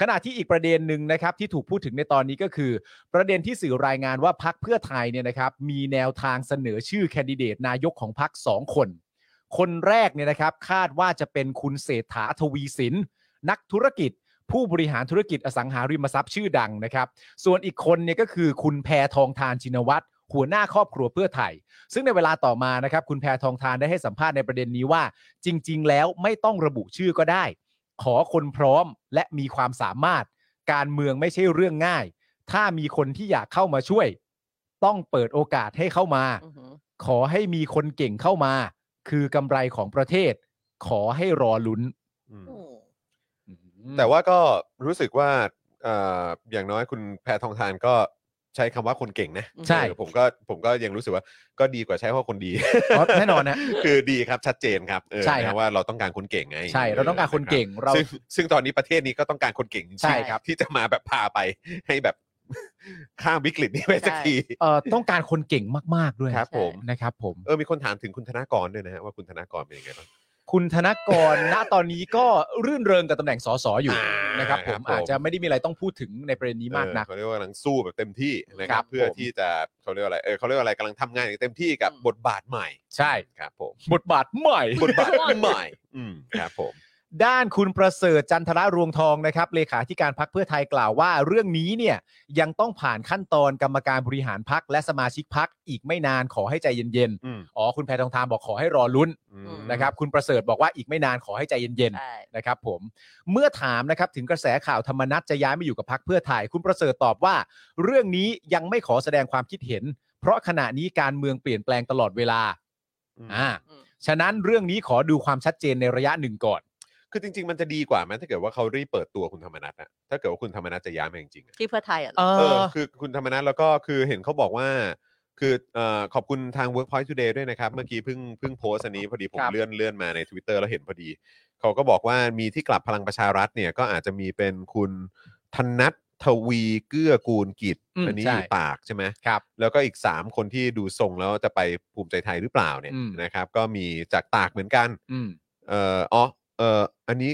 S3: ขณะที่อีกประเด็นหนึ่งนะครับ ที่ถูกพูดถึงในตอนนี้ก็คือ ประเด็นที่สื่อรายงานว่าพักเพื่อไทยเนี่ยนะครับ มีแนวทางเสนอชื่อแคนดิเดตนายกของพักสองคน คนแรกเนี่ยนะครับ คาดว่าจะเป็นคุณเศรษฐาทวีสิน นักธุรกิจ ผู้บริหารธุรกิจอสังหาริมทรัพย์ชื่อดังนะครับ ส่วนอีกคนเนี่ยก็คือคุณแพทองทานชินวัตรหัวหน้าครอบครัวเพื่อไทย ซึ่งในเวลาต่อมานะครับ คุณแพทองทานได้ให้สัมภาษณ์ในประเด็นนี้ว่า จริง ๆ แล้วไม่ต้องระบุชื่อก็ได้ ขอคนพร้อมและมีความสามารถ การเมืองไม่ใช่เรื่องง่าย ถ้ามีคนที่อยากเข้ามาช่วย ต้องเปิดโอกาสให้เข้ามา
S4: อือหือ
S3: ขอให้มีคนเก่งเข้ามา คือกำไรของประเทศ ขอให้รอลุ้น
S2: แต่ว่าก็รู้สึกว่าเอ่ออย่างน้อยคุณแพทองทานก็ใช้คำว่าคนเก่งนะ
S3: ใช่
S2: เออผมก็ผมก็ยังรู้สึกว่าก็ดีกว่าใช้คำว่าคนดี (laughs)
S3: อ๋อแน่นอนนะ
S2: คือดีครับชัดเจนครับเออ
S3: ใช่ครับ
S2: นะว่าเราต้องการคนเก่งไง
S3: ใช่เราต้องการคนเก่งเรา
S2: ซึ่งซึ่งตอนนี้ประเทศนี้ก็ต้องการคนเก่งจงๆ
S3: ใช่ครับ
S2: ที่จะมาแบบพาไปให้แบบ (laughs) ข้ามวิกฤตนี้ไปสักที
S3: เอ่อต้องการคนเก่งมาก ๆ ด้วย
S2: ครับผม
S3: นะครับผม
S2: เออมีคนถามถึงคุณธนากรด้วยนะฮะว่าคุณธนากรเป็นยังไงบ้าง
S3: คุณธนกร (laughs) ณตอนนี้ก็รื่นเริงกับตำแหน่งสสอยู่
S2: อ่าน
S3: นะครับ
S2: ค
S3: ผ
S2: รั
S3: ม
S2: บผม
S3: อาจจะไม่ได้มีอะไรต้องพูดถึงในประเด็นนี้มากนัก
S2: เออเขาเรียกว่ากำลังสู้แบบเต็มที่นะครั
S3: ครับ บ
S2: เพื่อ
S3: ผม
S2: ที่จะเขาเรียกว่าอะไรเออเขาเรียกว่าอะไรกำลังทำงานอย่างเต็มที่กับ
S4: อืม
S2: บทบาทใหม่
S3: ใช่
S2: ครับผม
S3: บทบาทใหม่
S2: บทบาทใหม่ อืมครับผม
S3: ด้านคุณประเสริฐจันทระรวงทองนะครับเลขาธิการพักเพื่อไทยกล่าวว่า เรื่องนี้เนี่ยยังต้องผ่านขั้นตอนกรรมการบริหารพักและสมาชิกพักอีกไม่นานขอให้ใจเย็น
S2: อืม
S3: ๆอ๋อคุณแพทองทานบอกขอให้รอลุ้น
S2: อืม
S3: นะครับคุณประเสริฐบอกว่าอีกไม่นานขอให้ใจเย็นๆ
S4: ใช่
S3: นะครับผมเมื่อถามนะครับถึงกระแสข่าวธรรมนัตจะย้ายมาอยู่กับพักเพื่อไทย คุณประเสริฐตอบว่า เรื่องนี้ยังไม่ขอแสดงความคิดเห็น เพราะขณะนี้การเมืองเปลี่ยนแปลงตลอดเวลา
S2: อืม
S3: อ่า
S4: อืม
S3: ฉะนั้นเรื่องนี้ขอดูความชัดเจนในระยะหนึ่งก่อน
S2: คือจริง ๆ มันจะดีกว่าไหมถ้าเกิดว่าเขารีบเปิดตัวคุณธรรมนัทอะถ้าเกิดว่าคุณธรรมนัทจะย้ายมาจริงๆอะ
S4: ที่เพื่อไทยอ่ะเหร
S3: เอ
S4: อ
S2: เอ
S3: อ
S2: อคือคุณธรรมนัทแล้วก็คือเห็นเขาบอกว่า คือเอ่อขอบคุณทาง Workpoint Today ด้วยนะครับ เมื่อกี้เพิ่งเพิ่งโพสต์อันนี้พอดีผม
S3: ครับ
S2: เลื่อนเลื่อนมาใน Twitter แล้วเห็นพอดี เขาก็บอกว่ามีที่กลับพลังประชารัฐเนี่ย ก็อาจจะมีเป็นคุณธนัททวีเกื้อกูลกิจ
S3: อืม
S2: อันนี้
S3: ใช่
S2: อยู่ปากใช่ไหม
S3: ครับ
S2: แล้วก็อีก 3 คนที่ดูทรงแล้วจะไปภูมิใจไทยหรือเปล่าเนี่ย
S3: อืม
S2: นะครับ ก็มีจากตากเหมือนกัน
S3: อืม
S2: เอ่ออ๋อเอ่ออันนี้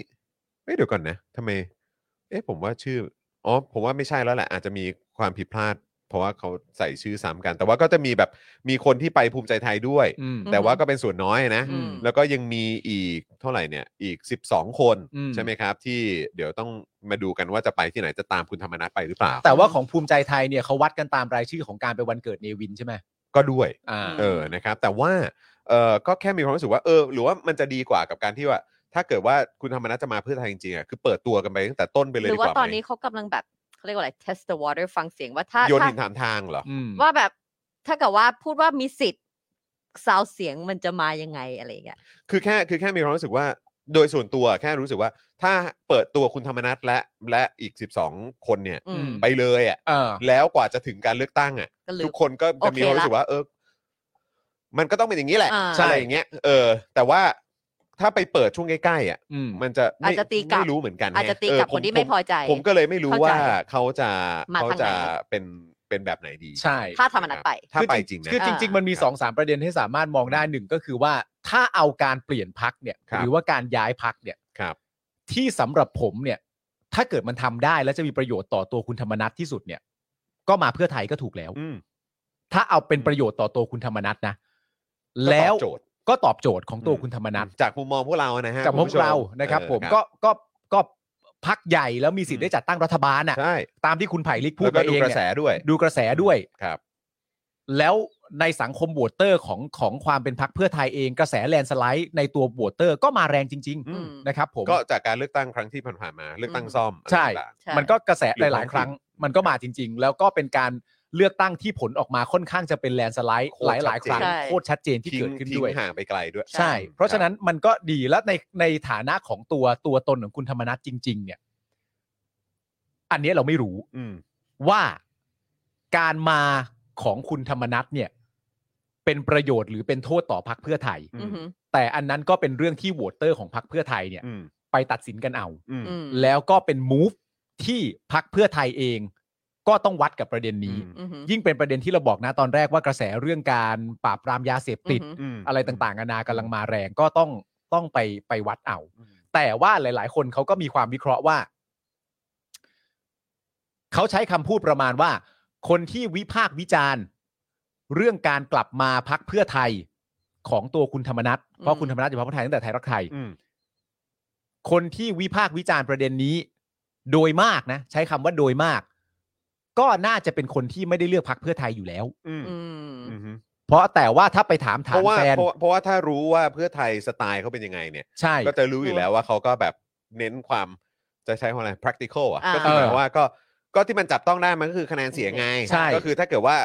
S2: เอ้ยเดี๋ยวก่อนนะทำไม เอ๊ะผมว่าชื่อ อ๋อ ผมว่าไม่ใช่แล้วแหละ อาจจะมีความผิดพลาด เพราะว่าเขาใส่ชื่อซ้ำกัน แต่ว่าก็จะมีแบบ มีคนที่ไปภูมิใจไทยด้วย
S3: อืม
S2: แต่ว่าก็เป็นส่วนน้อยนะ
S3: อืม
S2: แล้วก็ยังมีอีกเท่าไหร่เนี่ย อีก 12 คน
S3: อืม
S2: ใช่ไหมครับ ที่เดี๋ยวต้องมาดูกันว่าจะไปที่ไหนจะตามคุณธรรมนัฐไปหรือเปล่า
S3: แต่ว่าของภูมิใจไทยเนี่ยเขาวัดกันตามรายชื่อของการไปวันเกิดเนวินใช่ไหม
S2: ก็ด้วย
S3: อ่า
S2: เออ นะครับ แต่ว่า เออก็แค่มีความรู้สึกว่า เออ หรือว่ามันจะดีกว่ากับการที่ว่า ถ้าเกิดว่าคุณธรรมนัฐจะมาเพื่อไทยจริงๆอ่ะ คือเปิดตัวกันไปตั้งแต่ต้นไปเลย
S4: หรื
S2: ดี
S4: อก ว่า
S2: ว่า
S4: ตอน
S2: ไหม
S4: นี้เขากำลังแบบเขาเรียกว่าอะไร test the water ฟังเสียงว่าถ้า
S2: โยน
S4: ถ้า
S2: หินถามทางเหรอ
S3: อืม
S4: ว่าแบบถ้าเกิดว่าพูดว่ามีสิทธิ์ซาวเสียงมันจะมายังไงอะไรอย่างเงี้ย
S2: คือแค่คือแค่มีความรู้สึกว่า โดยส่วนตัวแค่รู้สึกว่า ถ้าเปิดตัวคุณธรรมนัฐและและอีก 12 คนเนี่ย
S4: อืม
S2: ไปเลยอ่ะ
S3: เออ
S2: แล้วกว่าจะถึงการเลือกตั้งอ่ะ
S4: ก็ลึก
S2: ทุกคนก็จะมีความรู้สึกว่า เออ มันก็ต้องเป็นอย่างนี้แหละ
S4: อ่า
S2: อะไรอย่างเงี้ยเออ แต่ว่าถ้าไปเปิดช่วงใกล้ๆอ่ะ
S3: อืม
S2: มันจะ
S4: อาจ
S2: ไม่
S4: จะตีกลับ
S2: ไม่รู้เหมือนกัน
S4: อาจจะตี
S2: เ
S4: กลับคนที่ไม่พอใจ
S2: ผมผมก็เลยไม่รู้
S4: เข้าใจ
S2: ว่าเขาจะ
S4: มา
S2: เขา
S4: ทาง
S2: จะ
S4: ไหน
S2: เป็นเป็นแบบไหนดี
S3: ใช่
S4: ถ้าธรรมนัตไป
S2: ถ้า
S3: คือ
S2: ไป
S3: จ
S2: จริ
S3: ริ
S2: ง
S3: ง
S2: นะ
S3: คือจริง ๆ มันมี
S2: ครับ
S3: 2อสามประเด็นให้สามารถมองได้หนึ่งก็คือว่าถ้าเอาการเปลี่ยนพักเนี่ย
S2: ครับ
S3: หรือว่าการย้ายพักเนี่ย
S2: ครับ
S3: ที่สำหรับผมเนี่ย ถ้าเกิดมันทำได้และจะมีประโยชน์ต่อตัวคุณธรรมนัทที่สุดเนี่ย ก็มาเพื่อไทยก็ถูกแล้ว
S2: อืม
S3: ถ้าเอาเป็นประโยชน์ต่อตัวคุณธรรมนัทนะ
S2: ก็ตอบ
S3: แล้ว
S2: โจทย์
S3: ก็ตอบโจทย์ของตัวคุณธรรมนัท
S2: จากมุมมองพวกเรานะฮะ
S3: จากพว
S2: คุณ
S3: ก
S2: ผู้ช
S3: เรานะครับ
S2: เออ
S3: ผมก็ก็ก็พักใหญ่แล้วมีสิทธิ์ได้จัดตั้งรัฐบาลอ่ะ
S2: ใช่
S3: ตามที่คุณไผ่ลิกพู
S2: แล้ว
S3: ดไป
S2: ก็
S3: เอ
S2: ดู
S3: ง
S2: กระ
S3: เนี่
S2: แส
S3: ย
S2: ด้วย
S3: ดูกระแสด้วย
S2: ครับ
S3: แล้วในสังคมโหวตเตอร์ของของความเป็นพักเพื่อไทยเองกระแสแลนด์สไลด์ในตัวโหวตเตอร์ก็มาแรงจริง
S2: อืม
S3: ๆ นะครับผม
S2: ก็จากการเลือกตั้งครั้งที่ผ่านๆมา เลือกตั้งซ่อม
S3: ใช่
S2: อะไรต่าง
S4: ใช่
S3: มันก็กระแส
S2: หรื
S3: ห
S2: อ
S3: ลาย ๆ ครั้ง
S2: ความคิด
S3: มันก็มาจริง ๆ แล้วก็เป็นการเลือกตั้งที่ผลออกมาค่อนข้างจะเป็นแลนด์สไลด์
S2: โค
S3: ห
S2: ตร
S3: ลาย
S2: ชัดเจน
S3: ๆ ครั้ง
S4: ใช่
S3: โคตรชัดเจน
S2: ๆ
S3: ที่
S2: ทิ้ง
S3: เกิดขึ้น
S2: ทิ้ง
S3: ด้วย
S2: ห่างไปไกลด้วย
S3: ใช่ เพราะฉะนั้นมันก็ดีและในในฐานะของตัวตัวตนของคุณธรรมนัฐจริง ๆ เนี่ย อันเนี้ยเราไม่รู้
S2: อืม
S3: ว่าการมาของคุณธรรมนัฐเนี่ย เป็นประโยชน์หรือเป็นโทษต่อพักเพื่อไทย
S2: อื
S4: อือหือ
S3: แต่อันนั้นก็เป็นเรื่องที่โหวตเตอร์ของพักเพื่อไทยเนี่ย
S2: อืม
S3: ไปตัดสินกันเอา
S2: อืม
S4: อืม
S3: แล้วก็เป็นมูฟที่พักเพื่อไทยเอง ก็ต้องวัดกับประเด็นนี้
S4: อือหือ
S3: ยิ่งเป็นประเด็นที่เราบอกนะตอนแรกว่ากระแสเรื่องการปราบปรามยาเสพติด
S4: อือหือ
S2: อืม
S3: อะไรต่างๆนานากำลังมาแรงก็ต้องต้องไปไปวัดเอา
S2: อืม
S3: แต่ว่าหลาย ๆ คนเขาก็มีความวิเคราะห์ว่า เขาใช้คำพูดประมาณว่า คนที่วิพากษ์วิจารณ์ เรื่องการกลับมาพักเพื่อไทยของตัวคุณธรรมนัทเพราะคุณธรรมนัทอยู่พักเพื่อไทยตั้งแต่ไทยรักไทย
S2: อืม
S3: คนที่วิพากษ์วิจารณ์ประเด็นนี้ โดยมากนะ ใช้คำว่าโดยมาก ก็น่าจะเป็นคนที่ไม่ได้เลือกพักเพื่อไทยอยู่แล้ว
S2: อืม
S4: อืม
S2: อืมฮึ
S3: เพราะแต่ว่าถ้าไปถาม
S2: เพ
S3: ถาม
S2: ราะว่า
S3: แฟน
S2: เพราะว่าเพราะว่าถ้ารู้ว่าเพื่อไทยสไตล์เขาเป็นยังไงเนี่ย
S3: ใช่
S2: ก็จะรู้อยู่แล้วว่าเขาก็แบบเน้นความจะใช้คำว่าอะไร practical อ่ะ
S4: อ่า
S2: ก็คือหมายความว่าก็ก็ที่มันจับต้องได้มันก็คือคะแนนเสียงไง
S3: ใช่
S2: ก็คือถ้าเกิดว่า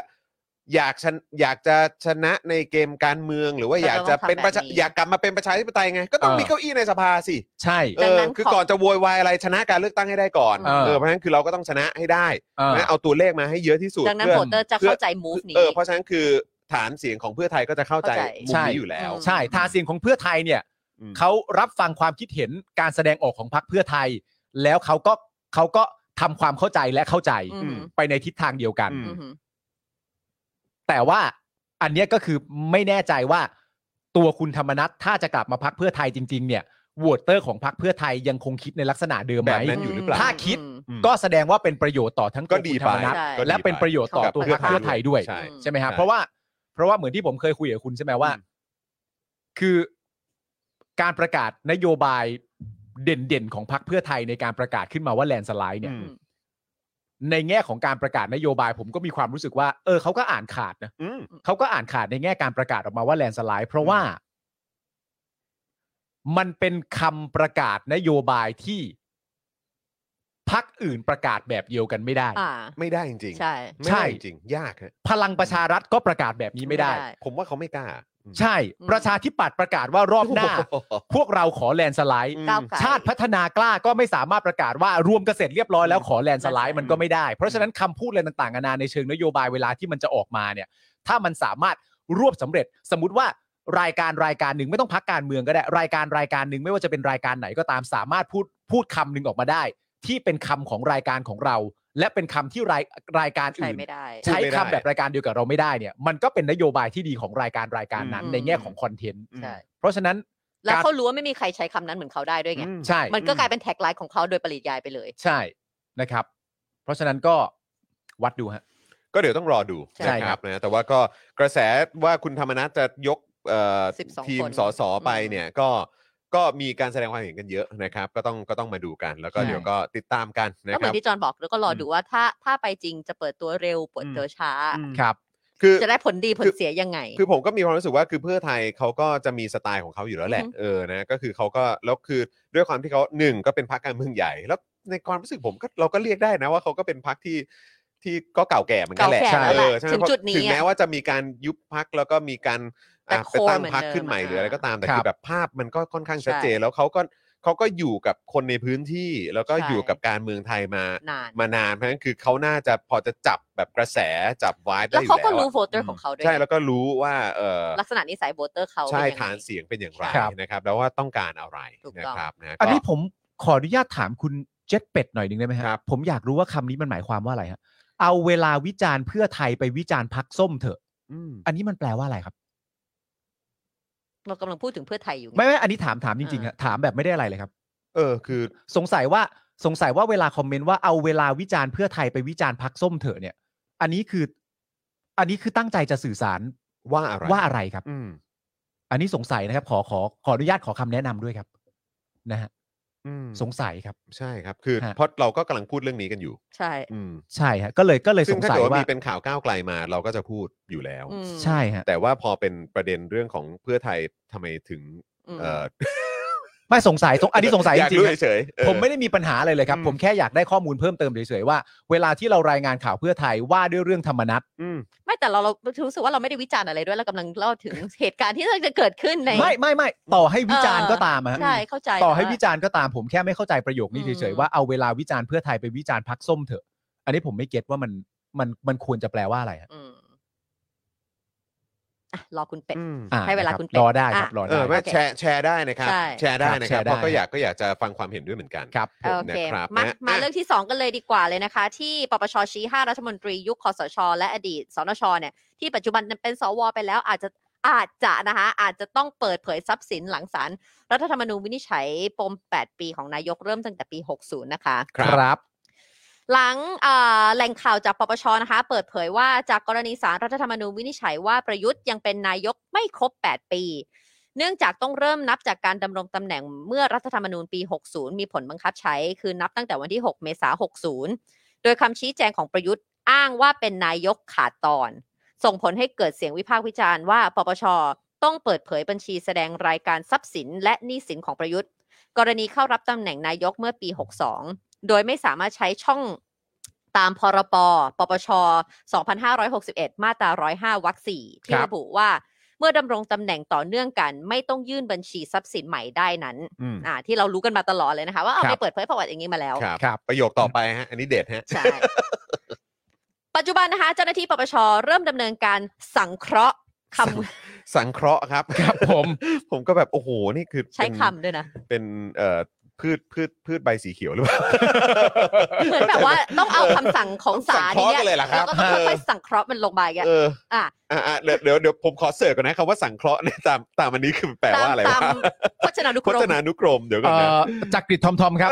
S2: อยากชนอยากจะชนะในเกมการเมือง หรือว่า
S4: ก็
S2: อยากจะ
S4: ต้อง
S2: เป็นประชา
S4: ทำแบบนี้
S2: อยากกลับมาเป็นประชาธิปไตยไง ก็ต้องมีเก้าอี้ในสภาสิ
S3: ใช่
S2: เอ
S4: ดัง
S2: อ
S4: นั้น
S2: คือ
S4: ขอ
S2: ก่อนจะโวยวายอะไรชนะการเลือกตั้งให้ได้ก่อน
S3: เออ
S2: เออเพราะฉะนั้นคือเราก็ต้องชนะให้ได้
S3: เออ
S2: นะเอาตัวเลขมาให้เยอะที่สุด
S4: ดังนั้น
S2: เพื่อ
S4: โหวตเตอร์จะ
S2: เพื่อ
S4: เข้าใจ move นี้
S2: เออเพราะฉะนั้นคือฐานเสียงของเพื่อไทยก็จะเข้าใจ
S4: เข้าใจ
S2: มุมนี้อยู่แล้ว
S3: ใช่ทางเสียงของเพื่อไทยเนี่ย
S2: อืม
S3: เขารับฟังความคิดเห็นการแสดงออกของพรรคเพื่อไทย แล้วเขาก็เขาก็ทำความเข้าใจและเข้าใจ
S4: อืม
S3: ไปในทิศทางเดียวกัน
S2: อืม
S4: อือหือ
S3: แต่ว่าอันเนี้ยก็คือไม่แน่ใจว่า ตัวคุณธรรมนัทถ้าจะกลับมาพักเพื่อไทยจริง ๆ เนี่ยโหวตเตอร์ของพักเพื่อไทยยังคงคิดในลักษณะเดิมไห
S2: แบ
S3: ม
S2: บนั้นอยู่หรือเปล่า
S3: ถ้าคิด
S2: อืม
S3: ก็แสดงว่าเป็นประโยชน์ต่อทั้งตั
S2: ก็
S3: ว
S2: ดี
S3: คุณธร
S2: ไป
S3: รมนัท
S4: ใช่
S2: ก็ดี
S3: และเป็นประโยชน์ต่อ
S2: กับ
S3: ตัวพรรคเพื่อไทยด้วย
S2: ใช่
S3: ใช่ไหมฮะ
S2: ใช่
S3: เพราะว่าเพราะว่าเหมือนที่ผมเคยคุยกับคุณใช่ไหมว่า
S2: อืม
S3: คือการประกาศนโยบาย เด่นๆ ของพรรคเพื่อไทยในการประกาศขึ้นมาว่าแลนสไลด์เนี่ย
S2: อืม
S3: ในแง่ของการประกาศนโยบาย ผมก็มีความรู้สึกว่า เออเขาก็อ่านขาดนะ
S2: อืม
S3: เขาก็อ่านขาดในแง่การประกาศออกมาว่าแลนสไลด์เพราะว่า มันเป็นคำประกาศนโยบายที่พักอื่นประกาศแบบเดียวกันไม่ได้
S4: อ่า
S2: ไม่ได้จริง
S4: ใช่
S2: ๆไม่ได้จริงๆยากฮะ
S3: พลังประชารัฐก็ประกาศแบบนี้ไม่ได้
S2: ผมว่าเขาไม่กล้าอืม
S3: ใช่
S4: อืม
S3: ประชาธิปัตย์ประกาศว่ารอบหน้า
S2: โอ้โห
S3: พวกเราขอแลนสไลด์
S2: อืม
S4: ก้าวไกล
S3: ชาติพัฒนากล้าก็ไม่สามารถประกาศว่ารวมเกษตรเรียบร้อยแล้วขอแลนด์สไลด์มันก็ไม่ได้ เพราะฉะนั้นคำพูดอะไรต่างๆนานาในเชิงนโยบายเวลาที่มันจะออกมาเนี่ย ถ้ามันสามารถรวบสำเร็จ สมมติว่ารายการรายการหนึ่งไม่ต้องพักการเมืองก็ได้ รายการรายการหนึ่งไม่ว่าจะเป็นรายการไหนก็ตามสามารถพูดพูดคำหนึ่งออกมาได้ ที่เป็นคำของรายการของเรา และเป็นคำที่รายรายการ
S4: ใช่
S3: อื่น
S4: ไม่ได้
S3: ใช้คำแบบรายการเดียวกับเราไม่ได้เนี่ย มันก็เป็นนโยบายที่ดีของรายการรายการนั้น
S4: อืม
S3: ในแง่ของคอนเทนต์
S4: ใช่
S3: เพราะฉะนั้น
S4: แล้วเขารู้ว่าไม่มีใครใช้คำนั้นเหมือนเขาได้ด้วยไง
S2: อืม
S3: ใช่
S4: มันก็กลายเป็นแท็กไลน์ของเขาโดยปริยายไปเลย
S3: ใช่นะครับ เพราะฉะนั้นก็วัดดูฮะ
S2: ก็เดี๋ยวต้องรอดู
S4: ใช่
S2: นะค
S3: ครั
S2: รับบ นะแต่ว่าก็กระแสว่าคุณธรรมนัสจะยกเอ่อ
S4: 12
S2: ทีม
S4: คน
S2: สสไป
S4: อืม
S2: เนี่ยก็ก็มีการแสดงความเห็นกันเยอะนะครับ ก็ต้องก็ต้องมาดูกัน แล้วก็
S3: ใช่
S2: เดี๋ยวก็ติดตามกันนะ
S4: ก็เห
S2: ค
S4: มือ
S2: รับ
S4: นที่จอห์นบอกแล้วก็รอดูว่าถ้าถ้าไปจริงจะเปิดตัวเร็วเปิดตัวช้า
S2: อืม
S3: ครับ
S2: คือ
S4: จะได้ผลดีผล
S2: คือ
S4: เสียยังไง
S2: คือผมก็มีความรู้สึกว่าคือเพื่อไทยเขาก็จะมีสไตล์ของเขาอยู่แล้วแหละ
S4: อือฮึ
S2: เออนะก็คือเขาก็แล้วคือด้วยความที่เขาหนึ่งก็เป็นพรรคการเมืองใหญ่ แล้วในความรู้สึกผมก็เราก็เรียกได้นะว่าเขาก็เป็นพรรคที่ที่ก็เก่าแก่เหมือนกันแหละ
S4: เก่าแก่แล้ว
S2: เอ
S4: แห
S2: อ
S4: ละ
S2: ใช่ไหม
S4: ถึง
S2: เพราะ
S4: จุดนี้
S2: ถึงแม้
S4: อะ
S2: ว่าจะมีการยุบพักแล้วก็มีการ
S4: แต่
S2: อ่ะไป
S4: core
S2: ตั้ง
S4: เหมือน
S2: พัก
S4: เดิม
S2: ขึ้นใหม่
S4: อะ
S2: หรืออะไรก็ตามแต่
S3: ครั
S2: คื
S3: บ
S2: อแบบภาพมันก็ค่อนข้างชัดเจน
S4: ใช่
S2: แล้วเขาก็เขาก็อยู่กับคนในพื้นที่ แล้วก็
S4: ใช่
S2: อยู่กับการเมืองไทยมาน
S4: าน
S2: มานานเพราะฉะนั้นคือเขาน่าจะพอจะจับแบบกระแสจับวายได้
S4: แล้ว
S2: อยู่
S4: เขาก็
S2: แล้วอะ
S4: รู้โวตเตอร์ของเขาด้วย
S2: ใช่แล้วก็รู้ว่าเออ
S4: ลักษณะนิสัยโวตเตอร์เขา
S2: ใช่
S4: เป็นยังไง
S2: ฐานเสียงเป็นอย่างไร
S3: ครับ
S2: นะครับ แล้วว่าต้องการอะไร
S4: ถูก
S2: นะ
S4: ต้อง
S2: ครับนะ
S3: อันนี้
S2: ก็
S3: ผมขออนุญาตถามคุณเจ็ดเป็ดหน่อยหนึ่งได้ไหมฮะ
S2: ครับ
S3: ผมอยากรู้ว่าคำนี้มันหมายความว่าอะไรฮะเอาเวลาวิจารณ์เพื่อไทยไปวิจารณ์พักส้มเถอะ
S2: อืม
S3: อันนี้มันแปลว่าอะไรครับ
S4: เรากำลังพูดถึงเพื่อไทยอยู่ไง
S3: ไม่ไม่อันนี้ถามถามจริงๆ
S4: อ่า
S3: ฮะถามแบบไม่ได้อะไรเลยครับ
S2: เออคือ
S3: สงสัยว่าสงสัยว่าเวลาคอมเมนต์ว่าเอาเวลาวิจารณ์เพื่อไทยไปวิจารณ์พักส้มเถอะเนี่ย อันนี้คือ อันนี้คือตั้งใจจะสื่อสาร
S2: ว่าอะไร
S3: ว่าอะไรครับ
S2: อืม
S3: อันนี้สงสัยนะครับ ขอขอขออนุญาตขอคำแนะนำด้วยครับ นะฮะ
S2: อืม
S3: สงสัยครับ
S2: ใช่ครับ คือ
S3: ฮะ
S2: เพราะเราก็กำลังพูดเรื่องนี้กันอยู่
S4: ใช่
S2: อืม
S3: ใช่ฮะก็เลยก็เลย
S2: ซึ่
S3: ส
S2: ง
S3: ง
S2: ถ้า
S3: สัย
S2: เกิดว่า
S3: ว่า
S2: มีเป็นข่าวก้าวไกลมาเราก็จะพูดอยู่แล้ว
S4: อืม
S3: ใช่ฮะ
S2: แต่ว่าพอเป็นประเด็นเรื่องของเพื่อไทยทำไมถึง
S4: ม
S2: เออ
S3: ไม่สงสัยสงอันนี้สงสัย
S2: อ
S3: จ
S2: ยาก
S3: ริงๆฮะ
S2: เฉยๆเออ
S3: ผมไม่ได้มีปัญหาอะไรเลยครับ
S2: อืม
S3: ผมแค่อยากได้ข้อมูลเพิ่มเติมเฉยๆว่า เวลาที่เรารายงานข่าวเพื่อไทยว่าด้วยเรื่องธรรมนัต
S2: อืม
S4: ไม่แต่เราเรารู้สึกว่าเราไม่ได้วิจารณ์อะไรด้วยเรากำลังเล่าถึง เหตุการณ์ที่จะเกิดขึ้นใน
S3: ไม่ไม่ไม่ต่อให้วิจารณ์
S4: เออ
S3: ก็ตามอะฮะ
S4: ใช่เข้าใจ
S3: ต่อให้
S4: แต่
S3: วิจารณ์ก็ตามผมแค่ไม่เข้าใจประโยคนี้เฉ
S4: อื
S3: ย
S4: ม
S3: ๆว่าเอาเวลาวิจารณ์เพื่อไทยไปวิจารณ์พักส้มเถอะ อันนี้ผมไม่เก็ตว่ามันมันมันควรจะแปลว่าอะไรฮะ
S4: อืมอ่ะรอคุณเป็ด
S2: อืม
S3: อ่า
S4: ให้เวลา
S3: รับ
S4: คุณเป็ด
S3: รอได้ครับ
S4: อ่ะ
S3: รอ
S2: เอ
S3: ได้
S2: อไม่แชร์แชร์ได้นะครับ
S4: ใช่
S2: แชร์ได้นะครับ
S3: ครับแชร์ได้
S2: เพราะก็อยากก็อยากจะฟังความเห็นด้วยเหมือนกัน
S3: ครับผ
S4: โอ
S3: ม
S4: เค
S2: นะครับ
S4: มา
S2: นะ
S4: มา
S2: อ่ะ
S4: เรื่องที่ 2 กันเลยดีกว่าเลยนะคะ ที่ปปชชี้ 5 รัฐมนตรียุคคอสช และอดีตสนชเนี่ยที่ปัจจุบันเป็นสวไปแล้วอาจจะอาจจะนะคะอาจจะต้องเปิดเผยทรัพย์สินหลังศาลรัฐธรรมนูญวินิจฉัยปม 8 ปีของนายกเริ่มตั้งแต่ปี 60 นะคะ
S3: ครับ
S4: หลังเอ่อแหล่งข่าวจากปปชนะคะ เปิดเผยว่าจากกรณีสารรัฐธรรมนูญวินิจฉัยว่าประยุทธ์ยังเป็นนายกไม่ครบ 8 ปี เนื่องจากต้องเริ่มนับจากการดำรงตำแหน่งเมื่อรัฐธรรมนูญปี 60 มีผลบังคับใช้ คือนับตั้งแต่วันที่ 6 เมษายน 60 โดยคำชี้แจงของประยุทธ์อ้างว่าเป็นนายกขาดตอน ส่งผลให้เกิดเสียงวิพากษ์วิจารณ์ว่าปปชต้องเปิดเผยบัญชีแสดงรายการทรัพย์สิน และหนี้สินของประยุทธ์ กรณีเข้ารับตำแหน่งนายกเมื่อปี 62 โดยไม่สามารถใช้ช่องตามพรปปปช 2561 มาตรา 105 วรรค4ที่
S3: ครับ
S4: ระบุว่า เมื่อดำรงตำแหน่งต่อเนื่องกัน ไม่ต้องยื่นบัญชีทรัพย์สินใหม่ได้นั้น
S3: อืม
S4: อ่าที่เรารู้กันมาตลอดเลยนะคะ ว่าเอา
S3: ครับ
S4: ไปเปิดเผยประวัติอย่างนี้มาแล้ว
S2: ครับ
S3: ครับ
S2: ประโยคต่อไปฮะอันนี้เด็ดฮะ
S4: ใช่ ปัจจุบันนะคะ เจ้าหน้าที่ปปช เริ่มดำเนินการสังเคราะห์ค
S2: สังเคราะห์ครับ (laughs)
S3: ครับผม
S2: ผมก็แบบโอ้โหนี่คือ (laughs)
S4: ำใช้
S2: เป็น
S4: คำด้วยนะ
S2: เป็นเอ่อพืชพืชพืชใบสีเขียวหรือเปล่า
S4: (laughs) เหมือนแบบว่า
S2: (laughs)
S4: ต้องเอาคำสั่งของศาล
S2: ต้องสังเคราะห์
S4: นี่
S2: กันเลยเหรอครับ
S4: แล้วก็ต้องค่อยๆสังเคราะห์มันลงมาอย่างเงี้ย
S2: เออ
S4: อ่ะ
S2: อ่ะอ่ะเดี๋ยวเดี๋ยวเดี๋ยวผมขอเสิร์ชก่อนนะคำว่าสังเคราะห์เนี่ยตามตามอันนี้คือแปลว่าอะไร
S4: ตาว
S2: ะ
S4: มพจนานุก
S2: พ
S4: ร
S2: จ
S4: ม
S2: นานุกรมเดี๋ยวก่อ
S3: เอ่
S2: นนะ
S3: อจักริดทอมทอม
S4: (laughs)
S3: ครับ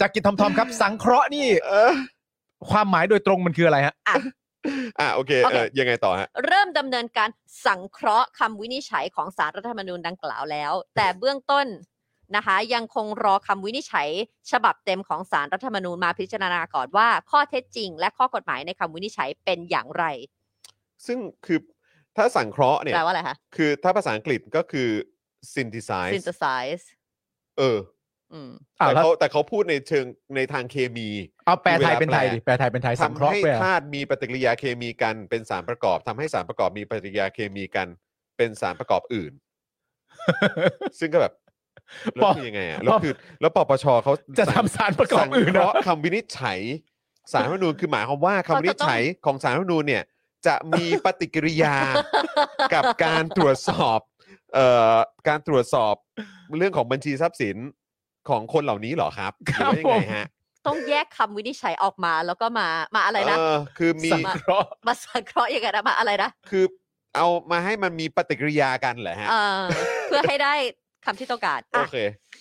S3: จักริดทอมทอมครับ สังเคราะห์นี่
S2: เออ
S3: ความหมายโดยตรงมันคืออะไรฮะ
S4: อ่ะ
S2: อ่ะโอเค
S4: โอ
S2: เอ
S4: เค
S2: อยังไงต่อฮะ
S4: เริ่มดำเนินการสังเคราะห์คำวินิจฉัยของสารรัฐธรรมนูญดังกล่าวแล้ว แต่เบื้องต้น นะคะ ยังคงรอคำวินิจฉัย ฉบับเต็มของสารรัฐธรรมนูญมาพิจารณาก่อนว่าข้อเท็จจริง และข้อกฎหมายในคำวินิจฉัยเป็นอย่างไร
S2: ซึ่งคือถ้าสังเคราะห์เนี่ย
S4: แปลว่าอะไรคะ
S2: คือถ้าภาษาอังกฤษก็คือ synthesize
S4: synthesize
S2: เออ
S4: อืม
S3: อ้าว
S2: แต่
S3: แล้ว
S2: เขาแต่เขาพูดในเชิงในทางเคมี
S3: เอาแปลไท
S2: เว
S3: ย
S2: ลา
S3: เป็นไทย
S2: แปล
S3: ดิแปลไทยเป็นไทยสังเค
S2: ทำ
S3: ราะห์
S2: ให้
S3: แปล
S2: ธาตุมีปฏิกิริยาเคมีกันเป็นสารประกอบทำให้สารประกอบมีปฏิกิริยาเคมีกันเป็นสารประกอบอื่น ซึ่ง
S3: (laughs)
S2: ก็แบบแล้วคือยังไงอ่ะแล้วคือแล้วปปชเขา
S3: จะ
S2: สั่ง
S3: ทำสารประกอบอื่น
S2: เพ
S3: เนาะ
S2: ราะห์คำวินิจฉัยสารรัฐธรรมนูญคือหมายความว่าคำวินิจฉัยของสารรัฐธรรมนูญเนี่ย จะมีปฏิกิริยา กับการตรวจสอบเอ่อการตรวจสอบเรื่องของบัญชีทรัพย์สินของคนเหล่านี้เหรอครับห
S3: ครั
S2: รือบ ว่ายังไงฮะ
S4: ต้องแยกคำวินิจฉัยออกมาแล้วก็มามาอะไรนะ
S2: เออคือมี
S4: ส
S3: สัง
S4: ม
S3: เค
S4: รถ
S3: ราะห์
S4: มาสังเคราะห์อย่างไงนะมาอะไรนะ
S2: คือเอามาให้มันมีปฏิกิริยากันเหรอฮะ
S4: เออเพื่อให้ได้คำที่ต้องการ
S2: โอ
S4: อ่ะ
S2: (laughs) เค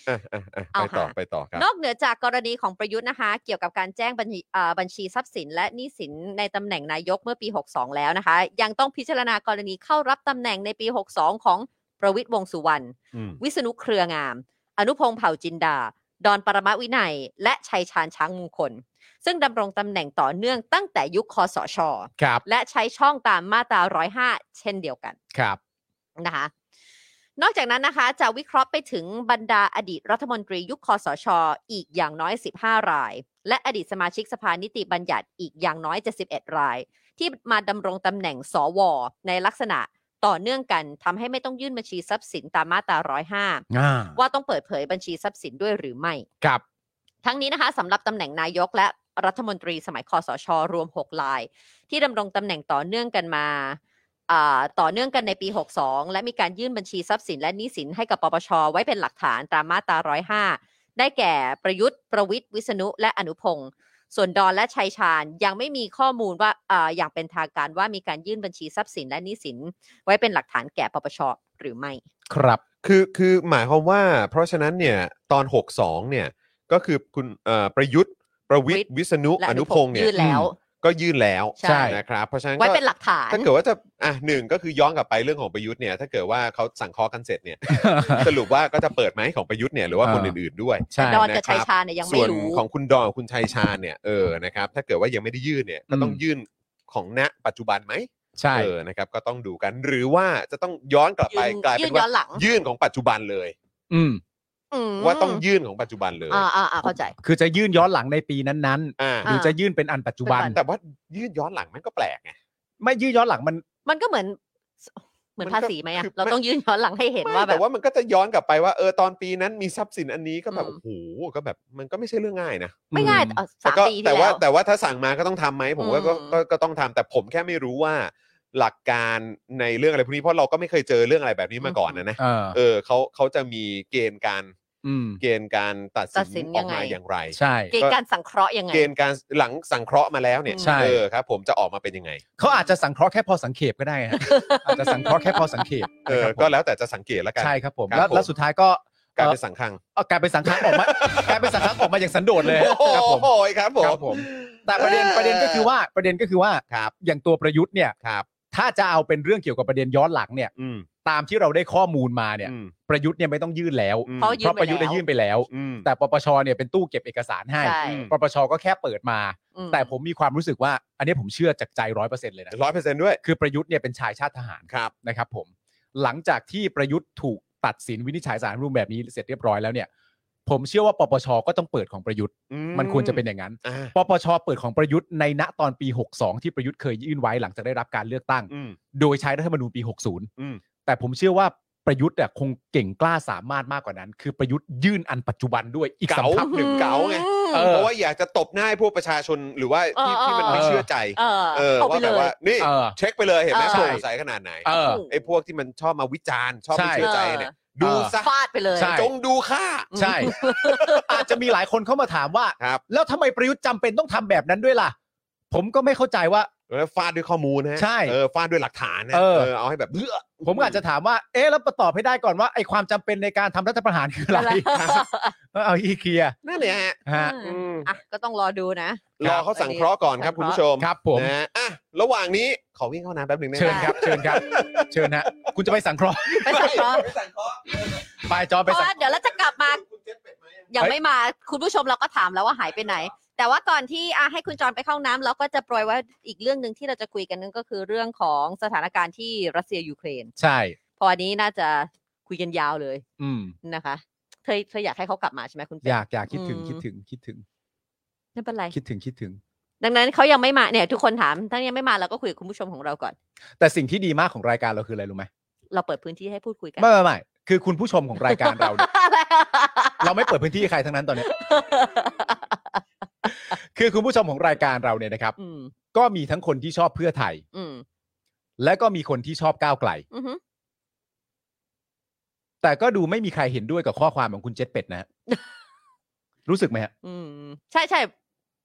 S2: อ่ะอ่ะอ่ะ
S4: เอา
S2: ไปต่อ
S4: ค่ะ
S2: ไปต่อครับ
S4: นอกเหนือจากกรณีของประยุทธ์นะคะ เกี่ยวกับการแจ้งบัญชีเอ่อบัญชีทรัพย์สิน และหนี้สินในตำแหน่งนายกเมื่อปี 62 แล้วนะคะ ยังต้องพิจารณากรณีเข้ารับตำแหน่งในปี 62 ของประวิทย์วงษ์สุวรรณ
S2: อืม
S4: วิษณุเครืองาม อนุพงษ์เผ่าจินดา ดอนปรมวินัย และชัยชาญช้างมงคล ซึ่งดำรงตำแหน่งต่อเนื่องตั้งแต่ยุคคอสช
S3: ครับ
S4: และใช้ช่องตามมาตรา 105 เช่นเดียวกัน
S3: ครับ
S4: นะคะ นอกจากนั้นนะคะจะวิเคราะห์ไปถึงบรรดาอดีตรัฐมนตรียุคคอสช อีกอย่างน้อย 15 ราย และอดีตสมาชิกสภานิติบัญญัติอีกอย่างน้อย 71 ราย ที่มาดำรงตำแหน่งสว ในลักษณะต่อเนื่องกันทำให้ไม่ต้องยื่นบัญชีทรัพย์สินตามมาตรา
S3: อ่า
S4: 105 ว่าต้องเปิดเผยบัญชีทรัพย์สินด้วยหรือไม่
S3: ครับ
S4: ทั้งนี้นะคะสำหรับตำแหน่งนายกและรัฐมนตรีสมัยคอสช รวม 6 ลาย ที่ดำรงตำแหน่งต่อเนื่องกันมาอ่าต่อเนื่องกันในปี 62 และมีการยื่นบัญชีทรัพย์สินและหนี้สินให้กับปปช ไว้เป็นหลักฐานตามมาตรา 105 ได้แก่ประยุทธ์ ประวิทย์วิษณุ และอนุพงศ์ส่วนดอนและชัยชาญยังไม่มีข้อมูลว่าอาอย่างเป็นทางการว่ามีการยื่นบัญชีทรัพย์สินและหนี้สิน ไว้เป็นหลักฐานแก่ปปช หรือไม่
S3: ครับ
S2: คือคือหมายความว่า เพราะฉะนั้นเนี่ยตอน 62 เนี่ยก็คือคุณเอ่อประยุทธ์ประวิทย์
S4: ประวิตร
S2: วิษณุ
S4: และ
S2: อ
S4: อ
S2: นุ
S4: นุ
S2: พ
S4: พ
S2: ง
S4: ง
S2: ษ์
S4: ศ์
S2: เนี่ย
S4: ยื่นแล้ว
S2: ก็ยื่นแล้ว
S4: ใช่
S2: นะครับเพราะฉะนั้น
S4: ไว้เป็นหลักฐาน
S2: ถ้าเกิดว่าจะอ่ะหนึ่งก็คือยอนกลับไปเรื่องของประยุทธ์เนี่ยถ้าเกิดว่าเขาสั่งเคอกันเสร็จ (laughs) เนี่ย สรุปว่าก็จะเปิดไหมของประยุทธ์เนี่ยหรือว่าคน
S3: อ่า
S2: อื่นๆด้วย
S3: ใช่
S4: ดอนกับ
S2: นะครับ
S4: ชัยชาญเนี่ยยัง
S2: ส่
S4: ไม่
S2: วน
S4: รู้
S2: ของคุณดอนกับคุณชัยชาญเนี่ยเออนะครับถ้าเกิดว่ายังไม่ได้ยื่นเนี่ยก็ต้องยื่นของณปัจจุบันไหม
S3: ใช่
S2: เออนะครับก็ต้องดูกันหรือว่าจะต้องย้อนกลับไป
S4: ยื่น
S2: กลายเป็น
S4: ยื่นย้
S2: ว่า
S4: อนหลัง
S2: ยื่นของปัจจุบันเลย
S3: อืม
S4: อืม
S2: ว่าต้องยื่นของปัจจุบันเลย
S4: อ่าอ่าอ่าเข้าใจ
S3: คือจะยื่นย้อนหลังในปีนั้น
S2: อ่า
S3: ๆหรือจะยื่นเป็นอันปัจจุบัน
S4: เป็นอัน
S2: แต่ว่ายื่นย้อนหลังมันก็แปลกไง
S3: ไม่ยื่นย้อนหลังมัน
S4: มันก็เหมือนเหมือน
S2: มันก็
S4: ภาษีไหมอะ
S2: คือ
S4: เราต้องยื่นย้อนหลังให้เห็น
S2: ไม่
S4: ว่าแบ
S2: แต่
S4: บ
S2: ว่ามันก็จะย้อนกลับไปว่าเออตอนปีนั้นมีทรัพย์สินอันนี้ก็แบบ
S4: อืม
S2: โอ้โหก็แบบมันก็ไม่ใช่เรื่องง่ายนะ
S4: ไม่ง่าย
S3: อืม
S4: เอ่อ
S2: แต่
S4: สาม
S2: ก็
S4: ปีที่
S2: แต่ว่า
S4: แล้ว
S2: แต่ว่าถ้าสั่งมาก็ต้องทำไหมผมว่าก็
S4: อืม
S2: ก็ก็ต้องทำแต่ผมแค่ไม่รู้ว่า หลักการในเรื่องอะไรพวกนี้เพราะเราก็ไม่เคยเจอเรื่องอะไรแบบนี้มาก่อนนะนะ
S3: เออ
S2: เออเขาเขาจะมีเกณฑ์การ
S3: อืม
S2: เกณฑ์การตัด
S4: ตัดสิ
S2: สิน
S4: น
S2: อ
S4: ยั
S2: อก
S4: งไง
S2: มาอย่างไร
S3: ใช่
S4: เกณฑ์การสังเคราะห์ยังไง
S2: เกณฑ์การหลังสังเคราะห์มาแล้วเนี่ย
S3: ใช่
S2: เออครับผมจะออกมาเป็นยังไง
S3: เขาอาจจะสังเคราะห์แค่พอสังเขปก็ได้ฮะ อาจจะสังเคราะห์แค่พอสังเขป
S2: เออ
S3: นะครับผม
S2: ก็แล้วแต่จะสังเกตแล้วกัน
S3: ใช่ครับผม
S2: ครับ
S3: แล้ว
S2: ผม
S3: แล้วสุดท้ายก็
S2: กลาร
S3: เอ่อ
S2: เป็นสังคัง
S3: เอากลายเป็นสังฆังออกมากลายเป็นสังฆังออกมาอย่างสันโดษเลยครับผม
S2: โอ้ยครับผม
S3: ครับผม แต่ประเด็นประเด็นก็คือว่าประเด็นก็คือว่า
S2: ครับ
S3: อย่างตัวประยุทธ์เนี่ย
S2: ครับ
S3: ถ้าจะเอาเป็นเรื่องเกี่ยวกับประเด็นย้อนหลังเนี่ย
S2: อืม
S3: ตามที่เราได้ข้อมูลมาเนี่ย
S2: อืม
S3: ประยุทธ์เนี่ยไม่ต้องยื่นแล้ว
S2: อืม
S4: เพราะ
S3: เพราะประยุทธ์ได้ยื่นไปแล้ว
S2: อืม
S3: แต่ปปชเนี่ยเป็นตู้เก็บเอกสารให้
S4: ใช่
S2: ม
S3: ปปชก็แค่เปิดมา
S4: อืม
S3: แต่ผมมีความรู้สึกว่า อันนี้ผมเชื่อจากใจร้อยเปอร์เซ็นต์เลยนะ
S2: ร้อยเปอร์เซ็นต์ด้วย
S3: คือประยุทธ์เนี่ยเป็นชายชาติทหาร
S2: ครับ
S3: นะครับผม หลังจากที่ประยุทธ์ถูกตัดสินวินิจฉัยสารรัฐธรรมนูปแบบนี้เสร็จเรียบร้อยแล้วเนี่ย ผมเชื่อว่าปปชก็ต้องเปิดของประยุทธ์
S2: อื
S3: มันควรจะเป็นอย่างนั้น
S2: อ่า
S3: ปปชเปิดของประยุทธ์ในณตอนปี 62 ที่ประยุทธ์เคยยื่นไว้หลังจากได้รับการเลือกตั้ง
S2: อืม
S3: โดยใช้รัฐธรรมนูญปี
S2: อืม
S3: 60 แต่ผมเชื่อว่าประยุทธ์อะคงเก่งกล้าสามารถมากกว่านั้น คือประยุทธ์ยื่นอันปัจจุบันด้วยอีก
S2: เก๋า
S3: สำทับ
S2: หนึ่งเก๋าไง
S3: เออ
S2: เพราะว่าอยากจะตบหน้าให้พวกประชาชนหรือว่าที่
S4: เออ
S2: ที่มันไม่เชื่อใจ
S4: เออ
S2: เออ
S4: เอาไป
S2: ว่า
S4: เล
S2: แบบ
S4: ย
S2: ว่านี่
S3: เออ
S2: เช็คไปเลยเห็นไหม
S4: เออ
S2: โปร่งใสขนาดไหน
S3: เออ
S2: ไอ้พวกที่มันชอบมาวิจารณ์ชอบไม่
S3: ใช่
S2: เชื่อใจเนี่ย ดูซะ
S4: ฟาดไปเลย
S3: ใช่
S2: จงดูค่า
S3: ใช่ อาจจะมีหลายคนเข้ามาถามว่า
S2: ครับ
S3: แล้วทำไมประยุทธ์จำเป็นต้องทำแบบนั้นด้วยล่ะ ผมก็ไม่เข้าใจว่า
S2: แล้วฟาดด้วยข้อมูลนะฮะ
S3: ใช่
S2: เออฟาดด้วยหลักฐานนะ
S3: เออ
S2: เอาให้แบบเบื่อ
S3: ผมอาจจะถามว่า เอ๊ะแล้วตอบให้ได้ก่อนว่าไอความจำเป็นในการทำรัฐประหารคืออะไร
S4: อะไร
S3: ครับเอาอีเคลียร์
S2: นั่นแหละฮะ
S3: ฮะ
S4: อืมอ่ะก็ต้องรอดูนะ
S2: รอเขาสังเคราะห์ก่อนครับ
S4: สั
S2: คุณ
S4: งเคราะห์
S2: ผู้ชม
S3: ครับผม
S2: นะฮะอ่ะระหว่างนี้ขอวิ่งเข้าน้ำแป๊บหนึ่งได้ไหม
S3: เชิญครับ เชิญครับ เชิญฮะ คุณจะไปสังเคราะห์ (laughs)
S4: ไปสังเคราะห์
S2: ไปสังเคราะห์
S3: ไปจอไป
S4: เพราะ
S3: สัง
S4: ว่าเดี๋ยวเราจะกลับมา ยังไม่มาคุณผู้ชมเราก็ถามแล้วว่าหายไปไหน แต่ว่าก่อนที่อ่ะให้คุณจรไปเข้าน้ำเราก็จะโปรยไว่าอีกเรื่องหนึ่งที่เราจะคุยกันนั่นก็คือเรื่องของสถานการณ์ที่รัสเซียยูเครน
S3: ใช่
S4: พออันนี้น่าจะคุยกันยาวเลย
S3: อืม
S4: นะคะ เธอเธออยากให้เขากลับมาใช่ไหมคุณเป็ด
S3: อยากอยากคิดถึง
S4: อืม
S3: คิดถึงคิดถึง
S4: ไม่เป็นไร
S3: คิดถึงคิดถึง
S4: ดังนั้นเขายังไม่มาเนี่ย ทุกคนถามถ้ายังไม่มาเราก็คุยกับคุณผู้ชมของเราก่อน
S3: แต่สิ่งที่ดีมากของรายการเราคืออะไรรู้ไหม
S4: เราเปิดพื้นที่ให้พูดคุยกัน
S3: ไม่ไม่ไม่คือคุณผู้ชมของรายการเราเนี่ย เราไม่เปิดพื้นที่ให้ใครทั้งนั้นตอนเนี้ยคือคุณผู้ชมของรายการเราเนี่ยนะครับ
S4: (laughs) อืม
S3: ก็มีทั้งคนที่ชอบเพื่อไทย
S4: อืม
S3: และก็มีคนที่ชอบก้าวไกล
S4: อือหือ
S3: แต่ก็ดูไม่มีใครเห็นด้วยกับข้อความของคุณเจษเป็ด
S4: (laughs)
S3: นะฮะ รู้สึกไหมฮะ
S4: อืมใช่ใช่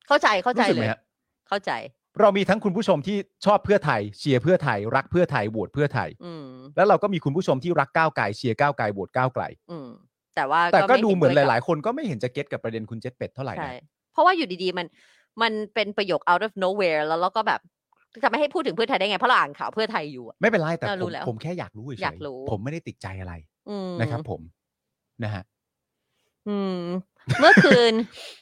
S4: เข้าใจเข้าใจ
S3: รู้สึก
S4: เล
S3: ไหม
S4: ย
S3: ฮะ
S4: เข้าใจ
S3: เรามีทั้งคุณผู้ชมที่ชอบเพื่อไทย เชียร์เพื่อไทย รักเพื่อไทยโหวตเพื่อไทย
S4: อืม
S3: แล้วเราก็มีคุณผู้ชมที่รักก้าวไกลเชียร์ก้าวไกลโหวตก้าวไกล
S4: อืม แต่ว่า
S3: แต่ก็ดู
S4: ไ
S3: เหมือนห
S4: ด้วย
S3: ลาย ๆ คนก็ไม่เห็นจะเก็ตกับประเด็นคุณเจษเป็ดเท่าไหร่
S4: ใช่
S3: นะ
S4: เพราะว่าอยู่ดีๆ มัน มันเป็นประโยค out of nowhere แล้วเราก็แบบจะไม่ให้พูดถึงเพื่อไทยได้ไง เพราะเราอ่านข่าวเพื่อไทยอยู่อะ
S3: ไม่เป็นไรแต่
S4: เรา
S3: ผ
S4: รู้
S3: ม
S4: แล้ว
S3: ผมแค่อยากรู้เฉย
S4: อยากรู้
S3: ๆผมไม่ได้ติดใจอะไร
S4: อืม
S3: นะครับ ผมนะฮะ
S4: อืม เมื่อคืน (laughs)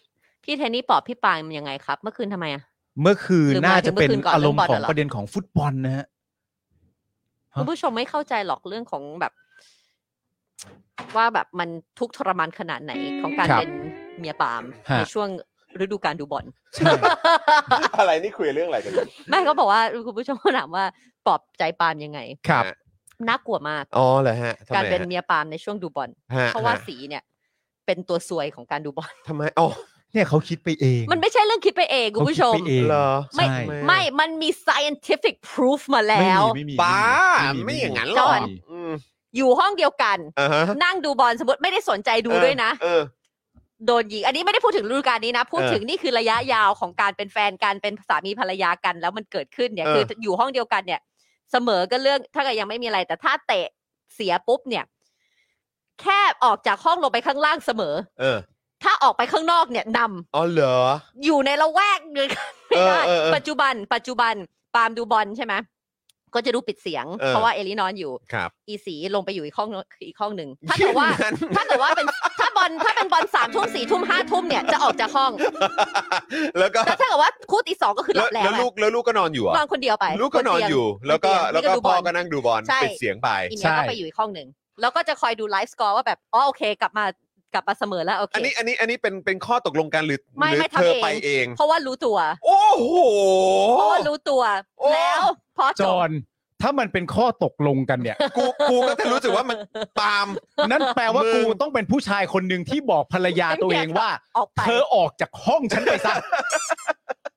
S4: พี่เทนนี่ปอบพี่ปายมันยังไงครับ เมื่อคืนทำไมอะ
S3: เมื่อคืน
S4: หรือ
S3: น่าจะเป็น
S4: หมายถึงเมื่อคืนก่อน
S3: อารมณ์
S4: เรื่อง
S3: ข
S4: บ
S3: อง
S4: อลเหรอ
S3: ประเด็นของฟุตบอลนะฮะ ฮะ
S4: คุณผู้ชมไม่เข้าใจหรอกเรื่องของแบบ ว่าแบบมันทุกข์ทรมานขนาดไหนของการ
S3: ครับ
S4: เป็นเมียปาม
S3: ฮะ
S4: ในช่วงฤดูการดูบอล (laughs)
S3: ใช่
S2: อะไรนี่คุยเรื่องอะไรกันอยู่
S4: ไม่เขาบอกว่าคุณผู้ชมถามว่าปลอบใจปาล์มยังไง
S3: ครับ
S4: น่ากลัวมาก
S2: อ๋อเหรอฮะทำ
S4: การ
S2: ไม
S4: เป็น
S2: ฮะ
S4: เมียปาล์มในช่วงดูบอล
S2: ฮ
S4: เพราะว่า
S2: ฮ
S4: สีเนี่ย เป็นตัวซวยของการดูบอล
S2: ทำไมอ๋อ
S3: เนี่ยเขาคิดไปเอง
S4: มันไม่ใช่เรื่องคิดไปเองคุณผู้ชม
S3: เขาดไปเอง
S2: เหรอ
S4: ไม่
S3: ใช่
S2: ไม่
S4: ไม่มันมี scientific proof มา
S3: ไม่มี
S4: แล้ว
S3: ไม่มี
S2: ป้า
S3: มี
S2: ไม่อย่างนั้น
S3: มี
S2: หรอก
S4: จอห์น
S2: อืม
S4: อยู่ห้องเดียวกัน
S2: อ่าฮะ
S4: นั่งดูบอลสมมติไม่ได้สนใจดูด้วยนะ
S2: เออ
S4: โดนยิงอันนี้ไม่ได้พูดถึงฤดูกาลนี้นะ พูด
S2: เออ
S4: ถึงนี่คือระยะยาวของการเป็นแฟนกันเป็นสามีภรรยากันแล้วมันเกิดขึ้นเนี่ย
S2: เออ
S4: คืออยู่ห้องเดียวกันเนี่ย เสมอก็เรื่องถ้าเกิดยังไม่มีอะไร แต่ถ้าเตะเสียปุ๊บเนี่ย แค่ออกจากห้องลงไปข้างล่างเสมอ
S2: เออ
S4: ถ้าออกไปข้างนอกเนี่ยนำ
S2: อ๋อเหรอ
S4: อยู่ในละแวกเดียวกัน (laughs) ไม่ได้
S2: เออเออเออ
S4: ปัจจุบัน ปัจจุบันปาล์มดูบอลใช่ไหมก็จะดูปิดเสียง
S2: เออ
S4: เพราะว่าเอลินอนอยู่
S2: ครับ
S4: อีสีลงไปอยู่อีกห้องอีกห้องหนึ่งถ้าเกิดว่า
S2: งั้น
S4: ถ้าเกิดว่าเป็นถ้าบอลถ้าเป็นบอลสามทุ่มสี่ทุ่มห้าทุ่มเนี่ยจะออกจากห้อง
S2: (laughs) แล้วก็
S4: แต่ถ้าเกิดว่าคู่ตีสองก็คือห
S2: แล้
S4: ลั
S2: ว
S4: บแล้ว
S2: แล้ว
S4: ไง
S2: ลูกแล้วลูกก็นอนอยู่เหร
S4: นอ
S2: อ่ะ
S4: นคนเดียวไป
S2: ลูกก็นอน
S4: บเตีง
S2: อยู่ แล้วก็
S4: บน
S2: แล้ว
S4: เตี
S2: ก็
S4: ยง
S2: พ่อ
S4: ดูบล
S2: ก็นั่งดูบอล
S4: ใช่
S2: ปิดเสียงไป
S4: อีเมียก็ไปอยู่อีกห้องหนึ่งแล้วก็จะคอยดูไลฟ์สกอร์ว่าแบบอ๋อโอเค กลับมากลับมาเสมอแล้วโอเค
S2: อันนี้อันนี้อันนี้เป็นเป็นข้อตกลงกันหรือ
S4: ไม่
S2: หรือ
S4: ไม่ทำ
S2: เธอ
S4: เอง
S2: ไปเอง
S4: เพราะว่ารู้ตัว
S2: โอ้โห
S4: เพราะว่ารู้ตัว
S2: โอ้
S4: แล้วพอ
S3: จ
S4: จ
S3: อบ ห์นถ้ามันเป็นข้อตกลงกันเนี่ย
S4: (laughs)
S2: กูกูก็จะรู้สึกว่ามันปาล์ม
S3: นั่นแปลว่า
S2: มึง
S3: กูต้องเป็นผู้ชายคนหนึ่งที่บอกภรรยาตัวเองว่า
S4: ออกไป
S3: เธอออกจากห้องฉันไปซะ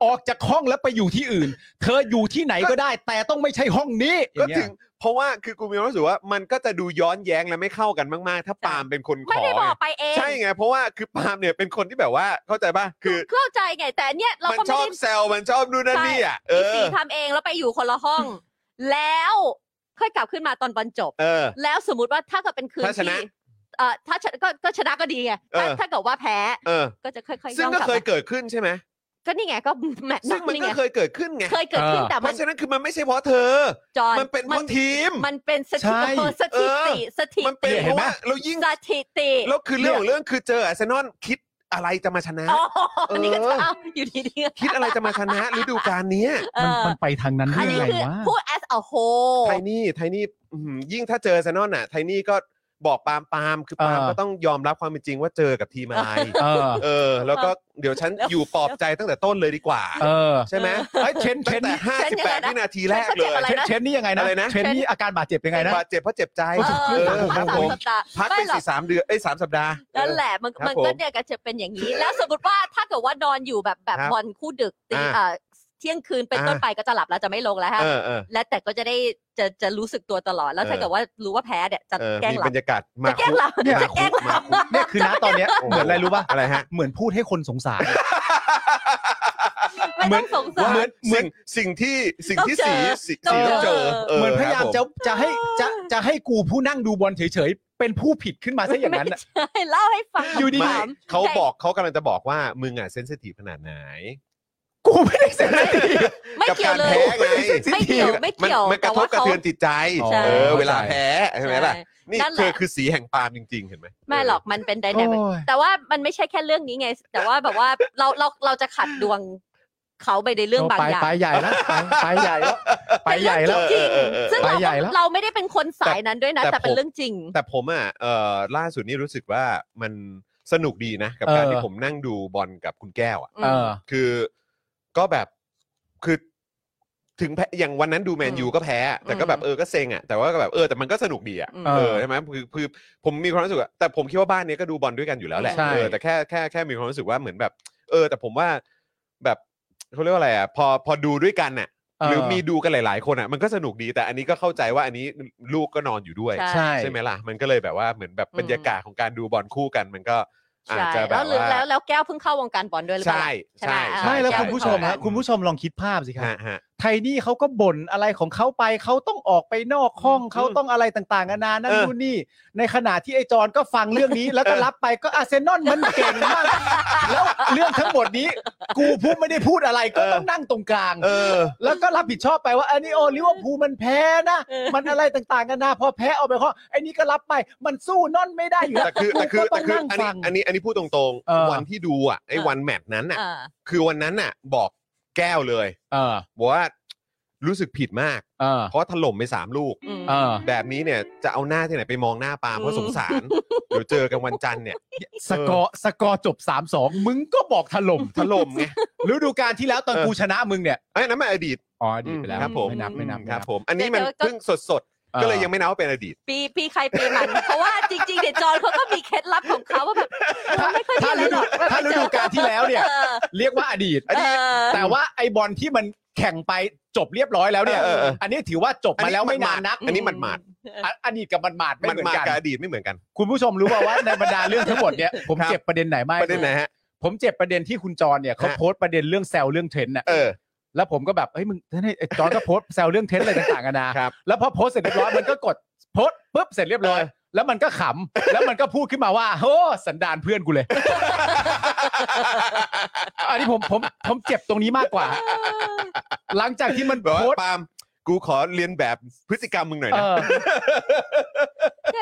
S3: ออกจากห้องแล้วไปอยู่ที่อื่น เธออยู่ที่ไหนก็ได้ แต่ต้องไม่ใช่ห้องนี้อ
S2: ก็
S3: ย่างเงี้
S2: ถึ
S3: ย
S2: ง เพราะว่าคือกูมีความรู้สึกว่ามันก็จะดูย้อนแย้งและไม่เข้ากันมากๆ ถ้าปาล์มเป็นคนข
S4: ไม่
S2: อ
S4: ได้บ
S2: ไง
S4: อกไปเอง
S2: ใช่ไง เพราะว่าคือปาล์มเนี่ยเป็นคนที่แบบว่าเข้าใจป่ะคือ
S4: เข้าใจไง แต่เนี่ยเรา
S2: มัน
S4: ก็
S2: ช
S4: ไม่
S2: อบ
S4: ได้
S2: แซวมันชอบนู่นนั่นนี่อ่ะเอ
S4: อี
S2: อ
S4: สีทำเองแล้วไปอยู่คนละห้อง แล้วค่อยกลับขึ้นมาตอนบอลจบ
S2: เออ
S4: แล้วสมมติว่าถ้าเกิดเป็นคืน
S2: ถ้าชนะ
S4: ที่เอ่อถ้าชนะก็ก็ชนะก็ดีไงถ้า
S2: เออ
S4: ถ้าเกิดว่าแพ้
S2: เออ
S4: ก็จะค่อยๆ
S2: ซึ่ง
S4: ย่อง
S2: ก็
S4: กลับ
S2: เคย
S4: มา
S2: เกิดขึ้นใช่ไหม
S4: ก็นี่ไงก็แมตช์
S2: ซึ่งมัน
S4: นี่
S2: ก็
S4: ไง
S2: เคยเกิดขึ้นไง
S4: เคยเกิดขึ้นแต่
S2: เพ
S4: มัน
S2: ราะฉะนั้นคือมันไม่ใช่เพราะเธอ
S4: จอน
S2: มันเป็นเพราะทีม
S4: มันเป็นสถิติสถิติสถิ
S2: มันเป็น
S4: ติ
S2: เพราะว่าเรายิ่ง
S4: สถิติ
S2: แล้วคือเรื่องของเรื่องคือเจออาร์เซนอลคิดอะไรจะมาชนะ
S4: อ๋อ
S2: เออ
S4: นี่ก็เอาอยู่ดีๆ
S2: คิดอะไรจะมาชนะฤดูกาลเนี้ย
S4: เอ
S3: มัน
S4: อ
S3: มันไปทางนั้น
S4: อั
S3: ได้
S4: น
S3: ยัง
S4: นี้
S3: ไง
S4: คือ
S3: วะ
S4: พูด as a whole
S2: ไทนี่ไทนี่อื้อหือยิ่งถ้าเจออาร์เซนอลน่ะไทนี่ก็บอกปาล์มปาล์มคือปาล์มก็ต้องยอมรับความเป็นจริงว่าเจอกับทีมอะไร
S3: เออ
S2: เออ แล้วก็เดี๋ยวฉันอยู่ปลอบใจตั้งแต่ต้นเลยดีกว่า
S3: เออ
S2: ใช่ไหม
S3: ไอ้ยเชนเช
S2: ตั้งแต่
S3: นนี่
S2: ห้าสิบแปดวินาทีแรก
S4: ฉัน
S2: เล
S4: เจ็
S2: ย
S4: บอะไร
S3: เชนเชนนี่ยังไงนะ
S2: อะไรนะ
S3: เชนนี่อาการบาดเจ็บยังไงนะ
S2: บาดเจ็บเพราะเจ็บใจ
S4: เออ
S2: เออค
S4: สา
S2: รั
S4: ม
S2: บผ
S4: สา
S2: ม ม
S4: สัปดาห์
S2: พักไป
S4: ไม่หรอก
S2: สี่สามเดือนเอ้ยสามสัปดาห์
S4: นั่นแหละมัน
S2: ครับ
S4: มัน
S2: ผม
S4: ก็เนี่ยก็จะเป็นอย่างนี้ แล้วสมมติว่าถ้าเกิดว่านอนอยู่แบบแบบ
S2: ครับ
S4: บอลคู่ดึกตี
S2: อ่า
S4: เอ่อเที่ยงคืนเป็นต้น
S2: อ่า
S4: ไปก็จะหลับแล้วจะไม่ลงแล้วฮะ
S2: เออเออ
S4: และแต่ก็จะได้จะจะรู้สึกตัวตลอดแล้วถ้า
S2: เออ
S4: เกิดว่ารู้ว่าแพ้เนี่ยจะ
S2: เออ
S4: แกล้ง
S2: มี
S4: หลั
S2: บบ รรยากาศมา
S4: จะแกล้งหลับ
S3: เนี่ย
S4: จะแกล้งหลับ
S3: เนี่ยคือนะตอนเนี้ยเหมือนอะไรรู้ป่ะ
S2: อะไรฮะ
S3: เหมือนพูดให้คนสงสาร
S4: ไม่ต้องส
S2: ว่า
S4: งสา
S2: เห
S4: ร
S2: มือนเหมือนสิ่งที่สิ่งที่
S4: ต้
S2: สี
S4: องเจอ
S2: สี
S4: ต้อ
S2: สี
S4: ง
S2: ต้องเจ
S4: เจ
S2: อ
S4: อ
S3: เหมือนพยายาม
S2: ค
S3: จะ
S2: รับผ
S3: จะให้จะจะให้กูผู้นั่งดูบอลเฉยๆเป็นผู้ผิดขึ้นมาซะอย่างนั้น
S4: ไม่
S3: น่ะ
S4: ใช่เล่าให้ฟัง
S3: อยู่ดี
S4: ถาม
S2: เขาบอกเขากำลังจะบอกว่ามึงอ่ะเซนซิทีฟขนาดไหน
S3: กูไม่ได้เสียนาที
S4: ไม่เกี่ยวเล
S2: บ
S4: ย
S2: การแพ้ไง
S4: ไม่เกี่ยวไม่เกี่ยว
S2: มันมันก
S4: แต่
S2: ระทบ
S4: ว่าก
S2: ระ
S4: เขา
S2: เทือนจิตใจ
S4: ใช่
S2: เออเวลาแพ้ใช่ไหมล่ะ
S4: ใช่
S2: นี่
S4: นั่นแห
S2: เธ
S4: ละ
S2: อคือสีแห่งปาล์มจริง ๆ เห็นไหม
S4: ไม่หรอกมันเป็นไดนามิก
S3: โอ้ย
S4: แต่ว่ามันไม่ใช่แค่เรื่องนี้ไง แต่ว่าแบบว่าเราเราเราจะขัดดวงเขาไปในเรื่องบาง
S3: ไป
S4: อย่าง
S3: ไปใหญ่แล้วไปไปใหญ่แล้วไป
S4: เป็น
S3: ให
S4: เรื่
S3: ญ่
S4: อง
S3: แล้ว
S4: จริง
S2: เออเออเออ
S4: ซึ่งเรา
S3: ไปใหญ่แล้ว
S4: เราไม่ได้เป็นคนสายนั้นด้วยนะ
S2: แต่
S4: แต่เป็
S2: ผ
S4: น
S2: ม
S4: เรื่องจริง
S2: แต่ผมอ่ะเอ่อล่าสุดนี้รู้สึกว่ามันสนุกดีนะ กับการ
S3: เออ
S2: ที่ผมนั่งดูบอลกับคุณแก้วอ่ะ
S3: เออ
S2: คือก็แบบคือถึงแพ้อย่างวันนั้นดูแมนยูก็แพ้ แต่ก็แบบเออก็เซ็งอ่ะแต่ว่าก็แบบเออแต่มันก็สนุกดีอ่ะ
S4: อืม
S3: เอ
S2: เออใช่ไหมคือคือผมมีความรู้สึกว่าแต่ผมคิดว่าบ้านเนี้ยก็ดูบอลด้วยกันอยู่แล้วแหละ
S3: ใช่
S2: เออแต่แค่แค่แค่มีความรู้สึกว่าเหมือนแบบ เออ แต่ผมว่าแบบเขาเรียกว่าอะไรอ่ะพอพอดูด้วยกันน่ะ
S3: เ
S2: หรือมีดูกันหลาย ๆ คนอ่ะมันก็สนุกดีแต่อันนี้ก็เข้าใจว่าอันนี้ลูกก็นอนอยู่ด้วย
S3: ใช่
S2: ใช่ไหมล่ะ มันก็เลยแบบว่าเหมือนแบบ
S4: อืม
S2: บรรยากาศของการดูบอลคู่กัน มันก็อาจ
S4: ใช่
S2: จะแบ
S4: แล้ว
S2: บ
S4: หรือ
S2: ว่า
S4: แล้วแล้วแก้วเพิ่งเข้าวงการบอลด้วยหรือเปล่า
S2: ใช่
S4: ใช่ไหม
S2: ใช่
S4: อ่า
S3: ไม่แล้ว
S4: ใช่
S3: คุณผู้ชมฮะคุณผู้ชมลองคิดภาพสิครับ
S2: ฮะฮะ
S3: ไทนี่เขาก็บ่นอะไรของเขาไปเขาต้องออกไปนอกห้อง
S2: อืม
S3: เขาต้องอะไรต่างๆนานานั่น
S2: เออ
S3: นู่นนี่ ในขณะที่ไอจอนก็ฟังเรื่องนี้ แล้วก็รับไปก็อาร์เซนอลมันเก่งมาก แล้วเรื่องทั้งหมดนี้ กูพูดไม่ได้พูดอะไรก็ต้องนั่งตรงกลาง
S2: เออ
S3: แล้วก็รับผิดชอบไปว่าอันนี้โอลิเวอร์พูลมันแพ้นะ
S4: เออ
S3: มันอะไรต่างๆกันนะพอแพ้เอาไปข้อไอ้นี่ก็รับไปมันสู้นอนไม่ได้อยู่
S2: แต่คือแต่คือ
S3: กูก็ต้
S2: แต่
S3: อง
S2: คือ
S3: นั่ง
S2: อัน
S3: ฟั
S2: นี้
S3: ง
S2: อันนี้อันนี้พูดตรง
S3: เออ
S2: ๆ วันที่ดูอ่ะไอ้
S4: เออ
S2: วันแมตช์นั้นอ่ะ
S4: อ่า
S2: คือวันนั้นน่ะ บอกแก้วเลย
S3: เออ
S2: บอกว่ารู้สึกผิดมาก
S3: เออ
S2: เพราะถล่มไปสามลูก
S4: อืม
S3: เออ
S2: แบบนี้เนี่ยจะเอาหน้าที่ไหนไปมองหน้าปาล์มเพราะสงสาร เดี๋ยวเจอกันวันจันทร์เนี่ย
S3: สกอร์สกอร์จบ3 2มึงก็บอกถล่ม
S2: ถล่มไง
S3: (laughs) ฤดูกาลที่แล้วตอน
S2: เออ
S3: กูชนะมึงเนี่ย
S2: ไอ้ยนั่นมันอดีต
S3: อ๋ออดีตไปแล้ว
S2: ครับผม
S3: ไม่นับไม่นับ
S2: ครับผม อันนี้มัน
S4: เดี๋ยวก็
S2: เพิ่งสดสดๆก็เลยยังไม่นับว่าเป็นอดีต
S4: ปีปีใครปีมัน
S3: (laughs)
S4: เพราะว่าจริงๆเดี๋ยวจอนเขาก็มีเคล็ดลับของเขาว่าแบบมันไม่ค่อยมี
S3: ถ้า
S4: อะไร
S3: ฤ
S4: หร
S3: ดู
S4: อก
S3: ถ้าฤดูกาลที่แล้วเนี่ย
S4: เออ
S3: เรียกว่าอดีต
S4: เออ
S3: แต่ว่าไอบอลที่มันแข่งไปจบเรียบร้อยแล้วเนี่ย
S2: เออเออเอออั
S3: อันนี้ถือว่าจบมาแล้วไม่นานนัก
S2: อันนี้มันหมาด
S3: อ่ะอดีตกับมันหมาดไม่
S2: มัน
S3: เหมือ
S2: มาน
S3: กัน
S2: กับอดีตไม่เหมือนกัน
S3: คุณผู้ชมรู้ป่าวว่าในบรรดาเรื่องทั้งหมดเนี่ยผม
S2: (laughs) ครับ
S3: เจ็บประเด็นไหนไหมาก
S2: ประเด็นไหนฮะ
S3: ผมเจ็บประเด็นที่คุณจรเนี่ยเขา
S2: ฮะ
S3: โพสต์ประเด็นเรื่องแซวเรื่องเทรนด์น่ะ
S2: เออ
S3: แล้วผมก็แบบเฮ้ยมึงเฮ้ยไอ้จอนก็โพสต์แซวเรื่องเทรน
S2: (laughs)
S3: ด์อะไรต่างๆกันานะครับ แล้วพอโพสต์เสร็จเรียบร้อยมันก็กดโพสต์ปุ๊บเสร็จเรียบร้อยแล้วมันก็ขำแล้วมันก็พูดขึ้นมาว่าโอ้สันดานเพื่อนกู
S2: (laughs)
S3: เลย อันนี้ผมผมผมเจ็บตรงนี้มากกว่า หลังจากที่มัน
S2: บอก
S3: โพส
S2: ว่า
S3: ต์
S2: ปาล์มกูขอเรียนแบบพฤติกรรมมึงหน่อย
S3: เอ
S2: นะ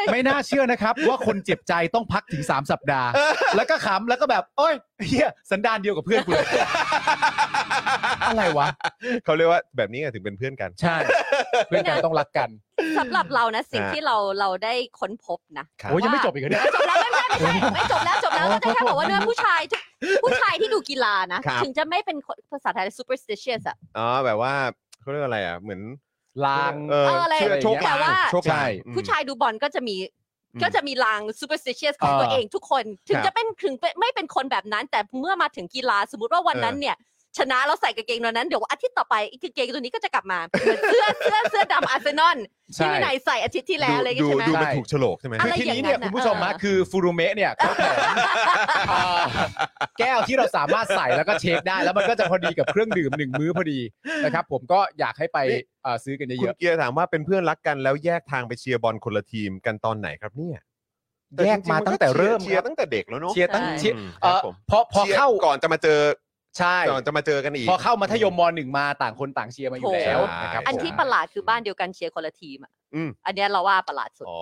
S3: อไม่น่าเชื่อนะครับ ว่าคนเจ็บใจต้องพักถึง 3 สัปดาห์ แล้วก็ขำแล้วก็แบบโอ้ยเฮียสันดานเดียวกับเพื่อนกูเลย (laughs) อะไรวะ
S2: เขาเรียกว่าแบบนี้ไงถึงเป็นเพื่อนกัน
S3: ใช่ เพื่อนกันต้องรักกัน
S4: สำหรับเรานะสิ่ง
S2: อ่า
S4: ที่เราเราได้ค้นพบนะ
S2: ครับ
S3: โอ้ยยังไม่จบอีกเหรอเนี่ย
S4: จบแล้วไม่ไม่ไม่ใช่ไม่จบแล้วจบแล้
S2: (laughs)
S4: ว
S3: อ๋อ
S4: ก็จะแค่บอกว่าเนื้อผู้ชายทุกผู้ชายที่ดูกีฬานะ
S2: ครับ
S4: ถึงจะไม่เป็นคนภาษาไทย superstitious อะ
S2: อ๋อแบบว่าเขาเรียกว่าอะไรอ่ะเหมือน
S3: ลาง
S2: เออ
S4: เอออะไร
S2: เชื่อโชคล
S4: แต่
S2: ง
S4: ว่า
S2: โชคลางอืม
S4: ผู้ชายดูบอลก็จะมี
S2: อืม
S4: ก็จะมีลาง superstitious ของ
S3: อ่า
S4: ตัวเองทุกคน ถึงจะเป็นถึงเป็นไม่เป็นคนแบบนั้น แต่เมื่อมาถึงกีฬาสมมติว่าวันนั้นเนี่ย ชนะแล้วใส่กางเกงตัวนั้นเดี๋ยวอาทิตย์ต่อไปไอ้กางเกงตัวนี้ก็จะกลับมาเหมือนเสื้อ (laughs) เสื้อเสื้อดำอาร์เซนอลที่
S3: ใช่
S4: วินัยใส่อาทิตย์ที่แล้วอะไรอย่าง
S2: ดู
S4: เงี้ยใช่
S2: ดู
S4: ไหม
S2: มันถูกโฉลกใช่ไหม
S4: อะ
S3: คือ
S4: ไร
S3: ที
S4: อย่าง
S3: นี้
S4: นั้
S3: เนี่ย
S4: นน่ะ
S3: คุณผู้ชมฮะ
S4: เออ
S3: คือฟูรุเมะเนี่ยเขาแถมเอ่อแก้วที่เราสามารถใส่แล้วก็เชฟได้ แล้วมันก็จะพอดีกับเครื่องดื่มหนึ่งมื้อพอดีนะครับ ผมก็อยากให้ไปเอ่อซื้อกัน
S2: คุ
S3: เย
S2: ณ
S3: อะ
S2: เกียร์ถามว่าเป็นเพื่อนรักกันแล้วแยกทางไปเชียร์บอลคนละทีมกันตอนไหนครับเนี่ย
S3: ๆแยกมาตั้งแต่เริ่ม
S2: เชียร์ตั้งแต่เด็กแล้วเนาะ
S3: เชียร์ตั้ง
S4: ใช่
S3: เชียร์
S2: ม
S3: เอ่
S2: ค
S3: อ
S2: รับผม
S3: พอพอเข้า
S2: ชียร์ก่อนจะมาเจอ
S3: ใช่
S2: ก่อนจะมาเจอกันอีก
S3: พอเข้ามัธยมมหนึ่งมาต่างคนต่างเชียร์มาอยู่แล้ว
S2: ใช่
S3: นะครับ
S4: อันที่
S3: ผม
S4: ประหลาดคือบ้านเดียวกันเชียร์คนละทีมอะ
S2: อืม
S4: อันเนี้ยเราว่าประหลาดสุด
S2: อ๋อ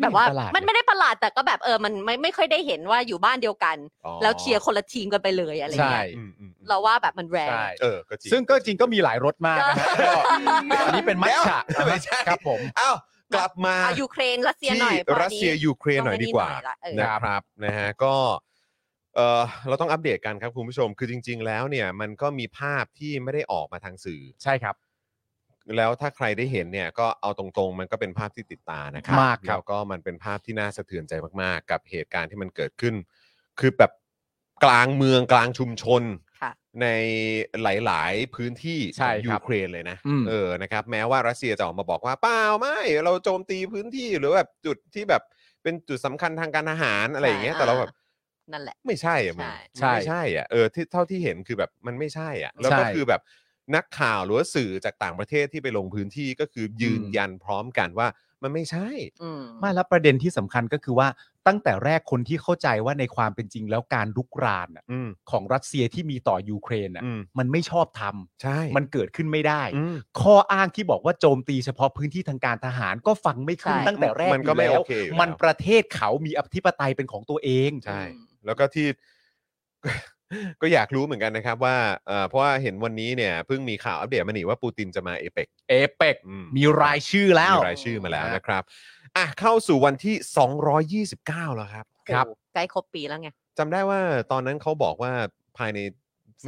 S4: แบบว่า
S3: ไม่ประหลาด
S4: มัน
S3: เลย
S4: ไม่ได้ประหลาดแต่ก็แบบเออมันไม่ไม่ค่อยได้เห็นว่าอยู่บ้านเดียวกัน
S2: อ๋อ
S4: แล้วเชียร์คนละทีมกันไปเลยอะไร
S3: ใช่
S4: เงี้ย
S2: อืมอืมอืม
S4: เราว่าแบบมันแรง
S3: ใช่
S2: เออก็จริง
S3: ซึ่งก็จริงก็มีหลายรสมากนะฮะก็อันนี้เป็นมัทฉะ
S2: เดี๋ยวไม่ใช่
S3: ครับผม
S2: อ้าวกลับมา
S4: เอายูเครนรัสเซีย
S2: ที่
S4: หน่อยตอนนี้
S2: รัสเซียยูเครนหน่อยดีกว่า
S4: ต้งไปนี่หน่อยละเออ
S2: นะครับนะฮะก็เออเราต้องอัปเดตกันครับคุณผู้ชมคือจริง ๆ แล้วเนี่ยมันก็มีภาพที่ไม่ได้ออกมาทางสื่อ
S3: ใช่ครับ
S2: แล้วถ้าใครได้เห็นเนี่ยก็เอาตรงๆ มันก็เป็นภาพที่ติดตานะครับ
S3: มากครับ
S2: แล้วก็มันเป็นภาพที่น่าสะเทือนใจมากๆ กับเหตุการณ์ที่มันเกิดขึ้น คือแบบกลางเมืองกลางชุมชน
S4: ค่ะ
S2: ในหลายๆพื้นที่ข
S3: ใช่
S2: อง
S3: ค
S2: ยู
S3: รับ
S2: เครนเลยนะ
S3: อืม
S2: เออนะครับแม้ว่ารัสเซียจะออกมาบอกว่าเปล่าไม่เราโจมตีพื้นที่หรือแบบจุดที่แบบเป็นจุดสำคัญทางการทหารอะไรอย่างเงี้ย
S4: ใช่
S2: แต่เราแบบ
S4: นั่นแหละ
S2: ไม่ใช่อะมึง
S3: ใช่
S2: ไม่ใช่อะเออที่เท่าที่เห็นคือแบบมันไม่ใช่อะแล้วก็
S3: ใช่
S2: คือแบบนักข่าวหรือว่าสื่อจากต่างประเทศที่ไปลงพื้นที่ก็คือยืน
S3: อืม
S2: ยันพร้อมกันว่า มันไม่ใช่
S4: อืม
S3: ไม่แล้วประเด็นที่สำคัญก็คือว่าตั้งแต่แรกคนที่เข้าใจว่าในความเป็นจริงแล้วการลุกรานน่ะ
S2: อืม
S3: ของรัสเซียที่มีต่อยูเครนน่ะ
S2: อืม
S3: มันไม่ชอบทำ
S2: ใช่
S3: มันเกิดขึ้นไม่ได้
S2: อืม
S3: ข้ออ้างที่บอกว่าโจมตีเฉพาะพื้นที่ทางการทหารก็ฟังไม่ขึ้น
S4: ใช่
S3: ตั้งแต่แรก
S2: มันก็ไม่
S3: ยู่
S2: โอ
S3: แล้ว
S2: เคอยู่
S3: มัน
S2: แล้ว
S3: ประเทศเขามีอธิปไตยเป็นของตัวเอง
S2: ใช่ แล้วก็ที่ (laughs) ก็อยากรู้เหมือนกันนะครับ ว่าเอ่อเพราะว่าเห็นวันนี้เนี่ยเพิ่งมีข่าวอัปเดตมานี่ว่าปูตินจะมาเอเปก
S3: เอเปกมีรายชื่อแล้ว
S2: มีรายชื่อมาแล้วนะครับอ่ะเข้าสู่วันที่ 229 แล้วครับ
S3: ครับ
S4: โอ้ใกล้ครบปีแล้วไง
S2: จำได้ว่าตอนนั้นเขาบอกว่าภายใน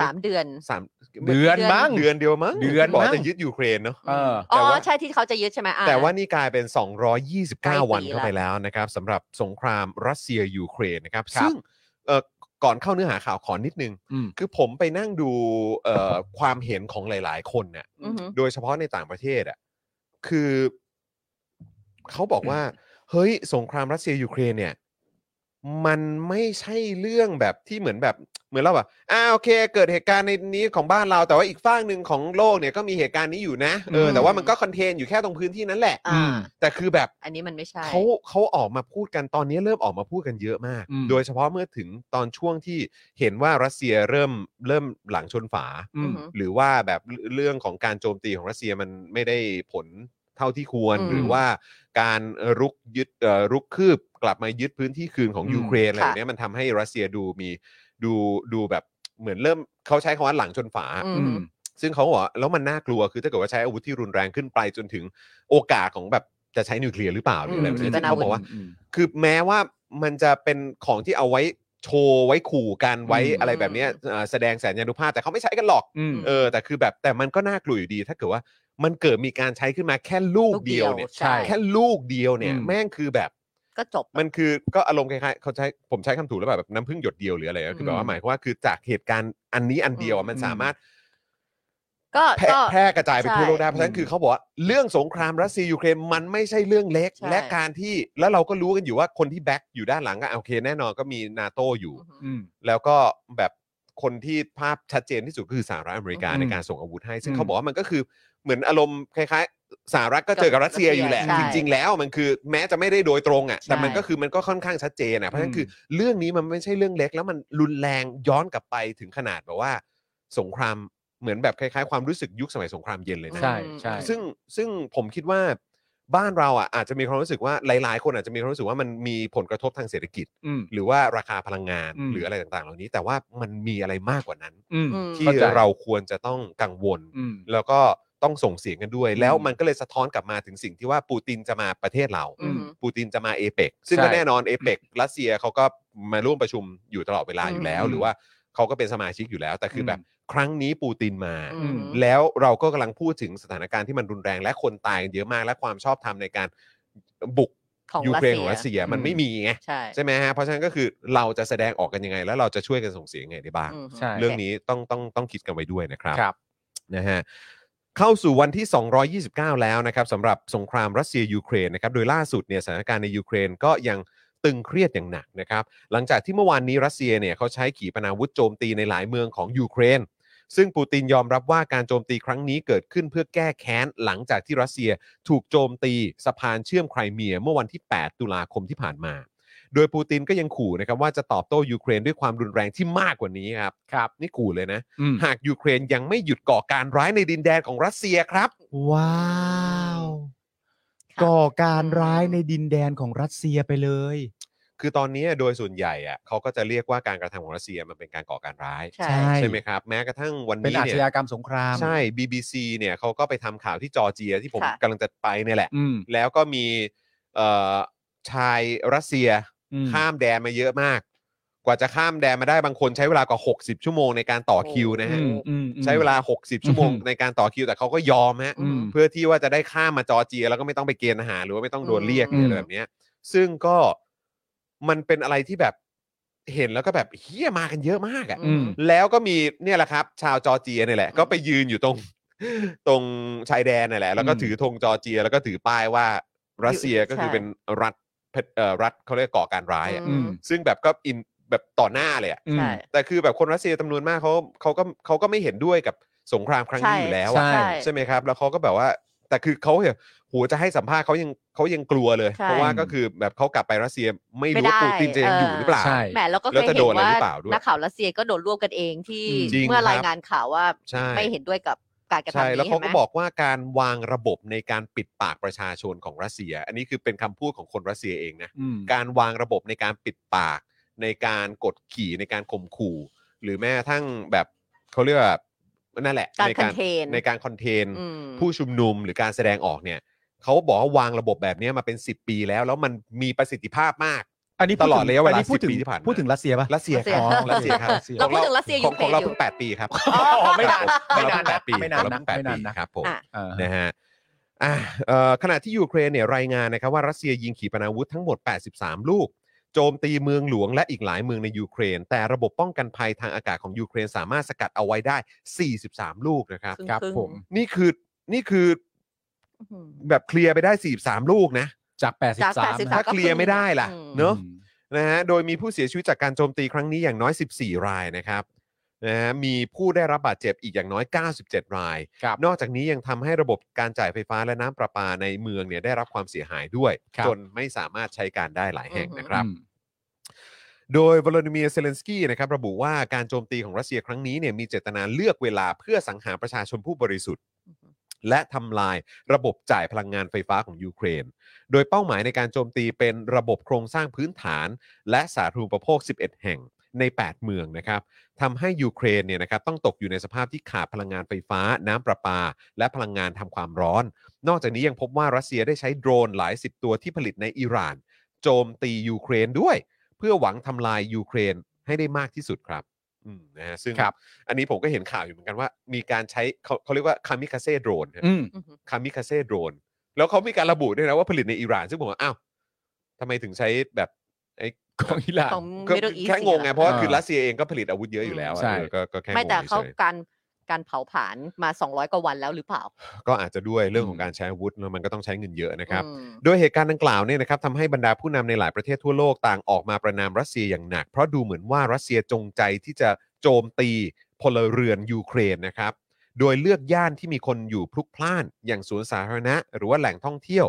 S4: สามเดือน
S2: สาม
S3: เดือน
S4: เดือน
S3: มั้ง
S2: เดือนเดียวมั้ง
S3: เดือน
S2: บอก
S3: มั้ง
S2: จะยึดยูเครนเนาะ
S3: เออ
S4: อ๋
S2: แต่ว่า
S4: อใช่ที่เขาจะยึดใช่ไหมอ่
S2: แต่ว่านี่กลายเป็น
S4: ใกล้ปี
S2: 229 วันเข้าไปแล้วนะครับสำหรับสงครามรัสเซียยูเครนนะครับ ซึ่งเอ่อก่อนเข้าเนื้อหาข่าวขอนิดนึง
S3: อืม
S2: คือผมไปนั่งดูเอ่อความเห็นของหลาย ๆ คนเนี่ย
S4: อือหือ
S2: โดยเฉพาะในต่างประเทศอ่ะคือเขาบอกว่า เฮ้ย สงครามรัสเซียยูเครนเนี่ย มันไม่ใช่เรื่องแบบที่เหมือนแบบเหมือนเราแบบอ่าโอเค เกิดเหตุการณ์ในนี้ของบ้านเรา แต่ว่าอีกฝั่งหนึ่งของโลกเนี่ยก็มีเหตุการณ์นี้อยู่นะเอออ
S3: ม
S2: แต่ว่ามันก็คอนเทนอยู่แค่ตรงพื้นที่นั้นแหละ
S4: อ่า
S2: แต่คือแบบ
S4: อันนี้มันไม่ใช่
S2: เขาเขาออกมาพูดกันตอนนี้เริ่มออกมาพูดกันเยอะมาก
S3: อืม
S2: โดยเฉพาะเมื่อถึงตอนช่วงที่เห็นว่ารัสเซียเริ่มเริ่มหลังชนฝา
S3: อืม
S4: อืม
S2: หรือว่าแบบเรื่องเรื่องของการโจมตีของรัสเซียมันไม่ได้ผลเท่าที่ควร
S4: อืม
S2: หรือว่าการรุกยึดเอ่อรุกคืบกลับมายึดพื้นที่คืนของ
S3: อืม
S2: ยูเครนอะไรอย่างเนี้ยมันทำให้รัสเซียดูมีดูดูแบบเหมือนเริ่มเขาใช้คำว่าหลังชนฝา
S4: อื
S3: อืม
S2: ซึ่งเขาบอกว่าแล้วมันน่ากลัวคือถ้าเกิดว่าใช้อาวุธที่รุนแรงขึ้นไปจนถึงโอกาสของแบบจะใช้นิวเคลียร์หรือเปล่าหรืออะไร
S4: อืม
S2: แบบนี้
S4: ขีปน
S2: เขา
S4: วุธ
S2: บอกว่า คือแม้ว่ามันจะเป็นของที่เอาไว้โชว์ไว้ขู่กันไว้
S3: อืม
S2: อะไรแบบเนี้ยเอ่อแสดงแสนยานุภาพแต่เขาไม่ใช้กันหรอก
S3: อืม
S2: เออแต่คือแบบแต่มันก็น่ากลัวอยู่ดี ถ้าเกิดว่ามันเกิดมีการใช้ขึ้นมาแค่ลูกเดียวเนี่ย
S4: ใช่
S2: แค่ลูกเดียวเนี่ย
S3: อืม
S2: แม่งคือแบบ
S4: ก็จบ
S2: มันคือก็อารมณ์คล้ายๆเขาใช้ผมใช้คำถูกแล้วแบบน้ำพึ่งหยดเดียวหรืออะไรก็คือแบบว่าหมายความว่าคือจากเหตุการณ์อันนี้อันเดียวอะมันสามารถ
S4: ก็
S2: แพร่
S4: ก็
S2: แพร่กระจายไป
S4: ใช่
S2: ทั่วโลกได้เพราะฉะนั้นคือเขาบอกว่าเรื่องสงครามรัสเซียยูเครนมันไม่ใช่เรื่องเล็ก
S4: ใช่
S2: และการที่แล้วเราก็รู้กันอยู่ว่าคนที่แบ็กอยู่ด้านหลังก็โอเคแน่นอนก็มีนาโตอยู่
S4: อือหือ
S3: อืม
S2: แล้วก็แบบคนที่ภาพชัดเจนที่สุดคือสหรัฐอเมริกา
S3: อืม
S2: ในการส่งอาวุธให้ ซึ่ง
S3: อืม
S2: เขาบอกว่ามันก็คือเหมือนอารมณ์คล้ายๆสหรัฐก็เจอกับรัสเซียอยู่แหละ
S4: ใช่
S2: จริง ๆ แล้วมันคือแม้จะไม่ได้โดยตรงอ่ะ
S4: ใช่
S2: แต่มันก็คือมันก็ค่อนข้างชัดเจนอ่ะเพราะฉะนั้นคือเรื่องนี้มันไม่ใช่เรื่องเล็ก แล้วมันรุนแรงย้อนกลับไปถึงขนาดแบบว่า สงครามเหมือนแบบคล้ายๆ ความรู้สึกยุคสมัยสงครามเย็นเลยนะ
S3: ใช่ใช่
S2: ซึ่งซึ่งผมคิดว่าบ้านเราอ่ะอาจจะมีความรู้สึกว่าหลาย ๆ คนอาจจะมีความรู้สึกว่ามันมีผลกระทบทางเศรษฐกิจ
S3: อืม
S2: หรือว่าราคาพลังงาน
S3: อืม
S2: หรืออะไรต่างๆ เหล่านี้ แต่ว่ามันมีอะไรมากกว่านั้น
S3: อืม
S4: อืม
S2: ที่
S3: เข้าใจ
S2: เราควรจะต้องกังวล
S3: อืม
S2: แล้วก็ต้องส่งเสียงกันด้วย แล้ว
S3: อืม
S2: มันก็เลยสะท้อนกลับมาถึงสิ่งที่ว่าปูตินจะมาประเทศเรา
S3: อืม
S2: ปูตินจะมาเอเปกซึ่งก็
S3: ใช่
S2: แน่นอนเอเปกรัสเซียเขาก็มาร่วมประชุมอยู่ตลอดเวลาอยู่แล้ว
S3: อืม
S2: หรือว่าเขาก็เป็นสมาชิกอยู่แล้ว แต่คืออ
S3: ม
S2: แบบครั้งนี้ปูตินมา
S4: อืม
S2: แล้วเราก็กำลังพูดถึงสถานการณ์ที่มันรุนแรงและคนตายกันเยอะมาก และความชอบธรรมในการบุก
S4: ของ
S2: ยู
S4: รัส
S2: เครน
S4: เซี
S2: ของ
S4: ย
S2: รัสเซียมันไม่มีไง
S4: ใช่
S2: ใช่ไหมฮะเพราะฉะนั้นก็คือเราจะแสดงออกกันยังไง แล้วเราจะช่วยกันส่งเสียงยังไงได้บ้าง
S4: อืม
S3: ใช่
S2: เรื่องนี้ต้องต้องต้องคิดกันไว้ด้วยนะครับ
S3: ครับ
S2: นะฮะเข้าสู่วันที่ 229 แล้วนะครับสำหรับสงครามรัสเซียยูเครนนะครับโดยล่าสุดเนี่ยสถานการณ์ในยูเครนก็ยังตึงเครียดอย่างหนักนะครับหลังจากที่เมื่อวานนี้รัสเซียเนี่ยเขาใช้ขีปนาวุธโจมตีในหลายเมืองของยูเครน ซึ่งปูตินยอมรับว่าการโจมตีครั้งนี้เกิดขึ้นเพื่อแก้แค้นหลังจากที่รัสเซียถูกโจมตีสะพานเชื่อมไครเมียเมื่อวันที่ 8 ตุลาคมที่ผ่านมา โดยปูตินก็ยังขู่นะครับว่าจะตอบโต้ยูเครนด้วยความรุนแรงที่มากกว่านี้ครับ
S3: ครับ
S2: นี่ขู่เลยนะ
S3: อืม
S2: หากยูเครนยังไม่หยุดก่อการร้ายในดินแดนของรัสเซียครับ
S3: ว้าว
S4: ค่ะ
S3: ก่อการร้ายในดินแดนของรัสเซียไปเลย
S2: คือตอนนี้โดยส่วนใหญ่อะเขาก็จะเรียกว่าการกระทำของรัสเซียมันเป็นการก่อการร้าย
S4: ใช่
S3: ใช่
S2: ไหมครับ แม้กระทั่งวัน
S3: เป็น
S2: นี้
S3: อา
S2: เนี่
S3: ช
S2: ย
S3: ญากรรมสงคราม
S2: ใช่ BBC เนี่ยเขาก็ไปทำข่าวที่จอร์เจียที่ผม
S4: ค่ะ
S2: กำลังจะไปเนี่ยแหละ
S3: อืม
S2: แล้วก็มีเอ่อชายรัสเซีย
S3: อืม
S2: ข้ามแดนมาเยอะมาก กว่าจะข้ามแดนมาได้บางคนใช้เวลากว่า 60 ชั่วโมงในการต่อคิวนะฮะ
S3: อืมอืม
S2: ใช้เวลา 60 ชั่วโมง
S3: อืม
S2: ในการต่อคิวแต่เขาก็ยอมฮะ
S3: อืม
S2: เพื่อที่ว่าจะได้ข้ามมาจอร์เจียแล้วก็ไม่ต้องไปเกณฑ์อาหารหรือว่าไม่ต้องโดนเรียก
S3: อืม
S2: อะไรแบบเนี้ยซึ่งก็มันเป็นอะไรที่แบบเห็นแล้วก็แบบเฮียมากันเยอะมากอะ
S3: อืม
S2: แล้วก็มีเนี่ยแหละครับ ชาวจอร์เจียเนี่ยแหละ
S4: อืม
S2: ก็ไปยืนอยู่ตรง (laughs) ตรงชายแดนนั่นแหละ แล้วก็
S3: อืม
S2: ถือธงจอร์เจีย แล้วก็ถือป้ายว่ารัสเซียก็คือเป็นรัฐเอ่อรัฐเขาเรียกก่อการร้ายอะ
S3: อืม
S2: ซึ่งแบบก็อินแบบต่อหน้าเลยอะ
S3: อืม
S4: ใช่
S2: แต่คือแบบคนรัสเซียจำนวนมากเขาเขาก็เขาก็ไม่เห็นด้วยกับสงครามครั้งนี้อยู่แล้วอะ
S3: ใช่
S2: ใช่ไหมครับ แล้วเขาก็แบบว่า แต่คือเขาเนี่ยโหัวจะให้สัมภาษณ์เขายังเขายังกลัวเลย
S4: ใช่
S2: เพราะว่าก็คือแบบเขากลับไปรัสเซียไม่
S4: ไม่
S2: รู้
S4: ได้
S2: ว่าปูตินจะยังอยู่
S4: เออ
S2: หรือเปล่า
S3: ใช่
S4: แหมแล้วก็เค
S2: แล้ว
S4: ย
S2: จะ
S4: เห็
S2: โด
S4: น
S2: นอะไรห
S4: ว่า
S2: รือเปล่าด้วย
S4: นักข่าวรัสเซียก็โดนร่วมกันเองที่
S2: จริง
S4: เมื่อราย
S2: ครับ
S4: งานข่าวว่า
S2: ใช่
S4: ไม่เห็นด้วยกับการกระทำ
S2: ใช่
S4: นี้
S2: แล้วเขาก็
S4: ห็นไหม
S2: บอกว่าการวางระบบในการปิดปากประชาชนของรัสเซีย อันนี้คือเป็นคำพูดของคนรัสเซียเองนะ
S3: อืม
S2: การวางระบบในการปิดปาก ในการกดขี่ในการข่มขู่ หรือแม้กระทั้งแบบเขาเรียกว่านั่นแหละ
S4: การ
S2: ใน
S4: contain
S2: ในการคอนเทน
S4: อืม
S2: ผู้ชุมนุมหรือการแสดงออกเนี่ยเขาบอกว่าวางระบบแบบเนี้ยมาเป็น 10 ปีแล้ว แล้วมันมีประสิทธิภาพมาก
S3: อันนี้พูด
S2: ตลอด
S3: ถึง
S2: ระยะเวลา
S3: อันนี้พูดถึ
S2: 10
S3: ง
S2: ปีที่ผ่านมา
S3: พูดถึงรัสเซียปะ
S2: รัสเซียครับ
S4: อ๋อ
S2: รัสเซียครับ
S4: เราพูดถึงรัสเซีย
S2: ของ
S4: ยูเค
S2: ข
S4: รน
S2: องเรา
S4: อยู่
S2: เพิ่ง8ปีครับ
S4: อ๋อ
S3: ไม่นาน
S2: ของเราเพิ่ง
S3: ไม่นานนะ
S2: 8ปี
S3: ไม่นาน
S2: ของเรา
S3: นะ
S2: เพิ่งแปด
S3: ไม่
S2: ปี
S3: นานนะ
S2: ครับผม
S4: อ่ะ
S3: อ่า
S2: นะฮะอ่ะเอ่อขณะที่ยูเครนเนี่ยรายงานนะครับว่ารัสเซียยิงขีปนาวุธทั้งหมด 83 ลูก โจมตีเมืองหลวงและอีกหลายเมืองในยูเครน แต่ระบบป้องกันภัยทางอากาศของยูเครนสามารถสกัดเอาไว้ได้ 43 ลูกนะครับ
S4: ครึ่ง
S3: ครับ
S4: ครึ่ง
S3: ผม
S2: นี่คือนี่คือ
S4: อื้อหือ
S2: แบบเคลียร์ไปได้ 43 ลูกนะ
S3: จาก 83
S4: จาก83
S3: นะ
S2: ถ้าเคลียร์ไม่ได้ล่ะ
S4: อืม
S2: เนอะนะฮะโดยมีผู้เสียชีวิตจากการโจมตีครั้งนี้อย่างน้อย 14 รายนะครับนะฮะมีผู้ได้รับบาดเจ็บอีกอย่างน้อย 97 ราย
S3: ครับ
S2: นอกจากนี้ยังทำให้ระบบการจ่ายไฟฟ้าและน้ำประปาในเมืองเนี่ยได้รับความเสียหายด้วย
S3: ครับ
S2: จนไม่สามารถใช้การได้หลายแห่งนะครับ
S3: อืม
S2: โดยวลาดิเมียร์เซเลนสกี้นะครับระบุว่าการโจมตีของรัสเซียครั้งนี้เนี่ยมีเจตนาเลือกเวลาเพื่อสังหารประชาชนผู้บริสุทธิ์ และทำลายระบบจ่ายพลังงานไฟฟ้าของยูเครน โดยเป้าหมายในการโจมตีเป็นระบบโครงสร้างพื้นฐาน และสาธารณูปโภค 11 แห่งใน 8 เมืองนะครับทำให้ยูเครนเนี่ยนะครับต้องตกอยู่ในสภาพที่ขาดพลังงานไฟฟ้า น้ำประปา และพลังงานทำความร้อน นอกจากนี้ยังพบว่ารัสเซียได้ใช้โดรนหลายสิบตัวที่ผลิตในอิหร่าน โจมตียูเครนด้วย เพื่อหวังทำลายยูเครนให้ได้มากที่สุดครับอืมนะฮะซึ่ง
S3: ครับ
S2: อันนี้ผมก็เห็นข่าวอยู่เหมือนกันว่า มีการใช้เขาเขาเรียกว่าคามิคาเซ่โดรนฮะ
S3: อืม
S4: อื้อหือ
S2: คามิคาเซ่โดรน แล้วเขามีการระบุด้วยนะว่าผลิตในอิหร่าน ซึ่งผมว่าอ้าวทำไมถึงใช้แบบไอ้
S3: ของอิหร่าน
S4: ของ
S2: ก็
S4: Middle East
S2: แค่งงไง เพราะว่าคือ
S3: อ่า
S2: รัสเซียเองก็ผลิตอาวุธเยอะอยู่แล้วอะ
S3: ใช่
S2: เออก็ก็แค่งง
S4: ไม่แต่เขา
S2: ฉย
S4: การการเผาผลาญมา 200 กว่าวันแล้วหรือเปล่า
S2: ๆก็อาจจะด้วยเรื่องของการใช้อาวุธแล้วมันก็ต้องใช้เงินเยอะนะครับ
S4: อืม
S2: โดยเหตุการณ์ดังกล่าวเนี่ยนะครับทำให้บรรดาผู้นำในหลายประเทศทั่วโลกต่างออกมาประนามรัสเซียอย่างหนัก เพราะดูเหมือนว่ารัสเซียจงใจที่จะโจมตีพลเรือนยูเครนนะครับ โดยเลือกย่านที่มีคนอยู่พลุกพล่าน อย่างสวนสาธารณะ หรือว่าแหล่งท่องเที่ยว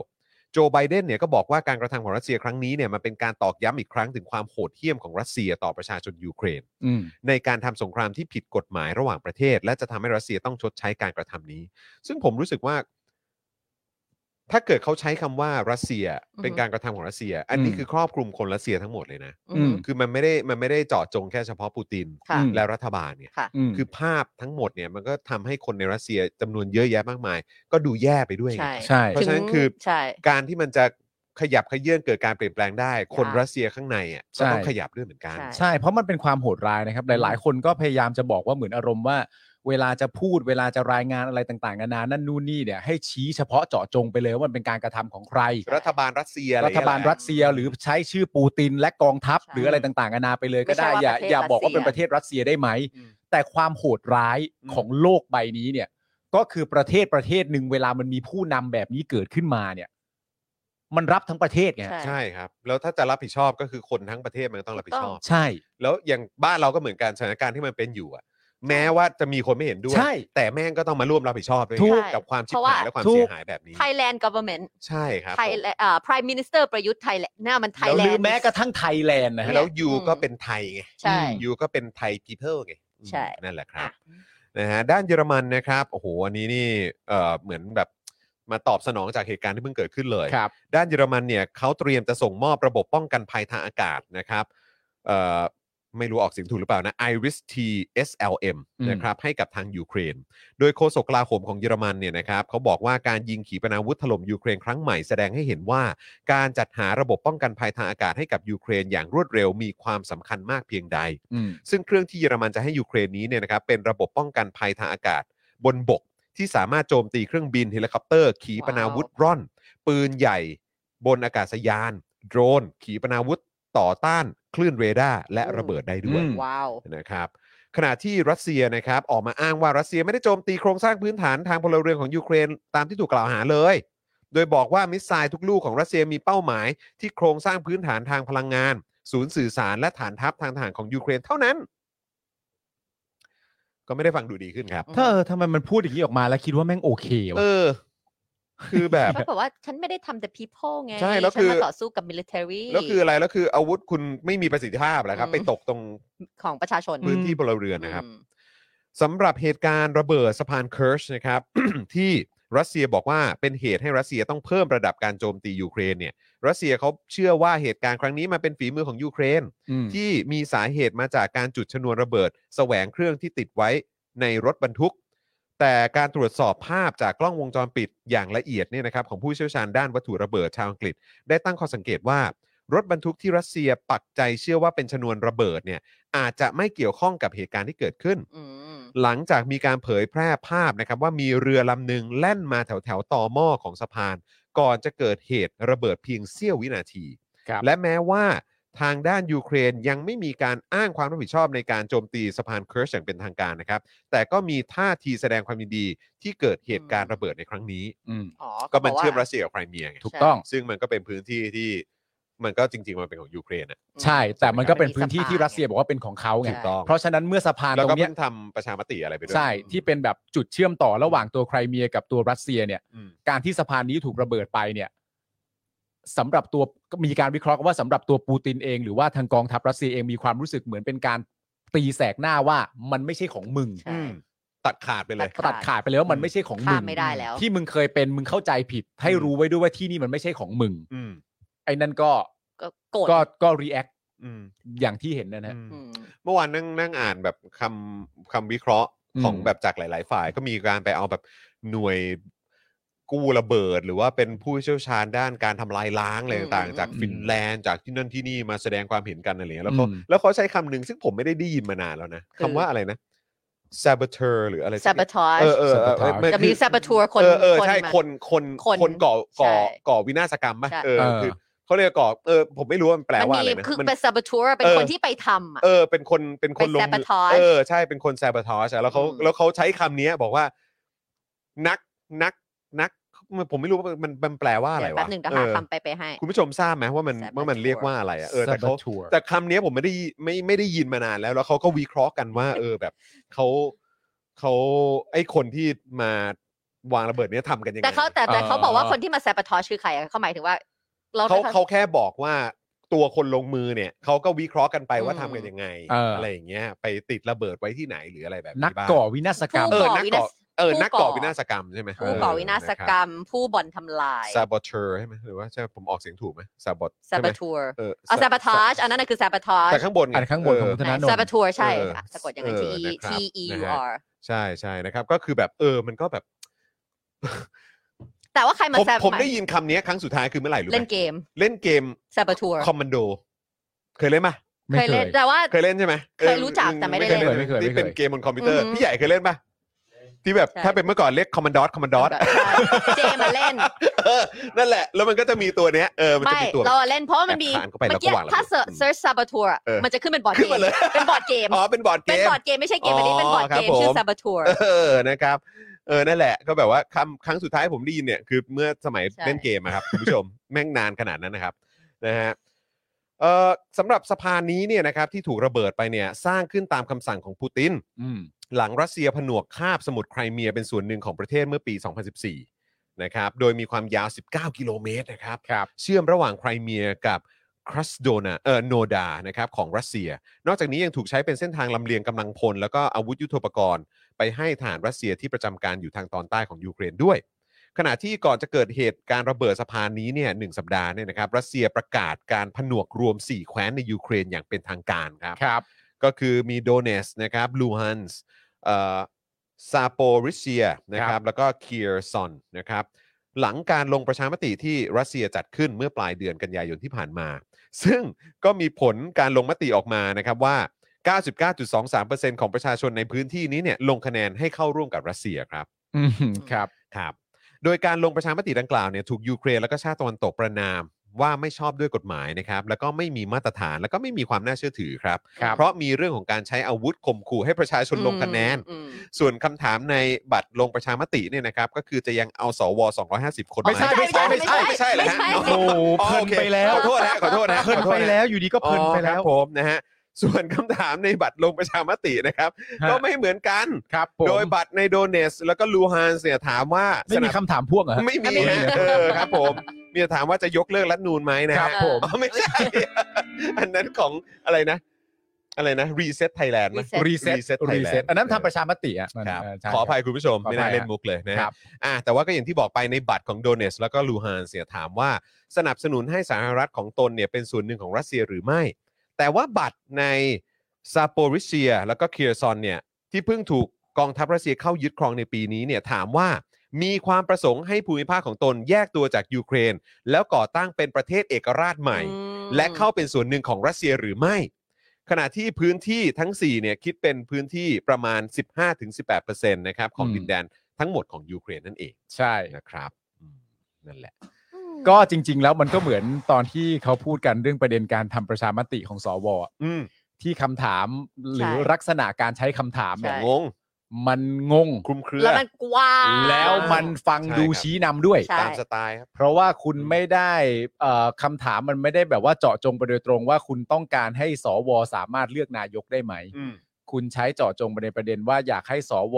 S2: โจไบเดนเนี่ยก็บอกว่าการกระทำของรัสเซียครั้งนี้เนี่ยมันเป็นการตอกย้ำอีกครั้งถึงความโหดเหี้ยมของรัสเซียต่อประชาชนยูเครน
S3: อืม
S2: ในการทำสงครามที่ผิดกฎหมายระหว่างประเทศ และจะทำให้รัสเซียต้องชดใช้การกระทำนี้ ซึ่งผมรู้สึกว่า ถ้าเกิดเขาใช้คำว่ารัสเซีย
S4: อือฮึ
S2: เป็นการกระทำของรัสเซีย อันนี้
S3: อืม
S2: คือครอบคลุมคนรัสเซียทั้งหมดเลยนะ
S4: อืม
S2: คือมันไม่ได้มันไม่ได้เจาะจงแค่เฉพาะปูติน
S4: ค่ะ
S3: อืม
S2: และรัฐบาลเนี่ย
S4: ค่ะ
S3: ม
S2: คือภาพทั้งหมดเนี่ยมันก็ทำให้คนในรัสเซียจำนวนเยอะแยะมากมาย ก็ดูแย่ไปด้วยไง
S4: ใช่
S3: ใช่
S2: เพราะฉะนั้น
S4: ถึง
S2: คือ
S4: ใช่
S2: การที่มันจะขยับขยื่นเกิดการเปลี่ยนแปลงได้ คน
S4: ใช่
S2: รัสเซียข้างในอ่ะก็ต้อง
S3: ใช่
S2: ขยับด้วยเหมือนกัน
S4: ใช่
S3: ใช่ เพราะมันเป็นความโหดร้ายนะครับ หลาย ๆ คนก็พยายามจะบอกว่าเหมือนอารมณ์ว่า เวลาจะพูดเวลาจะรายงานอะไรต่างๆนานานั่นนู่นนี่เนี่ยให้ชี้เฉพาะเจาะจงไปเลยว่ามันเป็นการกระทำของใคร
S2: รัฐบาลรัสเซียอะไอ
S3: รั
S2: ย่ง
S3: ฐ
S2: เงี้ย
S3: บาล
S2: แหะ
S3: รัสเซียหรือใช้ชื่อปูตินและกองทัพ หรืออะไรต่างๆนานาไปเลยก็ได้
S4: ไม่ใช่ว่า
S3: อย่าอย่า
S4: ประเทศ
S3: บอกว่า
S4: รั
S3: เป็
S4: สเซีย
S3: นประเทศรัสเซียได้ไหม
S2: อืม
S3: แต่ความโหดร้าย
S2: อืม
S3: ของโลกใบนี้เนี่ย ก็คือประเทศประเทศหนึ่งเวลามันมีผู้นำแบบนี้เกิดขึ้นมาเนี่ย มันรับทั้งประเทศไง
S4: ใช่
S2: ใช่ครับ แล้วถ้าจะรับผิดชอบก็คือคนทั้งประเทศมันก็ต้องรับผิดชอบ
S3: ใช่
S2: แล้วอย่างบ้านเราก็เหมือนกันสถานการณ์ที่มันเป็นอยู่อะแม้ว่าจะมีคนไม่เห็นด้วย
S3: ใช่
S2: แต่แม่งก็ต้องมาร่วมรับผิดชอบด้วย
S3: ถูก
S2: กับความชิบ
S4: เพราะว่า
S2: หายและความ
S3: ถูก
S2: เสียหายแบบนี้
S4: Thailand government
S2: ใช่ครับ
S4: ไทย
S2: ผม
S4: เอ่อ prime minister ประยุทธ์ไทยแลนด์หน้ามันไทย
S3: แล้ว
S4: แล
S3: หรื
S4: น
S3: อ
S4: ด์
S3: แม้กระทั่งไทยแลนด์นะฮะ
S2: แล้วยูก็เป็นไทยไง
S4: ใช่
S2: ยูก็เป็นไทยพีเพิลไง
S4: ใช่
S2: อืมนั่นแหละครับนะฮะด้านเยอรมันนะครับโอ้โหอันนี้นี่เอ่อเหมือนแบบมาตอบสนองจากเหตุการณ์ที่เพิ่งเกิดขึ้นเลย
S3: ครับ
S2: ด้านเยอรมันเนี่ยเขาเตรียมจะส่งมอบระบบป้องกันภัยทางอากาศนะครับเอ่อไม่รู้ออกเสียงถูกหรือเปล่านะ Iris T SLM
S3: อืม
S2: นะครับให้กับทางยูเครน โดยโฆษกกลาโหมของเยอรมันเนี่ยนะครับเขาบอกว่าการยิงขีปนาวุธถล่มยูเครนครั้งใหม่แสดงให้เห็นว่า การจัดหาระบบป้องกันภัยทางอากาศให้กับยูเครนอย่างรวดเร็วมีความสำคัญมากเพียงใด
S3: อืม
S2: ซึ่งเครื่องที่เยอรมันจะให้ยูเครนนี้เนี่ยนะครับเป็นระบบป้องกันภัยทางอากาศ บนบกที่สามารถโจมตีเครื่องบินเฮลิคอปเตอร์ ขีปนาวุธร่อน ปืนใหญ่บนอากาศยาน โดรน ขีปนาวุธต่อต้าน คลื่นเรดาร์และระเบิดได้ด้วย
S3: อืม
S4: ว้าว
S2: นะครับขณะที่รัสเซียนะครับออกมาอ้างว่ารัสเซียไม่ได้โจมตีโครงสร้างพื้นฐานทางพลเรือนของยูเครนตามที่ถูกกล่าวหาเลย โดยบอกว่ามิสไซล์ทุกลูกของรัสเซียมีเป้าหมาย ที่โครงสร้างพื้นฐานทางพลังงาน ศูนย์สื่อสารและฐานทัพทางทหารของยูเครนเท่านั้น ก็ไม่ได้ฟังดูดีขึ้นครับ
S3: ถ้าเออทำไมมันพูดอย่างนี้ออกมาแล้วคิดว่าแม่งโอเควะ
S2: เออ คือแบบ
S4: เขาบอกว่าฉันไม่ได้ทำแต่ people ไง
S2: ใช่แล้ว
S4: ฉัน
S2: คือ
S4: มาต่อสู้กับ military
S2: แล้วคืออะไรแล้วคืออาวุธคุณไม่มีประสิทธิภาพเหรอครับ
S4: อืม
S2: ไปตกตรง
S4: ของประชาชน
S2: พื้นที่พลเรือนนะครับ
S4: อืม
S2: สำหรับเหตุการณ์ระเบิดสะพานเคิร์ชนะครับ (coughs) ที่รัสเซียบอกว่าเป็นเหตุให้รัสเซียต้องเพิ่มระดับการโจมตียูเครนเนี่ยรัสเซียเขาเชื่อว่าเหตุการณ์ครั้งนี้มันเป็นฝีมือของยูเครน
S3: อืม
S2: ที่มีสาเหตุมาจากการจุดชนวนระเบิด แสวงเครื่องที่ติดไว้ในรถบรรทุก แต่การตรวจสอบภาพจากกล้องวงจรปิดอย่างละเอียดเนี่ยนะครับของผู้เชี่ยวชาญด้านวัตถุระเบิดชาวอังกฤษ ได้ตั้งข้อสังเกตว่า รถบรรทุกที่รัสเซียปักใจเชื่อว่าเป็นชนวนระเบิดเนี่ยอาจจะไม่เกี่ยวข้องกับเหตุการณ์ที่เกิดขึ้น
S4: อืม
S2: หลังจากมีการเผยแพร่ภาพนะครับว่ามีเรือลำหนึ่งแล่นมาแถวแถวๆต่อหม้อของสะพาน ก่อนจะเกิดเหตุระเบิดเพียงเสี้ยววินาที
S3: ครับ
S2: และแม้ว่าทางด้านยูเครนยังไม่มีการอ้างความรับผิดชอบในการโจมตีสะพานเคิร์ชอย่างเป็นทางการนะครับ แต่ก็มีท่าทีแสดงความยินดีที่เกิดเหตุการณ์ระเบิดในครั้งนี้
S3: อืม
S4: อ๋อ
S2: ก็มัน
S4: ขาบ
S2: เชื่อม
S4: ว่า
S2: รัสเซียกับไครเมียไง
S3: ถูกต้อง
S2: ซึ่งมันก็เป็นพื้นที่ที่มันก็จริงๆมันเป็นของยูเครนอะ
S3: ใช่ แต่มันก็เป็นพื้นที่ที่รัสเซียบอกว่าเป็นของเขาไง
S4: ถูกต้อง
S3: เพราะฉะนั้นเมื่อสะพาน
S2: แล้ว
S3: ตร
S2: ก็
S3: งเนี้
S2: เพิ่
S3: ย
S2: งทำประชามติอะไรไปด้วย
S3: ใช่ที่เป็นแบบจุดเชื่อมต่อระหว่างตัวไครเมียกับตัวรัสเซียเนี่ย
S2: อืม
S3: การที่สะพานนี้ถูกระเบิดไปเนี่ยสำหรับตัวมีการวิเคราะห์กันว่าสำหรับตัวปูตินเองหรือว่าทางกองทัพรัสเซียเองมีความรู้สึกเหมือนเป็นการตีแสกหน้าว่ามันไม่ใช่ของมึง
S4: ใช่
S2: ตัดขาดไปเลย
S4: ตั
S3: ตัดขาดไปแล้วามันไม่ใช่ของมึ
S4: ข้าม
S3: ง
S4: ไม่ได้แล้ว
S3: ที่มึงเคยเป็นมึงเข้าใจผิด ให้
S2: อืม
S3: รู้ไว้ด้วยว่าที่นี่มันไม่ใช่ของมึง
S2: อืม
S3: ไอ้นั่นก็
S4: ก็โกรธ
S3: ก็ก็รีแอค
S2: อืม
S3: อย่างที่เห็นนะนะ
S2: อืม
S4: อืม
S2: เมื่อวานนั่งนั่งอ่านแบบคำคำวิเคราะห์ของ
S3: อืม
S2: แบบจากหลาย ๆ ฝ่าย ก็มีการไปเอาแบบหน่วยกู้ระเบิด หรือว่าเป็นผู้เชี่ยวชาญด้านการทำลายล้างอะไร
S4: อืม
S2: ต่างๆ จาก
S3: อืม
S2: ฟินแลนด์จากที่นั่นที่นี่มาแสดงความเห็นกันอะไรเงี้ยแล้วเขา
S3: อืม
S2: แล้วเขาใช้คำหนึ่งซึ่งผมไม่ได้ได้ยินมานานแล้วนะ
S4: คื
S2: คำ
S4: อ
S2: ว่าอะไรนะ saboteur หรืออะไรสักอย่าง
S4: sabotage
S2: เออเออเออเออ
S3: Sabotage
S2: ไม่
S4: แต่มี
S2: คือ
S4: saboteur คน
S2: เออเออใช่
S4: มา
S2: คนคน
S4: คน
S2: คนก่อก่อ
S4: ใช่
S2: ก่อวินาศกรรมป่ะ
S4: ใช่
S2: เออ
S3: เออ
S2: คือเขาเรียกก่อเออผมไม่รู้ว่ามันแปล
S4: มัน
S2: ว่าอะ
S4: มี
S2: ไรนะ
S4: คือ
S2: มัน
S4: เป็น saboteur เป็น
S2: เออ
S4: คนที่ไปทำอะ
S2: เออเป็นคนเป็นคน
S4: เป็น
S2: ลง
S4: sabotage
S2: เออใช่เป็นคนแซบทอชแล้วเขา
S4: อืม
S2: แล้วเขาใช้คำนี้บอกว่า นักนักนัก ผมไม่รู้ว่ามันมันแปลว่าอะไร
S4: เดี๋ยว
S2: วะ
S4: แป๊บหนึ่งจะ
S2: เอ
S4: หา
S2: อ
S4: คำไปไปให้
S2: คุณผู้ชมทราบไหมว่ามัน
S4: saboteur
S2: ว่ามันเรียกว่าอะไรอะเออแต่เขา
S3: Saboteur
S2: แต่คำนี้ผมไม่ได้ไม่ไม่ได้ยินมานานแล้ว แล้วเขาก็วิเคราะห์กันว่า เออแบบเขาเขาไอ้คนที่มาวางระเบิดเนี้ยทำกันยังไง
S4: แต่เขาแต่แต่
S3: เออ
S4: เขาบอกว่าคนที่มา sabotage คือใครอะเขาหมายถึงว่า เรา
S2: เขา
S4: ได้
S2: เขาแค่บอกว่าตัวคนลงมือเนี่ยเขาก็วิเคราะห์กันไปว่า
S4: อืม
S2: ทำกันยังไง
S3: เอออ
S2: อะไรอย่างเงี้ย ไปติดระเบิดไว้ที่ไหนหรืออะไรแบบ
S3: นัก
S2: บ้าง
S3: ก่อวินาศกรรม
S2: เออ
S4: ผู้
S2: นัก
S4: วิ
S2: ก่
S4: นา
S2: อ
S4: ศ
S2: เออ
S4: ผู้
S2: นักก่อ
S4: ก่อ
S2: วินาศกรรมใช่ไหม
S4: ผู้ก่อวินาศกรรม ผู้บ่อนทำลาย
S2: ซาบอเทอร์ใช่ไหมหรือว่าใช่ผมออกเสียงถูกไหมซาบอ
S4: saboteur
S2: เออ
S4: เอา sabotage อันนั้นนะคือ sabotage
S2: แต่ข้างบนไ
S3: อันข้างบน
S2: เ
S3: ของคุณธนาโนน
S4: saboteur ใช่
S2: เออ
S4: ค่ะสะกดอย่างนั้น
S2: เออ
S4: T E
S2: นะค
S4: T
S2: รับ
S4: E
S2: นะ
S4: U
S2: ฮะ
S4: R
S2: ใช่ใช่นะครับ ก็คือแบบเออมันก็แบบ
S4: แต่ว่าใครมา
S2: ผม
S4: แซบ
S2: ผมได้ยินคำนี้ครั้งสุดท้ายคือเมื่อไหร่รู้ไหม
S4: เล่นเกม
S2: เล่นเกม
S4: saboteur
S2: คอมมานโด เคยเล่นปะ
S3: ไม่
S4: เคย
S3: เค
S4: เล่
S3: ย
S4: นแต่ว่า
S2: เคยเล่นใช่ไหมออ
S4: เคยรู้จักแต่ไม่ได้เล่น
S3: ไม่เคยไม่
S2: ที่
S3: เคย
S2: เป็นเกมบนคอมพิวเตอร์
S4: อือฮึ
S2: พี่ใหญ่เคยเล่นปะที่แบบ
S4: ใช่
S2: ถ้าเป็นเมื่อก่อนเรียกคอมมานดอสคอมมานดอส
S4: เจมา
S2: (laughs)
S4: เล่น
S2: เออนั่นแหละ แล้วมันก็จะมีตัวเนี้ยเออมันจะ
S4: ไม่
S2: มีตัว
S4: เราอะเล่นเพราะว่ามันมี
S2: แอบผ่านเข้าไปแล้วก็วางระเบิด
S4: ถ้าเ
S2: อืม
S4: ซิร์ชซาบาทัวร์
S2: เออ
S4: มันจะขึ้นเป็นบอร์ด
S2: ขึ้
S4: เก
S2: น
S4: ม
S2: มาเลย
S4: เป็นบอร์ดเกม
S2: อ๋อเป็นบอร์ดเก
S4: เป็น
S2: ม
S4: บอร์ดเกมไม่ใช่เกมอันนี้เป็นบอร์ด
S2: อ๋อครั
S4: เก
S2: บ
S4: มชื่
S2: ผ
S4: อ
S2: ม
S4: ซาบาทัวร์
S2: เออ นะครับ เออ นั่นแหละ ก็แบบว่าคำครั้งสุดท้ายผมได้ยินเนี่ย คือเมื่อสมัย
S4: ใช่
S2: เล่นเกมอะ
S4: (laughs)
S2: ครับ คุณผู้ชม แม่งนานขนาดนั้นนะครับ นะฮะ เอ่อสำหรับสะพานนี้เนี่ยนะครับ ที่ถูกระเบิดไปเนี่ย สร้างขึ้นตามคำสั่งของปูติน
S3: อืม
S2: หลังรัสเซียผนวกคาบสมุทรไครเมียเป็นส่วนหนึ่งของประเทศเมื่อปี 2014 นะครับ โดยมีความยาว 19 กิโลเมตรนะครับ
S3: ครับ
S2: เชื่อมระหว่างไครเมียกับครัสโดนาเออโนดานะครับของรัสเซีย นอกจากนี้ยังถูกใช้เป็นเส้นทางลำเลียงกำลังพล แล้วก็อาวุธยุโทโธปกรณ์ ไปให้ฐานรัสเซียที่ประจำการอยู่ทางตอนใต้ของยูเครนด้วย ขณะที่ก่อนจะเกิดเหตุการณ์ระเบิดสะพานนี้เนี่ยหนึ่งสัปดาห์เนี่ยนะครับรัสเซียประกาศการผนวกรวม 4 แคว้นในยูเครนอย่างเป็นทางการครับ
S3: ครับ
S2: ก็คือมีโดเนสนะครับลูฮันส์ซาโปริเซียนะค
S3: ครั
S2: รับบ แล้วก็เคียร์ซอนนะครับหลังการลงประชามติที่รัสเซียจัดขึ้นเมื่อปลายเดือนกันยายนที่ผ่านมา ซึ่งก็มีผลการลงมติออกมานะครับว่า 99.23%ของประชาชนในพื้นที่นี้เนี่ยลงคะแนนให้เข้าร่วมกับรัสเซียครับ
S3: อืมครับ
S2: ครับ โดยการลงประชามติดังกล่าวเนี่ยถูกยูเครนและก็ชาติตะวันตกประนาม ว่าไม่ชอบด้วยกฎหมายนะครับ แล้วก็ไม่มีมาตรฐานแล้วก็ไม่มีความน่าเชื่อถือครับ
S3: ครับ
S2: เพราะมีเรื่องของการใช้อาวุธข่มขู่ให้ประชาชนลงคะแนน
S4: อืม
S2: ส่วนคำถามในบัตรลงประชามติเนี่ยนะครับ ก็คือจะยังเอาสว 250 คน
S3: ไม่ใช่
S2: ห
S4: ไม่ใช่
S2: ไม่ใช่ไม่ใช่
S4: ไม่
S2: ไม่
S4: ใช่
S2: ใช่
S3: โอ้
S2: เหรอฮะ
S3: เพลินไปแล้ว
S2: ขอโทษนะขอโทษนะ
S3: เพลิน
S2: ขอโท
S3: ไป
S2: ษนะ
S3: แล้วอยู่ดีก็เพลินไปแล้
S2: อ๋อคว รับผมนะฮะ ส่วนคำถามในบัตรลงประชามตินะครับ ก็ไม่เหมือนกัน
S3: ครับผม
S2: โดยบัตรในโดเนส แล้วก็ลูฮานเนี่ยถามว่า
S3: ไม่มี
S2: สนั
S3: คำถามพ่วงเหรอฮะ
S2: ไม่มี
S4: ไม่มี
S2: ฮะเออครับผม มีถามว่าจะยกเลิกรัฐธรรมนูนไหมนะฮะ
S3: ครับผม
S2: อ๋อไม่ใช่ อันนั้นของอะไรนะ อะไรนะรีเซ็ตไทยแลนด์
S4: Reset
S3: รีเซ็ต
S2: Reset
S3: รี
S2: Thailand
S3: เซ็ตอันนั้นทำประชามติอ่ะมัน
S2: ครับ
S3: เใช่
S2: ขออภัย
S3: ค
S2: คุณผู้ชม
S3: ขออภัย
S2: ไม่น่าเล่นมุกเลยนะ
S3: ค
S2: ค
S3: รั
S2: รั
S3: บบ
S2: อ่ะแต่ว่าก็อย่างที่บอกไปในบัตรของโดเนสแล้วก็ลูฮานเสียถามว่าสนับสนุนให้สหรัฐของตนเนี่ยเป็นส่วนหนึ่งของรัสเซียหรือไม่ แต่ว่าบัตรในซาโปริเชีย แล้วก็เคียร์ซอนเนี่ยที่เพิ่งถูกกองทัพรัสเซียเข้ายึดครองในปีนี้เนี่ยถามว่ามีความประสงค์ให้ภูมิภาคของตนแยกตัวจากยูเครน แล้วก่อตั้งเป็นประเทศเอกราชใหม่
S4: อืม
S2: และเข้าเป็นส่วนหนึ่งของรัสเซียหรือไม่ ขณะที่พื้นที่ทั้ง 4 เนี่ยคิดเป็นพื้นที่ประมาณ 15-18%นะครับของ
S3: อืม
S2: ดินแดนทั้งหมดของยูเครนนั่นเอง
S3: รับใช่
S2: นะครับอืมนั่นแหละ
S4: อืม
S3: ก็จริง ๆ แล้วมันก็เหมือนตอนที่เขาพูดกันเรื่องประเด็นการทำประชามติของสวอะ
S2: อืม
S3: ที่คำถามหรือ
S4: ใช่
S3: ลักษณะการใช้คำถามเนี่ย
S4: ใช่
S2: งง
S3: มันงง
S2: คลุมเครือ
S4: แล้วมันกว้าง
S3: แล้วมันฟัง
S2: ใช่
S3: ดู
S2: ครับ
S3: ชี้นำด้วย
S4: ใช่
S2: ตามสไตล์ครับ
S3: เพราะว่าคุณไม่ได้เอ่อคำถามมันไม่ได้แบบว่าเจาะจงไปโดยตรงว่าคุณต้องการให้สวสามารถเลือกนายกได้ไหม
S2: อืม
S3: คุณใช้เจาะจงไปในประเด็นว่าอยากให้สว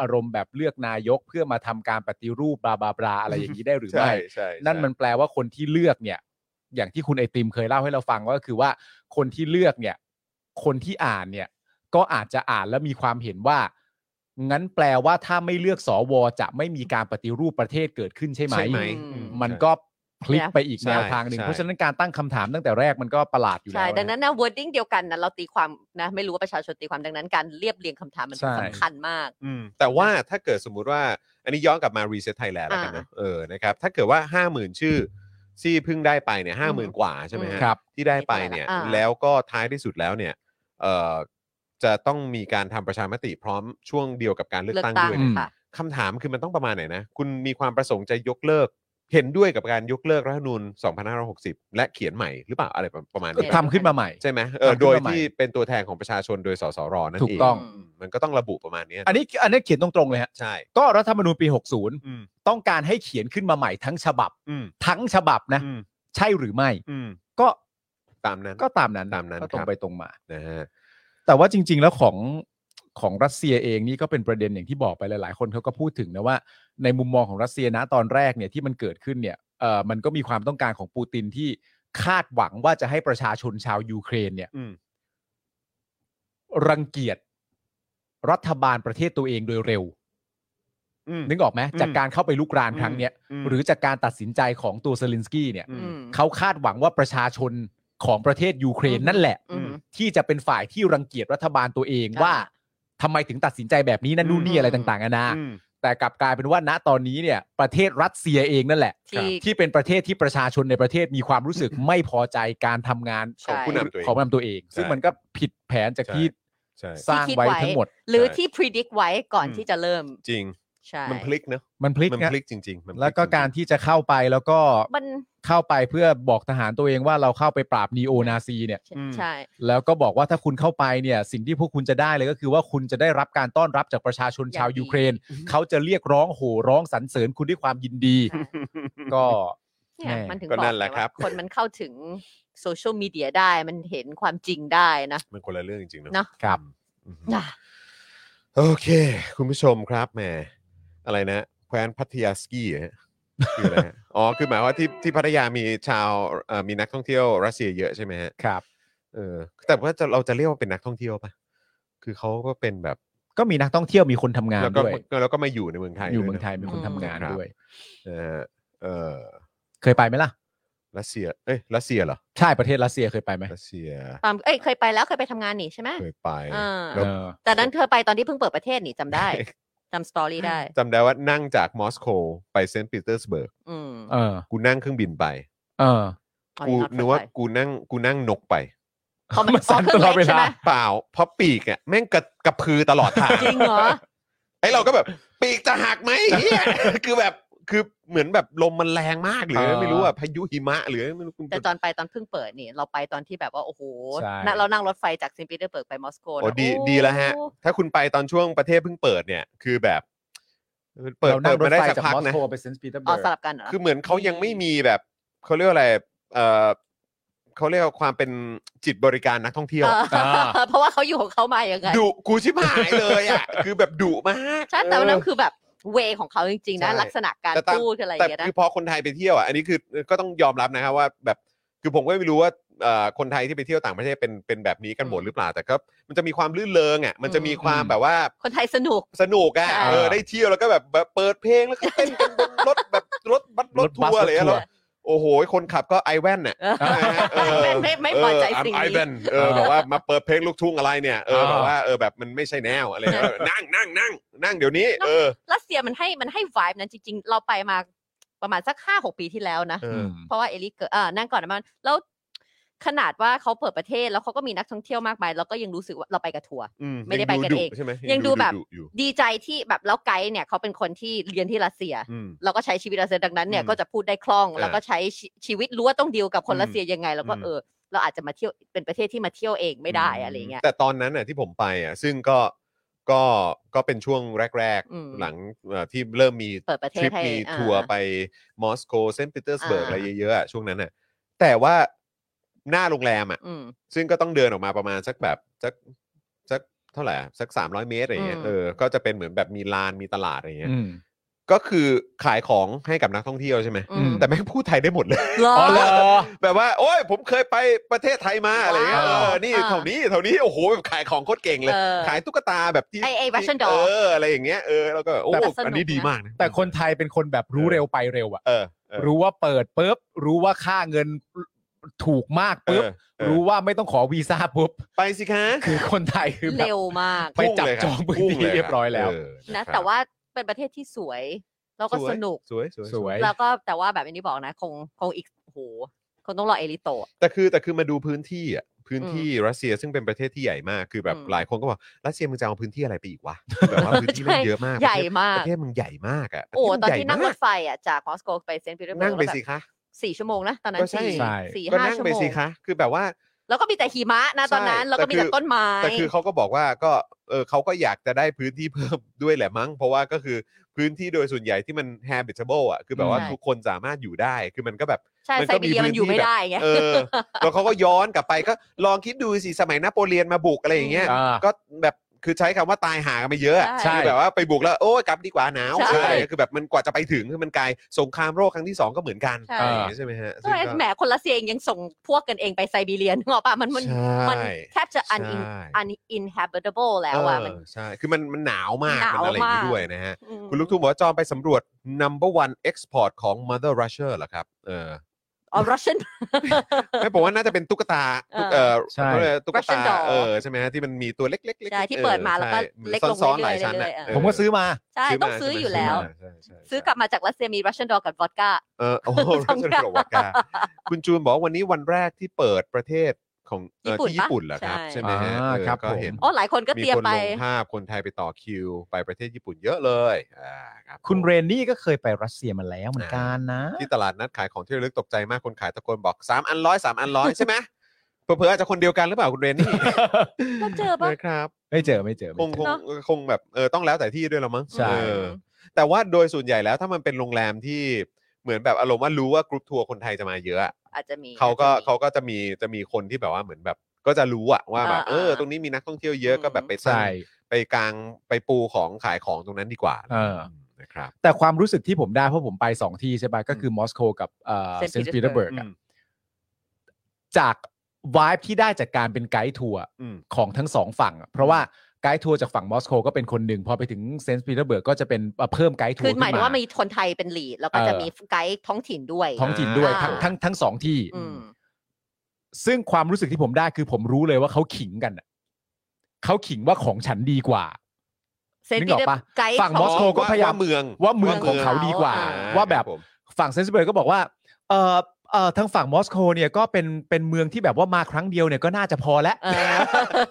S3: อารมณ์แบบเลือกนายก เพื่อมาทำการปฏิรูปบลาบลาบลาอะไรอย่างนี้ได้หรือ
S2: ใช่
S3: ไม่
S2: ใช่
S3: นั่นมัน
S2: ใช่
S3: แปลว่าคนที่เลือกเนี่ย อย่างที่คุณไอติมเคยเล่าให้เราฟังก็คือว่าคนที่เลือกเนี่ย คนที่อ่านเนี่ย ก็อาจจะอ่านแล้วมีความเห็นว่า งั้นแปลว่าถ้าไม่เลือกสวจะไม่มีการปฏิรูปประเทศเกิดขึ้นใช่ไหม
S2: ใช่ไหม
S4: อืม
S3: มัน
S2: ใช่
S3: ก็พลิกไปอีก
S2: ใช่
S3: แนวทางหนึ่ง
S2: ใช่
S3: เพราะฉะนั้นการตั้งคำถามตั้งแต่แรกมันก็ประหลาดอยู่แล้ว
S4: ใช่ ดัง
S3: นะ
S4: นั้นนะ wording เดียวกันนะเราตีความนะ ไม่รู้ว่าประชาชนตีความดังนั้นการเรียบเรียงคำถามมัน
S3: ใช่
S4: สำคัญมาก
S2: อืมแต่ว่าถ้าเกิดสมมุติว่า อันนี้ย้อนกลับมา Reset Thailand แล้วกันนะเออนะครับถ้าเกิดว่า 50,000 ชื่อที่เพิ่งได้ไปเนี่ยห้าหมื่นกว่าใช่ไหมฮะ
S3: ครับ
S2: ที่ได้ไปเนี่ย
S4: อ่า
S2: แล้วก็ท้ายที่สุดแล้วเนี่ยเอ่อจะต้องมีการทำประชามติพร้อมช่วงเดียวกับการเลือก
S4: เลือก
S2: ตั้ง
S4: ตั้ง
S2: ด้วย
S3: อื
S2: นะ
S3: ม
S4: ค่ะ
S2: คำถามคือมันต้องประมาณไหนนะ คุณมีความประสงค์จะยกเลิก เห็นด้วยกับการยกเลิกรัฐธรรมนูญ2560 และเขียนใหม่หรือเปล่าอะไรประมาณ
S3: คือ
S2: นี้
S3: ทำขึ้นมาใหม่
S2: ใช่ไหมเออ
S3: ทำขึ้นมา
S2: โดย
S3: ใหม่
S2: ที่เป็นตัวแทนของประชาชนโดยสสรนั่นเอง
S3: ถูกต้อง
S2: มมันก็ต้องระบุประมาณเนี้ย
S3: อันนี้อันนี้เขียนตรงๆเลยฮะ
S2: ใช่
S3: ก็รัฐธรรมนูญปี
S2: อืม
S3: 60 ต้องการให้เขียนขึ้นมาใหม่ทั้งฉบับ
S2: อืม
S3: ทั้งฉบับนะ
S2: อืม
S3: ใช่หรือไม่
S2: อืม
S3: ก็
S2: ตามนั้น
S3: ก็ตามนั้น
S2: ตามนั้น
S3: ก็ต
S2: ค
S3: ร
S2: รั
S3: ง
S2: บ
S3: ไปตรงมา
S2: นะฮะ
S3: แต่ว่าจริง ๆ แล้วของของรัสเซียเองนี่ก็เป็นประเด็นอย่างที่บอกไปหลาย ๆ คนเขาก็พูดถึงนะว่า ในมุมมองของรัสเซียนะตอนแรกเนี่ยที่มันเกิดขึ้นเนี่ยเอ่อมันก็มีความต้องการของปูตินที่คาดหวังว่าจะให้ประชาชนชาวยูเครนเนี่ย
S2: อืม
S3: รังเกียจรัฐบาลประเทศตัวเองโดยเร็ว
S2: อืม
S3: นึกออกไหม
S2: อืม
S3: จากการเข้าไปลุกรานครั้งเนี้ย
S2: อืม
S3: หรือจากการตัดสินใจของตัวเซเลนสกี้เนี่ย
S2: อืม
S3: เขาคาดหวังว่าประชาชนของประเทศยูเครนนั่นแหละ
S4: อืม
S3: ที่จะเป็นฝ่ายที่รังเกียจรัฐบาลตัวเอง
S4: ใช่
S3: ว่าทำไมถึงตัดสินใจแบบนี้นั่นนู่นนี่อะไรต่างๆนานา
S2: อืม
S3: แต่กลับกลายเป็นว่าณตอนนี้เนี่ย ประเทศรัสเซียเองนั่นแหละ
S4: ที่
S3: ที่เป็นประเทศที่ประชาชนในประเทศมีความรู้สึก ไม่พอใจการทำงาน
S4: ใช่
S2: ผู้นำตัวเอง
S3: ของผู้นำตัวเอง ซึ่ง
S2: ใช่
S3: มันก็ผิดแผนจาก
S2: ใช่
S3: ที่
S2: ใช่
S3: สร้างไว้ทั้งหมด
S4: หรือ
S2: ใช่
S4: ที่ predict ไว้ก่อน
S2: อืม
S4: ที่จะเริ่ม
S2: จริง
S4: ใช่
S2: มันพลิกเนอะ
S3: มันพลิก
S2: มัน
S3: นะ
S2: พลิกจริงๆมันพ
S3: แล้วก็
S2: จงๆ
S3: การที่จะเข้าไปแล้วก็
S4: มัน
S3: เข้าไปเพื่อบอกทหารตัวเองว่าเราเข้าไปปราบนีโอนาซีเนี่ย
S4: ใช่
S3: แล้วก็บอกว่าถ้าคุณเข้าไปเนี่ย สิ่งที่พวกคุณจะได้เลยก็คือว่าคุณจะได้รับการต้อนรับจากประชาชนชาว
S4: อย่างดี
S3: ยูเครน เขาจะเรียกร้องโห่ร้องสรรเสริญคุณด้วยความยิน
S2: (laughs)
S3: ดี ก็
S4: เนี่ย
S3: แม่
S4: มันถึง
S2: ก็
S4: บอก
S2: นั่นแหละ
S4: ไง
S2: ครั
S4: ว่า
S2: บ
S4: คนมันเข้าถึงโซเชียลมีเดียได้มันเห็นความจริงได้นะ
S2: มันคนละเรื่องจริงๆเนอะ
S4: เนอะ
S3: ครับ
S2: อืม
S4: จ้ะ
S2: โอเค คุณผู้ชมครับแหมอะไรนะแคว้นพัทยาสกี้เหรอฮะคืออะไร
S3: (laughs)
S2: ฮะอ๋อคือหมายว่าที่ที่พัทยามีชาวเอ่อมีนักท่องเที่ยวรัสเซียเยอะใช่ไหมฮะ
S3: ครับ
S2: เออแต่ว่าจะเราจะเรียกว่าเป็นนักท่องเที่ยวปะคือเขาก็เป็นแบบ
S3: ก็มีนักท่องเที่ยวมีคนทำงาน
S2: แล้วก็
S3: ด้วย
S2: แล้วก็มาอยู่ในเมืองไทย
S3: อยู่
S2: ด้ว
S3: เมืองไทย
S2: นะ
S3: มีคนทำงานด้วย
S2: เออเออ
S3: เคยไปไหมล่ะ
S2: รัสเซียเอ้ยรัสเซียเหรอ
S3: ใช่ประเทศรัสเซียเคยไปไหม
S2: รัสเซีย
S4: ตามเอ้ยเคยไปแล้วเคยไปทำงานนี่ใช่ไหม
S2: เคยไป
S4: อ่า
S2: แล้ว
S3: เออ
S4: แต่นั้นเธอไปตอนที่เพิ่งเปิดประเทศนี่จำ
S2: (laughs)
S4: ได้จำสตอรี่ได้
S2: จำได้ว่านั่งจากมอสโกไปเซนต์ปีเตอร์สเบิร์ก
S4: อืม
S3: เออ
S2: กูนั่งเครื่องบินไป
S3: เออ
S4: อ๋อ
S2: กู
S4: ยัง
S2: นึก
S4: รถ
S2: ว่า
S4: ไฟ
S2: กูนั่งกูนั่งนกไป
S4: เขามัน
S3: มันสั่น
S2: (laughs)
S4: อ๋อเครื่อง
S3: ตลอดเวลา
S4: ใช่ไหม
S2: เปล่า เพราะปีกอ่ะแม่งกระกระพือตลอดทาง
S4: จริงเหรอ
S2: ไอเราก็แบบ ปีกจะหักไหมเหี้ย (laughs) คือแบบคือเหมือนแบบลมมันแรงมากหรือ
S3: เออ
S2: ไม่รู้อ่ะพายุหิมะหรือไม่รู้คุณ
S4: แต่ตอนไปตอนเพิ่งเปิดนี่ เราไปตอนที่แบบว่าโอ้โห
S3: ใช่
S4: นะเรานั่งรถไฟจากเซนต์ปีเตอร์สเบิร์กไปมอสโกนะ
S2: โอ้ดีดีแล้วฮะ ถ้าคุณไปตอนช่วงประเทศเพิ่งเปิดเนี่ย คือแบบ เปิด
S3: เรานั่
S2: เปิด
S3: งรถ
S2: มาได้
S3: ไฟ
S2: สัก
S3: จาก
S2: พัก
S3: มอส
S2: นะ
S3: โกไปเซนต์ปีเตอร์เบิ
S4: อ๋อ
S3: ร์
S4: สลั
S3: ก
S4: บกันเหรอ
S2: คือเหมือนเขายังไม่มีแบบเขาเรียกว่าอะไรเอ่อ เขาเรียกว่าความเป็นจิตบริการนักท่องเที่ยว
S4: เอ
S2: อะ
S4: อเพราะว่าเขาอยู่ของเขามาอย่างไง
S2: ดุกูชิบหายเลยอ่ะ คือแบบดุมาก
S4: ใช่แต่วันนั้น
S2: เออ
S4: คือแบบเวของเขาจริงๆนะ
S2: ใช่
S4: ลักษณะการ
S2: แต่ตาม
S4: พูดอะไรอ
S2: แต่
S4: ย่างเงี้ยนะ
S2: คือพอคนไทยไปเที่ยวอ่ะอันนี้คือก็ต้องยอมรับนะครับว่าแบบคือผมก็ไม่รู้ว่าเอ่อคนไทยที่ไปเที่ยวต่างประเทศเป็นเป็นแบบนี้กันหมดหรือเปล่าแต่ก็มันจะมีความลื่นเลงอ่ะมันจะมีความ
S3: อืม
S2: แบบว่า
S4: คนไทยสนุก
S2: สนุกอ่ะ
S4: ใช่
S2: เออได้เที่ยวแล้วก็แบบแบบเปิดเพลงแล้วก็เต้นกันบนรถแบบรถบัสรถทัวร์อะไรอย่างเงี้ยแล้วโอ้โห คนขับก็ไอแว่นน่ะ
S3: อ่า
S2: เออ
S4: ไม่ไม่ไม่พอใจสิ่ง
S2: เไอ
S4: นี้
S2: แว่นเออแบบว่ามาเปิดเพลงลูกทุ่งอะไรเนี่ยเออ
S3: อ่า
S2: แบบว่าเออแบบมันไม่ใช่แนวอะไรเงี้ยนั่งนั่งนั่งนั่งเดี๋ยวนี้ เออ
S4: รัสเซียมันให้มันให้วายนั้นจริง ๆ เราไปมาประมาณสักห้าหกปีที่แล้วนะ
S2: เอ
S3: อื
S2: อ
S3: ม
S4: เพราะว่าเอลิเกิดเออนั่งก่อนนะมันแล้วขนาดว่าเขาเปิดประเทศแล้วเขาก็มีนักท่องเที่ยวมากมายเราก็ยังรู้สึกว่าเราไปกับทัวร์
S2: อืม
S4: ไม่ได้ไปกันเอง
S2: ยัใช่ไหม
S4: ยังดูแบบ
S2: อยู่
S4: ดีใจที่แบบแล้วไกด์เนี่ยเขาเป็นคนที่เรียนที่รัสเซีย
S2: อืม
S4: เราก็ใช้ชีวิตรัสเซียดังนั้นเนี่ย
S2: อืม
S4: ก็จะพูดได้คล่อง
S2: อ่า
S4: แล้วก็ใช้ชีชีวิตรู้ว่าต้องดีลกับคน
S2: อืม
S4: รัสเซียยังไง แล้วก็
S2: อืม
S4: เออ เราอาจจะมาเที่ยวเป็นประเทศที่มาเที่ยวเองไม่ได้อะไรเงี้ย
S2: แต่ตอนนั้นน่ะที่ผมไปอ่ะซึ่งก็ก็ก็เป็นช่วงแรก
S4: อืม
S2: ๆ หลังเอ่อที่เริ่มมี
S4: เปิดประเท
S2: ท
S4: ศ
S2: ริป
S4: ให้
S2: มี
S4: อ่า
S2: ทัวร์ไปมอสโกเซนต์ปีเตอร์สเบิร์ก
S4: อ่า
S2: อะไรเยอะๆอะช่วงนั้นน่ะแต่ว่าหน้าโรงแรมอ่ะ
S4: อืม
S2: ซึ่งก็ต้องเดินออกมาประมาณสักแบบสักสักเท่าไหร่อะสัก 300 เมตรอะไรเงี้ย
S4: อืม
S2: เออก็จะเป็นเหมือนแบบมีลานมีตลาดอะไรเงี้ย
S3: อืม
S2: ก็คือขายของให้กับนักท่องเที่ยวใช่ไหม
S4: อืม
S2: แต่แม่งพูดไทยได้หมดเลย (laughs)
S4: หรอ
S3: อ๋อเหรอ
S2: แบบว่า โอ้ยผมเคยไปประเทศไทยมาอะไรเงี้ยเอ
S4: ว้าว
S2: อนี่
S4: อ่า
S2: เท่านี้เท่านี้โอ้โหแบบขายของโคตรเก่งเลย
S4: เออ
S2: ขายตุ๊กตาแบบที่
S4: ไอ้ไอ้ Russian doll
S2: เอออะไรอย่างเงี้ยเออแล้วก็โอ้
S4: แต่สนุก
S2: อันนี้ดี
S4: นะ
S2: มากนะ
S3: แต่คนไทยเป็นคนแบบรู้เร็วไปเร็วอะ
S2: เออเออ
S3: รู้ว่าเปิดปุ๊บรู้ว่าค่าเงินถูกมากปุ๊บ
S2: เออเออ
S3: รู้ว่าไม่ต้องขอวีซ่าปุ๊บ
S4: (laughs)
S2: ไปสิคะ
S3: คือคนไทยคือแบบ
S4: เร็วมาก
S3: ไปจับจองพื้นที่เรียบร้อยแล้ว
S4: นะแต่ว่าเป็นประเทศที่สวย แล้วก็
S2: สวย
S4: สนุก
S2: สวยสวย
S3: สวย
S4: แล้วก็แต่ว่าแบบอันนี้บอกนะ คงคงอีกโอ้โหคงต้องรอเอลิโตะ
S2: แต่คือแต่คือมาดูพื้นที่อ่ะพื้นที่รัสเซียซึ่งเป็นประเทศที่ใหญ่มากคือแบบ
S4: อืม
S2: หลายคนก็บอกรัสเซียมึงจะเอาพื้นที่อะไรไปอีกวะแบบว่าพื้นที่มัน
S4: ใช่
S2: เยอะมาก
S4: ใหญ่
S2: ประเทศ
S4: มา
S2: ป
S4: ก
S2: ระเทศมึงใหญ่มากอ่ะ
S4: โอ้
S2: ประเทศมึ
S4: ตอน
S2: ใหญ่
S4: ที่นั่งร
S2: มา
S4: ถ
S2: ก
S4: ไฟอ่ะจากมอสโกไปเซนต์ปีเตอร์เบิ
S2: นั่
S4: ร์
S2: ง
S4: ก
S2: ไป
S4: แบ
S2: สิ
S4: บ
S2: คะ
S4: สี่ชั่วโมงนะ ตอนนั้
S2: ก็
S4: น
S2: ใช่
S4: สี่
S3: ใช่
S4: สี่
S2: ก็
S4: ห้า
S2: นั่ง
S4: ชั่ว
S2: ไป
S4: โมง
S2: สิคะคือแบบว่า
S4: แล้วก็มีแต่หิมะนะตอนนั้น
S2: ใช่
S4: แล้วก็มี
S2: แต่คื
S4: แต่
S2: อ
S4: ต้นไม้
S2: แต่คือเขาก็บอกว่าก็เออเขาก็อยากจะได้พื้นที่เพิ่มด้วยแหละมั้ง เพราะว่าก็คือพื้นที่โดยส่วนใหญ่ที่มัน habitable อ่ะคือแบบว่า
S4: ใช่
S2: ทุกคนสามารถอยู่ได้คือมันก็แบบ
S4: ใช่
S2: มัน
S4: ไซ
S2: ก็มี
S4: บีเรียมันอยู่
S2: พื้นที่
S4: ไม่ได้ไง
S2: เออ แล้วเขาก็ย้อนกลับไปก็ลองคิดดูสิสมัยนโปเลียนมาบุกอะไรอย่างเงี้ย
S3: อ่า
S2: ก็แบบคือใช้คำว่าตายหากันมาเยอะอะ
S4: ใช่
S2: คือแบบว่าไปบุกแล้วโอ้ยกลับดีกว่าหนาว
S4: ใช่
S2: อะไรอย่างเงี้ยคือแบบมันกว่าจะไปถึงคือมันไกลสงครามโรคครั้งที่ 2 ก็เหมือนกัน
S4: ใช่
S2: อะไรอย่างเงี้ยใช่ไหมฮะ
S4: ใช่แหมคนรัสเซียเองยังส่งพวกกันเองไปไซบีเรียนเหรอปะมันมันมัน
S2: น
S4: แทบจะ
S2: ใช่
S4: un uninhabitable แล้วอ่ะมัน
S2: ใช่คือมันมันหนาวมาก
S4: หนาว
S2: มันอะไรอย่างงี้
S4: มาก
S2: ด้วยนะฮะ
S4: อืม
S2: คุณลูกทุ่งบอกว่าจอมไปสำรวจ number one export ของ mother russia เหรอครับเออ
S4: อ๋อ Russian
S2: ไม่ผมว่าน่าจะเป็นตุ๊กตาตุ๊กเออ
S3: ใช่
S2: เขาเรียกตุ๊ก
S4: Russian
S2: ตา
S4: doll
S2: เออใช่ไหมฮะที่มันมีตัวเล็กๆเล็กๆ
S4: ใช่ที่เปิดมาแล้วก็
S2: ใช่
S4: เล็กลง
S2: ซ้อนๆห
S4: เรื่อยๆ
S2: ลายชั้นน่ะ
S4: เรื่อยๆ
S2: เออ
S3: ผมก็ซื้อมา
S4: ใช่ต้องซื้ออยู่แล้ว
S2: ใช่ใช่
S4: ซื้อกลับมาจากรัสเซียมี Russian doll กับ vodka
S2: เออ (laughs)
S4: (laughs)
S2: โอ้
S4: ส
S2: รั
S4: อง
S2: ช
S4: อย่าง
S2: โรวากาคุณจูนบอกว่าวันนี้วันแรกที่เปิดประเทศของเอ่อ
S4: ญี่ปุ่น
S2: ที่ญี่ปุ่นเหรอครับ
S4: ปะ
S2: ใช่ไหมฮะ
S3: อ่า
S2: เออ
S3: ครับ
S2: ก็
S3: ผม
S2: เห็น
S4: อ๋อหลายคนก็เตรียม
S2: คน
S4: ไป
S2: ลงภาพคนไทยไปต่อคิว ไปประเทศญี่ปุ่นเยอะเลยอ่ารับ
S3: คุณ
S2: ผม
S3: เรนนี่ก็เคยไปรัสเซียมาแล้วเหมือนกันนะ
S2: ที่ตลาดนัดขายของที่ระลึกตกใจมากคนขายตะโกนบอก 3 อันร้อยสามอันร้อยใช่ไหมเผลอๆอาจจะคนเดียวกันหรือเปล่าคุณเรนนี่
S4: ก็เจอปะ
S2: นะครับ
S3: ไม่เจอไม่เจอไม่
S2: คง
S3: เจ
S2: ค
S3: อ
S2: งคงแบบเออต้องแล้วแต่ที่ด้วยละมั้ง
S3: ใช่
S2: เออ แต่ว่าโดยส่วนใหญ่แล้วถ้ามันเป็นโรงแรมที่เหมือนแบบอารมณ์ว่ารู้ว่ากรุ๊ปทัวร์คนไทยจะมาเยอะอะ
S4: อาจจะมี
S2: เขาก็
S4: อจจะมี
S2: เขาก็จะมีจะมีคนที่แบบว่าเหมือนแบบ ก็จะรู้อะว่าแบบ
S4: อ่า
S2: เออ ตรงนี้มีนักท่องเที่ยวเยอะ
S4: อืม
S2: ก็แบบไปสร้า
S3: ใช่
S2: งไปกลางไปปูของขายของตรงนั้นดีกว่า
S3: เออ
S2: นะครับ
S3: แต่ความรู้สึกที่ผมได้เพราะผมไปสองที่ใช่ป่ะก็คือมอสโกกับเซ
S4: Saint
S3: นต์ปีเตอร์เบิร์ก
S4: Petersburg
S2: อืม
S3: จากวายที่ได้จากการเป็นไกด์ทัวร์
S2: อืม
S3: ของทั้งสองฝั่งอะเพราะว่าไกด์ทัวร์จากฝั่งมอสโกก็เป็นคนหนึ่งพอไปถึงเซนต์ปีเตอร์เบิร์กก็จะเป็นเอ่อเพิ่มไกด์ทัว
S4: คื
S3: ร์
S4: อ
S3: ขึ้น
S4: หมายถึง
S3: มา
S4: ว่ามีคนไทยเป็นลีดแล้วก็
S3: เออ
S4: จะมีไกด์ท้องถิ่นด้วย
S3: ท้องถิ่นด้วย
S4: อ่า
S3: ทั้งทั้งทั้งสองที่
S4: อืม
S3: ซึ่งความรู้สึกที่ผมได้คือผมรู้เลยว่าเขาขิงกันอะเขาขิงว่าของฉันดีกว่า
S4: Saint
S3: นึกออกปะ
S4: Petersburg ไกด์
S3: ฝั่ง
S4: ข
S3: ม
S4: อง
S3: อสโกก็พยายา
S2: ว่า
S3: ม
S2: เมือง
S3: ว่าเมือง
S2: ว่าเมือง
S3: ของเขาดีกว่า
S4: อ่า
S3: ว่าแบบ
S2: ครับผม
S3: ฝั่งเซนต์เบิร์กก็บอกว่าเออเออทางฝั่งมอสโกเนี่ยก็เป็นเป็นเมืองที่แบบว่ามาครั้งเดียวเนี่ยก็น่าจะพอแล้ว
S4: เออ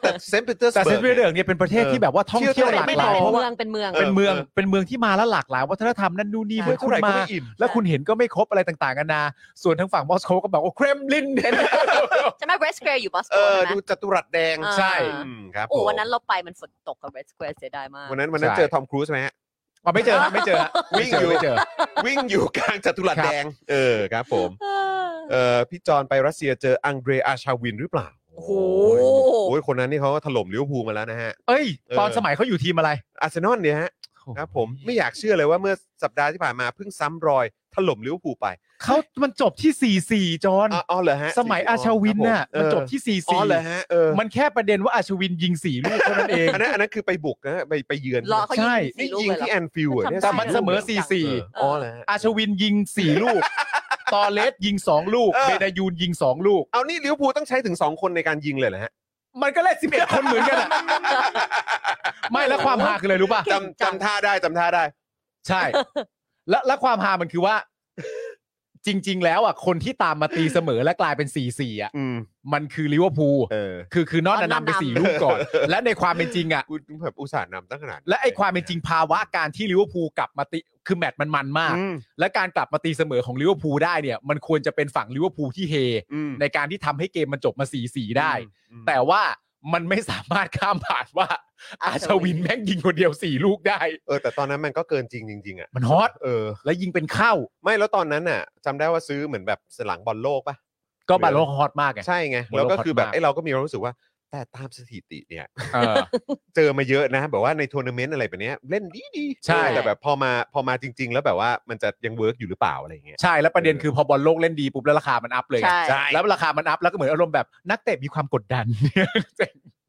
S2: แต่เซนต์ปีเตอร์ส
S3: แต่
S2: เบิ
S3: เซนต์เบิร์
S2: ร์ก
S3: กเนี่ยเป็นประเทศที่แบบว่าท่อง
S2: เที่
S3: เที่
S2: ย
S3: ยว ว
S2: เท่าไหร่
S3: หลาก
S4: ไม่
S3: ห
S4: ได้
S3: ลาย
S4: เป็น
S3: เพราะ
S4: เมื
S3: ว่า
S4: องเป็นเมือง
S3: เป็นเมือง
S2: เออ
S3: เป็นเมืองที่มาแล้วหลากหลายวัฒนธรรมนั่นนู่นนี่
S4: ใช่
S3: เมื่อคุณมา แล้วคุณเห็นก็ไม่ครบอะไรต่างๆกันานาส่วนทางฝั่งมอสโกก็แบบว่าเครมลินเนี่ย
S4: ใช่ไหม Red Square อยู่มอส
S2: เออ
S4: โกใช่ไหม
S2: ดูจัตุรัสแดง
S4: อ่า
S2: อืมครับ
S4: โอ้
S2: ผม
S4: วันนั้นเราไปมันฝนตกกับ Red Square เสียดายมาก
S2: วันนั้นวันนั้น
S3: ใช่
S2: เจอทอมครูซไหมฮะ
S3: อ๋อไม่เจอฮะ
S2: (laughs)
S3: ไม่เจอฮะ
S2: วิ่งอยู่
S3: ไม่เจอ
S2: วิ่งอยู่กลางจัตุรัส
S3: ครับ
S2: แดง เออครับผม
S4: เออ
S2: เออพี่จอนไปรัสเซียเจออังเดรอาชาวินหรือเปล่า
S4: โอ้โห
S2: โอ้ยคนนั้นนี่เขาก็ถล่มลิเวอร์พูลมาแล้วนะฮะ
S3: เอ้ย
S2: เออ
S3: ตอนสมัยเขาอยู่ทีมอะไร
S2: อาร์เซนอลเนี่ยฮะครับผมไม่อยากเชื่อเลยว่าเมื่อสัปดาห์ที่ผ่านมาเพิ่งซ้ำรอยถล่มลิเวอร์พูลไป
S3: เขามันจบที่4ี่สี่จอน
S2: อ๋ออ๋อเหรอฮะ
S3: สมัยอาชาวิน
S2: ค
S3: น่ะ
S2: รับผ
S3: มันจบที่4ี่
S2: เอออ๋อ
S3: สี่
S2: เหรอฮะเออ
S3: มันแค่ประเด็นว่าอาชวินยิงสี่ลูกเท่านั้น
S2: (laughs)
S3: เอง
S2: อันนั้นอันนั้นคือไปบุกนะฮะไปไปเยือน
S4: รอเขายิง
S3: ใช่
S2: นี่
S4: สี่ลูก
S2: ยิง
S4: เลยเหรอ
S2: ที่แอนฟิลด์อะเย
S4: แต่มันเสมอ
S3: 4-4
S2: เอออ๋อเหรอฮะ
S3: อาชวินยิงสี่ลูก ตอเลสยิงสองลูก
S2: เออ
S3: เบนายูนยิงสองลูก
S2: เอานี่ลิเวอร์พูลต้องใช้ถึง 2 คนในการยิงเลยเหรอฮะ
S3: มันก็เล่นสิบเอ็ดคนเหมือนกันอะไม่แล้วความฮาคืออะไรรู้ป่ะ
S4: เก่งจั
S2: จำ
S4: ง
S2: จำท่าได้จำท่าได้
S3: ใช่ และและความฮามันคือว่า จริง ๆ แล้วอ่ะคนที่ตามมาตีเสมอและกลายเป็นสี่สี่อ่ะ
S2: อืม
S3: มันคือลิเวอร์พูล
S2: เออ
S3: คือคือนอตนะนำไปสี่ลูกก่อน และในความเป็นจริงอ่ะ
S2: กูแบบอุตส่าห์นำตั้งขนาดนี้
S3: และไอความเป็นจริงภาวะการที่ลิเวอร์พูลกลับมาตีคือแมตช์มันมันมาก
S2: อืม
S3: และการกลับมาตีเสมอของลิเวอร์พูลได้เนี่ย มันควรจะเป็นฝั่งลิเวอร์พูลที่เฮ
S2: อืม
S3: ในการที่ทำให้เกมมันจบมา 4-4 ได้
S2: อืม
S3: แต่ว่ามันไม่สามารถข้ามผ่าน
S2: (laughs)
S3: ว่า อาชวินแม่งยิงคนเดียว 4 ลูกได้
S2: เออแต่ตอนนั้นมันก็เกินจริงจริงๆอ่ะ
S3: มันฮอต
S2: เออ
S3: และยิงเป็นเข้า
S2: ไม่แล้วตอนนั้นน่ะจำได้ว่าซื้อเหมือนแบบสลังบอลโลกปะ
S3: ก็บาโลฮอตมากไง
S2: ใช่ไง
S3: บอลโลก
S2: แล้วก็คือแบบ
S3: ฮอตมาก
S2: ไอ้เราก็มีความรู้สึกว่า แต่ตามสถิติเนี่ย
S3: เออ
S2: เจอมาเยอะนะแบบว่าในทัวร์นาเมนต์อะไรแบบเนี้ยเล่นดีดีๆ
S3: ใช่
S2: แต่แบบพอมาพอมาจริง ๆ แล้วแบบว่ามันจะยังเวิร์กอยู่หรือเปล่าอะไรอย่างเงี้ย
S3: ใช่แล้วประเด็นคือพอบอลโลกเล่นดีปุ๊บแล้วราคามันอัพเลยไง
S4: ใช่
S3: แล้วราคามันอัพแล้วก็เหมือนอารมณ์แบบนักเตะมีความกดดัน
S2: แบ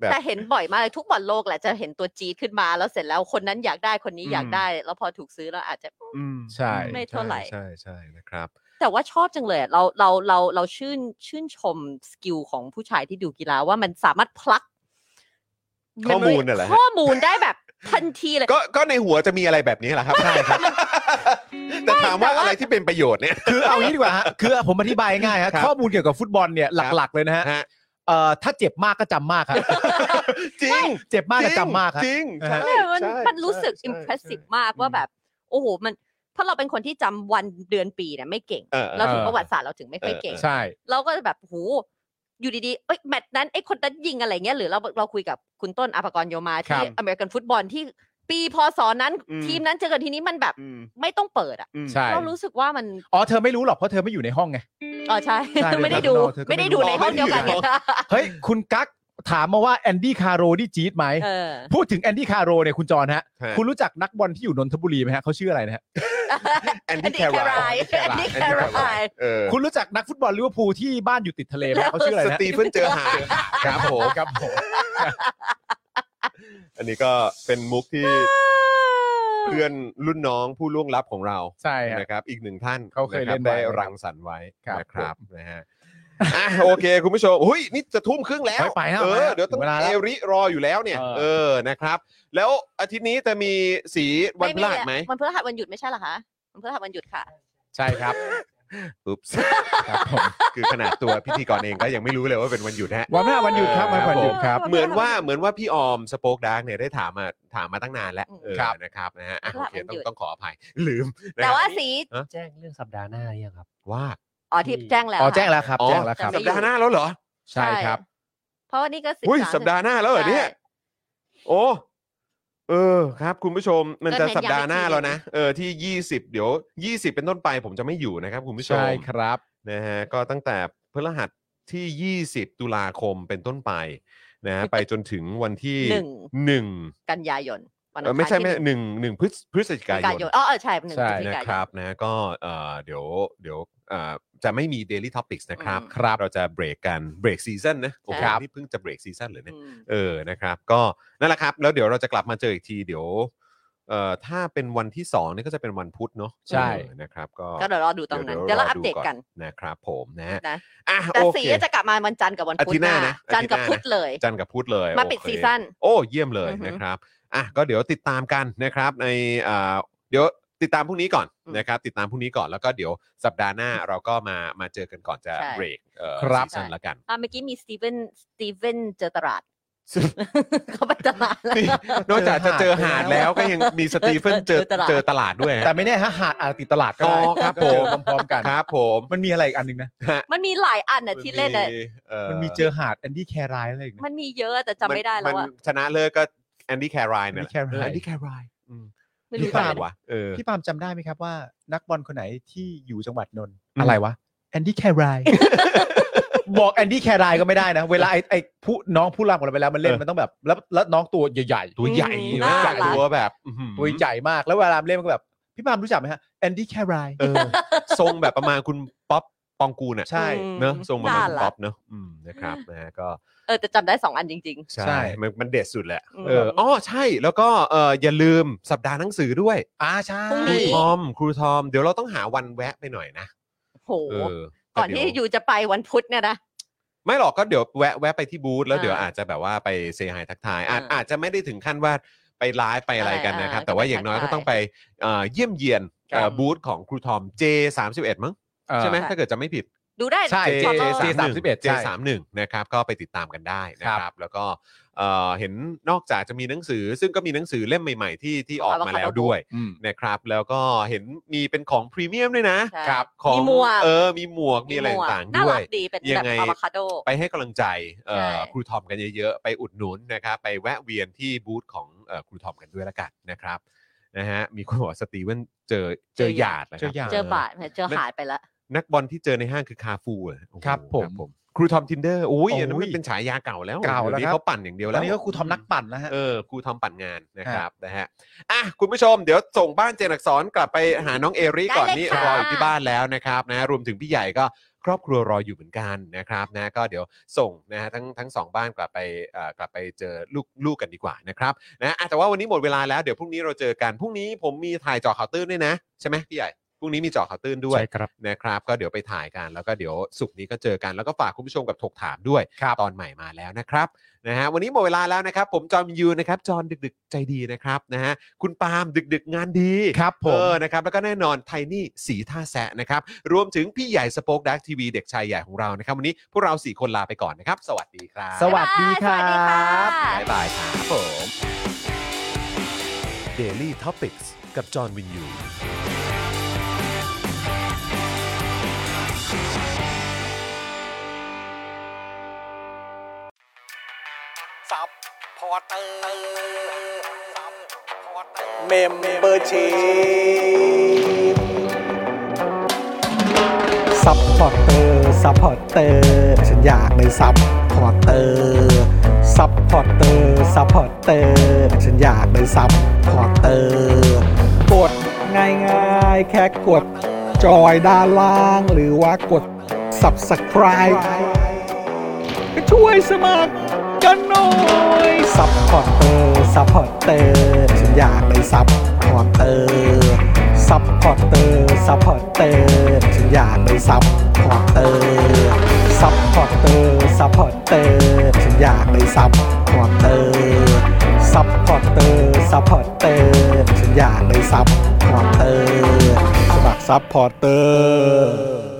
S2: บ
S4: แต่เห็นบ่อยมากเลยทุกบอลโลกแหละจะเห็นตัวจีดขึ้นมาแล้วเสร็จแล้วคนนั้นอยากได้คนนี้อยากได้ แล้วพอถูกซื้อแล้วอาจจะ
S2: อืม
S3: ใช่
S4: ไม่เท่าไหร่
S2: ใช่ใช่ใช่นะครับ
S4: แต่ว่าชอบจังเลยอะเราเราเราเราชื่นชื่นชมสกิลของผู้ชายที่ดูกีฬาว่ามันสามารถพลัก
S2: ข้อมูล
S4: memory
S2: น่ะเหรอฮะ
S4: ข้อมูลได้แบบทันทีเลย
S2: ก็ก็ในหัวจะมีอะไรแบบนี้แหละครับใช่ครับ แต่ถามว่า
S4: แต่ว่า
S2: อะไรที่เป็นประโยชน์เนี่ย
S3: คือเอางี้ดีกว่าฮะคือผมอธิบายง่ายฮะ
S2: ครับ
S3: ข้อมูลเกี่ยวกับฟุตบอลเนี่ยหลักๆเลยนะฮะ
S2: ฮะ
S3: เอ่อถ้าเจ็บมากก็จำมากครับ
S2: จริง
S3: เจ็บมากก็
S2: ริง
S3: จำมากครับ
S2: จริง
S3: นะ
S2: ใช่
S3: ฮะ
S4: ไม่มัน
S2: ใช่
S4: มันรู้สึก
S2: ใช่
S4: อิมเพรสซีฟ
S2: ใช่
S4: มากว่าแบบ โอ้โหมันเพราะเราเป็นคนที่จำวันเดือนปีเนี่ยไม่เก่ง
S2: เออเออ
S4: เราถึงประวัติศาสตร์เราถึงไม่ค่อยเก่ง
S3: ใช่
S4: เราก็แบบโหอยู่ดีๆ เอ้ยแมตช์นั้นไอ้คนนั้นยิงอะไรเงี้ยหรือเราเราคุยกับคุณต้นอภกรโยมา
S3: ครับ
S4: ที่อเมริกันฟุตบอลที่ปีพศนั้น
S2: อืม
S4: ทีมนั้นเจอกันทีนี้มันแบบ
S2: อืม
S4: ไม่ต้องเปิดอ่ะ
S2: อืม
S3: ใช่
S4: เรารู้สึกว่ามัน
S3: อ๋อเธอไม่รู้หรอกเพราะเธอไม่อยู่ในห้องไง
S4: อ๋อใช่
S3: ใช่
S4: ไม่ได้
S3: เดี๋
S4: ดู
S3: ยวเธอก็
S4: ไม่ได้
S3: ไม่รู้
S4: ดูในห้องเดียวกัน
S2: อ๋อ
S4: เนี่ย
S3: เฮ้ยคุณกั๊กถามมาว่าแอนดี้คาโรนี่จี๊ดไหม
S4: เออ
S3: พูดถึงแอนดี้คาโรเนี่ยคุณจรฮะ
S2: ฮะ
S3: คุณรู้จักนักบอลที่อยู่นนทบุรีไหมฮะเขาชื่ออะไรนะฮะ
S2: แอน
S4: อัน
S2: ดี้
S4: นี้
S2: แค
S4: แค
S2: ราร
S4: าย
S2: ย
S4: อันนี้แคราย
S2: เออ
S3: คุณรู้จักนักฟุตบอลลิเวอร์พูลที่บ้านอยู่ติดทะเลไหม
S2: (laughs)
S3: ฮะเขาชื่ออะไร
S2: ส
S3: นะ
S2: ตีเฟนเจอหาครับผม
S3: ครับผม
S2: อันนี้ก็เป็นมุกที่ (coughs) เพื่อนรุ่นน้องผู้ล่วงลับของเรา
S3: ใช่ฮะ
S2: นะครับ อีกหนึ่งท่าน
S3: เขาเคยเล่
S2: นะรับ
S3: น
S2: ได้
S3: ไว้นะครับ
S2: รังสรรค์ไว้
S3: ครับ
S2: นะครับนะฮะอ่ะโอเค คุณผู้ชมหุ้ยนี่จะทุ่มครึ่งแล้ว
S3: ไปไปแล้ว
S2: เอ
S3: ไป
S2: อ
S3: แล้ว
S2: เดี๋ยวต้อง
S3: ถึงเวลาแล้ว
S2: เอริรออยู่แล้วเนี่ย
S3: เออ
S2: เออนะครับ แล้วอาทิตย์นี้จะมีสีวันพฤหัสไหม
S4: วันพฤหัสวันหยุดไม่ใช่เหรอคะวันพฤหัสวันหยุดค่ะ
S3: ใช่ครับ
S2: อุ๊บครับผมคือขนาดตัวพิธีกรเองก็ยังไม่รู้เลยว่าเป็นวันหยุดฮะ
S3: วันหน้าวันหยุดครับวันหน้าวันหยุดครับ
S2: เหมือนว่าเหมือนว่าพี่ออมสป o อ e ดาร์กเนี่ยได้ถามมาถามมาตั้งนานแล้ว
S4: อืม
S2: เออ
S3: ครับ
S2: นะครับนะฮะอ่ะ
S4: ค
S2: โอ
S4: รับ
S2: เคต้อง
S4: วันหยุด
S2: ต้องขออภัย ลืมนะค
S4: แต่
S2: รับ
S4: ว่าสี
S5: แจ้งเรื่องสัปดาห์หน้าหรือยังครับ
S2: ว่า
S4: อ๋อที่แจ้งแล้ว
S3: อ๋อแจ้ง
S4: ค่ะ
S3: แล้วครับ
S2: อ๋อ
S3: แจ้งแล้วครับ
S4: จำไม่
S2: สัป
S4: อยู่
S2: ดาห์หน้าแล้วเหรอ
S3: ใช่ครับ
S4: เพราะว่านี่ก็สิบ
S2: อุ้ย
S4: สม
S2: สัปดาห์หน้าแล้วเหรอเนี่ย
S4: ใช่
S2: โอ้เออครับ คุณผู้ชมมันจะ
S4: ก็เน้น
S2: สัปดาห์หน้า
S4: ย้ำอีกที
S2: แล้วนะเออที่ 20 เดี๋ยว 20 เป็นต้นไปผมจะไม่อยู่นะครับ คุณผู้ชม
S3: ใช่ครับ
S2: นะฮะก็ตั้งแต่พฤหัสที่ 20 ตุลาคมเป็นต้นไปนะฮ (laughs) ะไปจนถึงวันที่
S4: หนึ่ง
S2: หนึ่ง
S4: กันยายนวัน
S2: เออไม่ใช่ไม่
S4: อังคารที่
S2: หนึ่งหนึ่งพฤศพฤศจิ
S4: หนึ่ง
S2: กา
S4: กัน
S2: ย
S4: ยาย
S2: น
S4: นอ๋อเออใช่หนึ่ง
S3: ใช่
S4: พฤศจิ
S2: นะ
S4: กายน
S2: ครับนะก็เอ่อเดี๋ยวเดี๋ยวเอ่อจะไม่มี Daily Topics นะครับ
S4: อืม
S3: ครับ
S2: เราจะเบรกกันเบรกซีซั่นนะโอ้โห
S4: ครับ
S2: นี่เพิ่งจะเบรกซีซั่นเลยเนี่ย
S4: อืม
S2: เออนะครับ ก็นั่นแหละครับ แล้วเดี๋ยวเราจะกลับมาเจออีกทีเดี๋ยวเอ่อถ้าเป็นวันที่2นี่ก็จะเป็นวันพุธเนาะ
S3: ใช่
S2: เออนะครับ ก็
S4: ก็เดี๋ยวรอดูตรงนั้น เดี๋ยวเราอัปเดตกัน
S2: นะครับ ผมนะฮะ
S4: นะ
S2: อ่ะ
S4: แต่
S2: โอ
S4: สี
S2: เค
S4: จะกลับมาวันจันทร์กับวันพุธ
S2: อาทิตย์หน้านะ
S4: จันทร์กับ
S2: อาทิตย์หน้านะ
S4: พุธเลย
S2: จันทร์กับพุธเลย
S4: มาปิด
S2: โอเค
S4: ซีซั่น
S2: โอ้เยี่ยมเลย
S4: อือหือ
S2: นะครับอ่ะก็เดี๋ยวติดตามกันนะครับในอ่าเดี๋ยวติดตามพรุ่งนี้ก่อน
S4: อืม
S2: นะครับติดตามพรุ่งนี้ก่อนแล้วก็เดี๋ยวสัปดาห์หน้าเราก็มามาเจอกันก่อนจะ
S4: ใช่
S2: เบรกเอ่อ
S3: ครับ
S2: ซีซั่นละกัน
S4: อ่ะเมื่อกี้มีสตีเวนสตีเวนเจอตลาด (laughs) เขาไปตลาดแล้ว
S2: นี่นอกจากจะเจอหาดแล้วก็ยังมีสตีเฟ
S4: (laughs)
S2: นเจอ
S4: เจอตลาด
S2: เจอตลาดด้วยฮะ
S3: แต่ไม่แน่ฮะหาดอาจติดตลาดก็ได้
S2: อ๋อครับผม
S3: ก็เจอพร้อมๆกัน
S2: ครับผม
S3: มันมีอะไรอีกอันหนึงนะ
S4: (laughs) มันมีหลายอันน่ะที่เล่นน่ะ
S2: เอ่อ
S3: มันมีเจอหาดแอนดี้แครายอะไรอีกนะ
S4: มันมีเยอะแต่จำไม่ได้แล้ว
S2: น
S4: อ่ะ
S2: นชนะเลิศก็แอนดี้แครายเนี่ยแหละ
S3: Andy Carroll
S2: แอนดี้แคราย
S4: ไม่
S3: พี่
S4: รู้
S3: ปา
S4: จั
S3: ล์
S4: ก
S3: ม
S2: วะเออ
S3: พี่ปาล์มจำได้ไหมครับว่า นักบอลคนไหนที่อยู่จังหวัดนนท์
S2: อืม
S3: อะไรวะแอนดี้แค
S2: (laughs)
S3: ราย บอกแอนดี้แครายก็ไม่ได้นะ เวลาไอ้ไอ้ผู้น้องผู้รักของเราไปแล้วมันเล่นมันต้องแบบ แล้วแล้วน้องตัวใหญ่ๆ
S2: ตัวใหญ่
S4: อืม
S2: นะ
S4: น่า
S2: ให
S4: รั
S2: ญ่
S4: ก
S2: ตัวแบบอื้อหือ
S3: ตัวใหญ่มากแล้วเวลาเล่นมันก็แบบ พี่ปาล์มรู้จักไหมฮะแอนดี้แคราย
S2: เออทรงแบบประมาณคุณป๊อปปองกูลน่ะ
S3: ใช่
S4: อืม
S2: เนอะทรงประมาณคุณ
S4: น่ารัก
S2: ป๊อปเนอะอืมนะครับนะฮะก็
S4: เออแต่จำได้สองอันจริง
S3: ใช่
S2: ใช่มันมันเด็ดสุดแหละ
S4: อืม
S2: เอออ๋อใช่แล้วก็เอออย่าลืมสัปดาห์หนังสือด้วย
S3: อ่าใช่
S4: พ
S2: ค
S4: รุ่ง
S2: รู
S4: นี้
S2: ทอมครูทอมเดี๋ยวเราต้องหาวันแวะไปหน่อยนะ
S4: ๆโห
S2: เออแต่
S4: ก่อนที่
S2: เดี๋ว
S4: อยู่จะไปวันพุธเนี่ยนะ
S2: ไม่หรอกก็เดี๋ยวแวะแวะไปที่บูธแล้ว
S4: อ่า
S2: เดี๋ยวอาจจะแบบว่าไปเซฮายทักทายอาจ
S4: อ่า
S2: อาจจะไม่ได้ถึงขั้นว่าไปไลฟ์ไปอะไรกันนะครับ
S4: อ่า
S2: แต่ว่า
S4: ก็ไป
S2: อย่างน้อย
S4: ทั
S2: ก็
S4: กทาย
S2: ต้องไปเอ่อเยี่ยมเยียน
S4: ครั
S2: เอ่
S4: บ
S2: อบูธของครูทอม J 3 1มั้ง
S3: เออ
S2: ใช่ไหมถ้าเกิดจะไม่ผิด
S4: ดูได้
S3: ใช่
S4: จอ
S3: J-
S4: ม
S3: J-
S2: 31
S3: 31ใช่
S2: J 3 1นะครับก็ไปติดตามกันได้นะครับ แล้วก็เอ่อเห็นนอกจากจะมีหนังสือ ซึ่งก็มีหนังสือเล่มใหม่ ๆ ที่ที่ออกมาแล้วด้วย
S3: อืม
S2: นะครับ แล้วก็เห็นมีเป็นของพรีเมียมด้วยนะ
S4: ใช่
S2: ครับของ
S4: มีหมวก
S2: เออมีหมวกมีอะไรต่างๆ
S4: น่า
S2: ด้ว
S4: รั
S2: ย
S4: กดีเป็น
S2: ยั
S4: แบบ
S2: งไง
S4: อะวคาโด
S2: ไปให้กำลังใจเอ่อ
S4: ใช่
S2: ครูทอมกันเยอะๆ ไปอุดหนุนนะครับ ไปแวะเวียนที่บูธของเอ่อครูทอมกันด้วยละกันนะครับนะฮะมีคนบอกว่าสตีเวนเจอเจอหยาดนะครั
S3: เจอหยาด
S4: เจอบาทเจอหายไปละ
S2: นักบอลที่เจอในห้างคือคาฟูเหรอโอ้โห
S3: ครับผม
S2: ครูทอมทินเดอร์อุ้ย
S3: โอ้ย
S2: อันนั้นมันเป็นฉายาเก่าแล้ว
S3: เก่าแล้ว
S2: ดี๋ยนี้
S3: ครับ
S2: เขาปั่นอย่างเดียว
S3: ต
S2: แล้
S3: อ
S2: วน
S3: นี้ก็ครูทอมนักปั่นนะฮะ
S2: เออครูทอมปั่นงานนะครับนะฮะอ่ะคุณผู้ชมเดี๋ยวส่งบ้านเจนอักสอนกลับไปหาน้องเอริก่อน
S4: ได้เลย
S2: นี่
S4: ค่ะ
S2: รออยู่ที่บ้านแล้วนะครับนะฮะรวมถึงพี่ใหญ่ก็ครอบครัวรออยู่เหมือนกันนะครับนะก็เดี๋ยวส่งนะฮะทั้งทั้งสองบ้านกลับไปเอ่อกลับไปเจอลูกลูกกันดีกว่านะครับนะอ่ะแต่ว่าวันนี้หมดเวลาแล้วเดี๋ยวพรุ่งนี้เราเจอกันพรุ่งนี้ผมมีถ่ายเจอข่าวตื้นด้วยนะใช่ไหมพี่ใหญ่พรุ่งนี้มีเจอข่าวตื้นด้วย
S5: ใช่ครับ
S2: นะครับก็เดี๋ยวไปถ่ายกันแล้วก็เดี๋ยวสุกร์นี้ก็เจอกันแล้วก็ฝากคุณผู้ชมกับถกถามด้วย ตอนใหม่มาแล้วนะครับนะฮะวันนี้หมดเวลาแล้วนะครับ ผมจอมยูนะครับจอมดึกๆใจดีนะครับนะฮะคุณปาล์มดึกๆ งานดี
S3: ครับผม
S2: เออนะครับแล้วก็แน่นอนไทนี่สีท่าแซะนะครับ รวมถึงพี่ใหญ่สป็อคดักทีวีเด็กชายใหญ่ของเรานะครับ วันนี้พวกเราสี่คนลาไปก่อนนะครับ สวัสดีครับ
S3: สวัสดีค
S4: บ๊า
S3: รั
S4: ยบายสวัสดีค่ะ
S3: บ
S2: บ๊ายบายครับผม
S1: Daily Topics กับจอห์นวินยู
S6: ซับพอร์เตอร์ซับพอร์เตอร์
S7: เมมเบอร์ชีพซัพพอร์เตอร์ซัพพอร์เตอร์ฉันอยากเป็นซัพพอร์เตอร์ซัพพอร์เตอร์ซัพพอร์เตอร์ฉันอยากเป็นซัพพอร์เตอร์กดง่ายๆ แค่กดจอยด้านล่าง หรือว่ากด subscribe ก็ช่วยสมัคร กันหน่อยซัพพอร์เตอร์ซัพพอร์เตอร์ฉันอยากเป็นซัพพอร์เตอร์ซัพพอร์เตอร์ซัพพอร์เตอร์ฉันอยากเป็นซัพพอร์เตอร์ซัพพอร์เตอร์ซัพพอร์เตอร์ฉันอยากเป็นซัพพอร์เตอร์ซัพพอร์เตอร์ซัพพอร์เตอร์ฉันอยากเป็นซัพพอร์เตอร์สมัครซัพพอร์เตอร์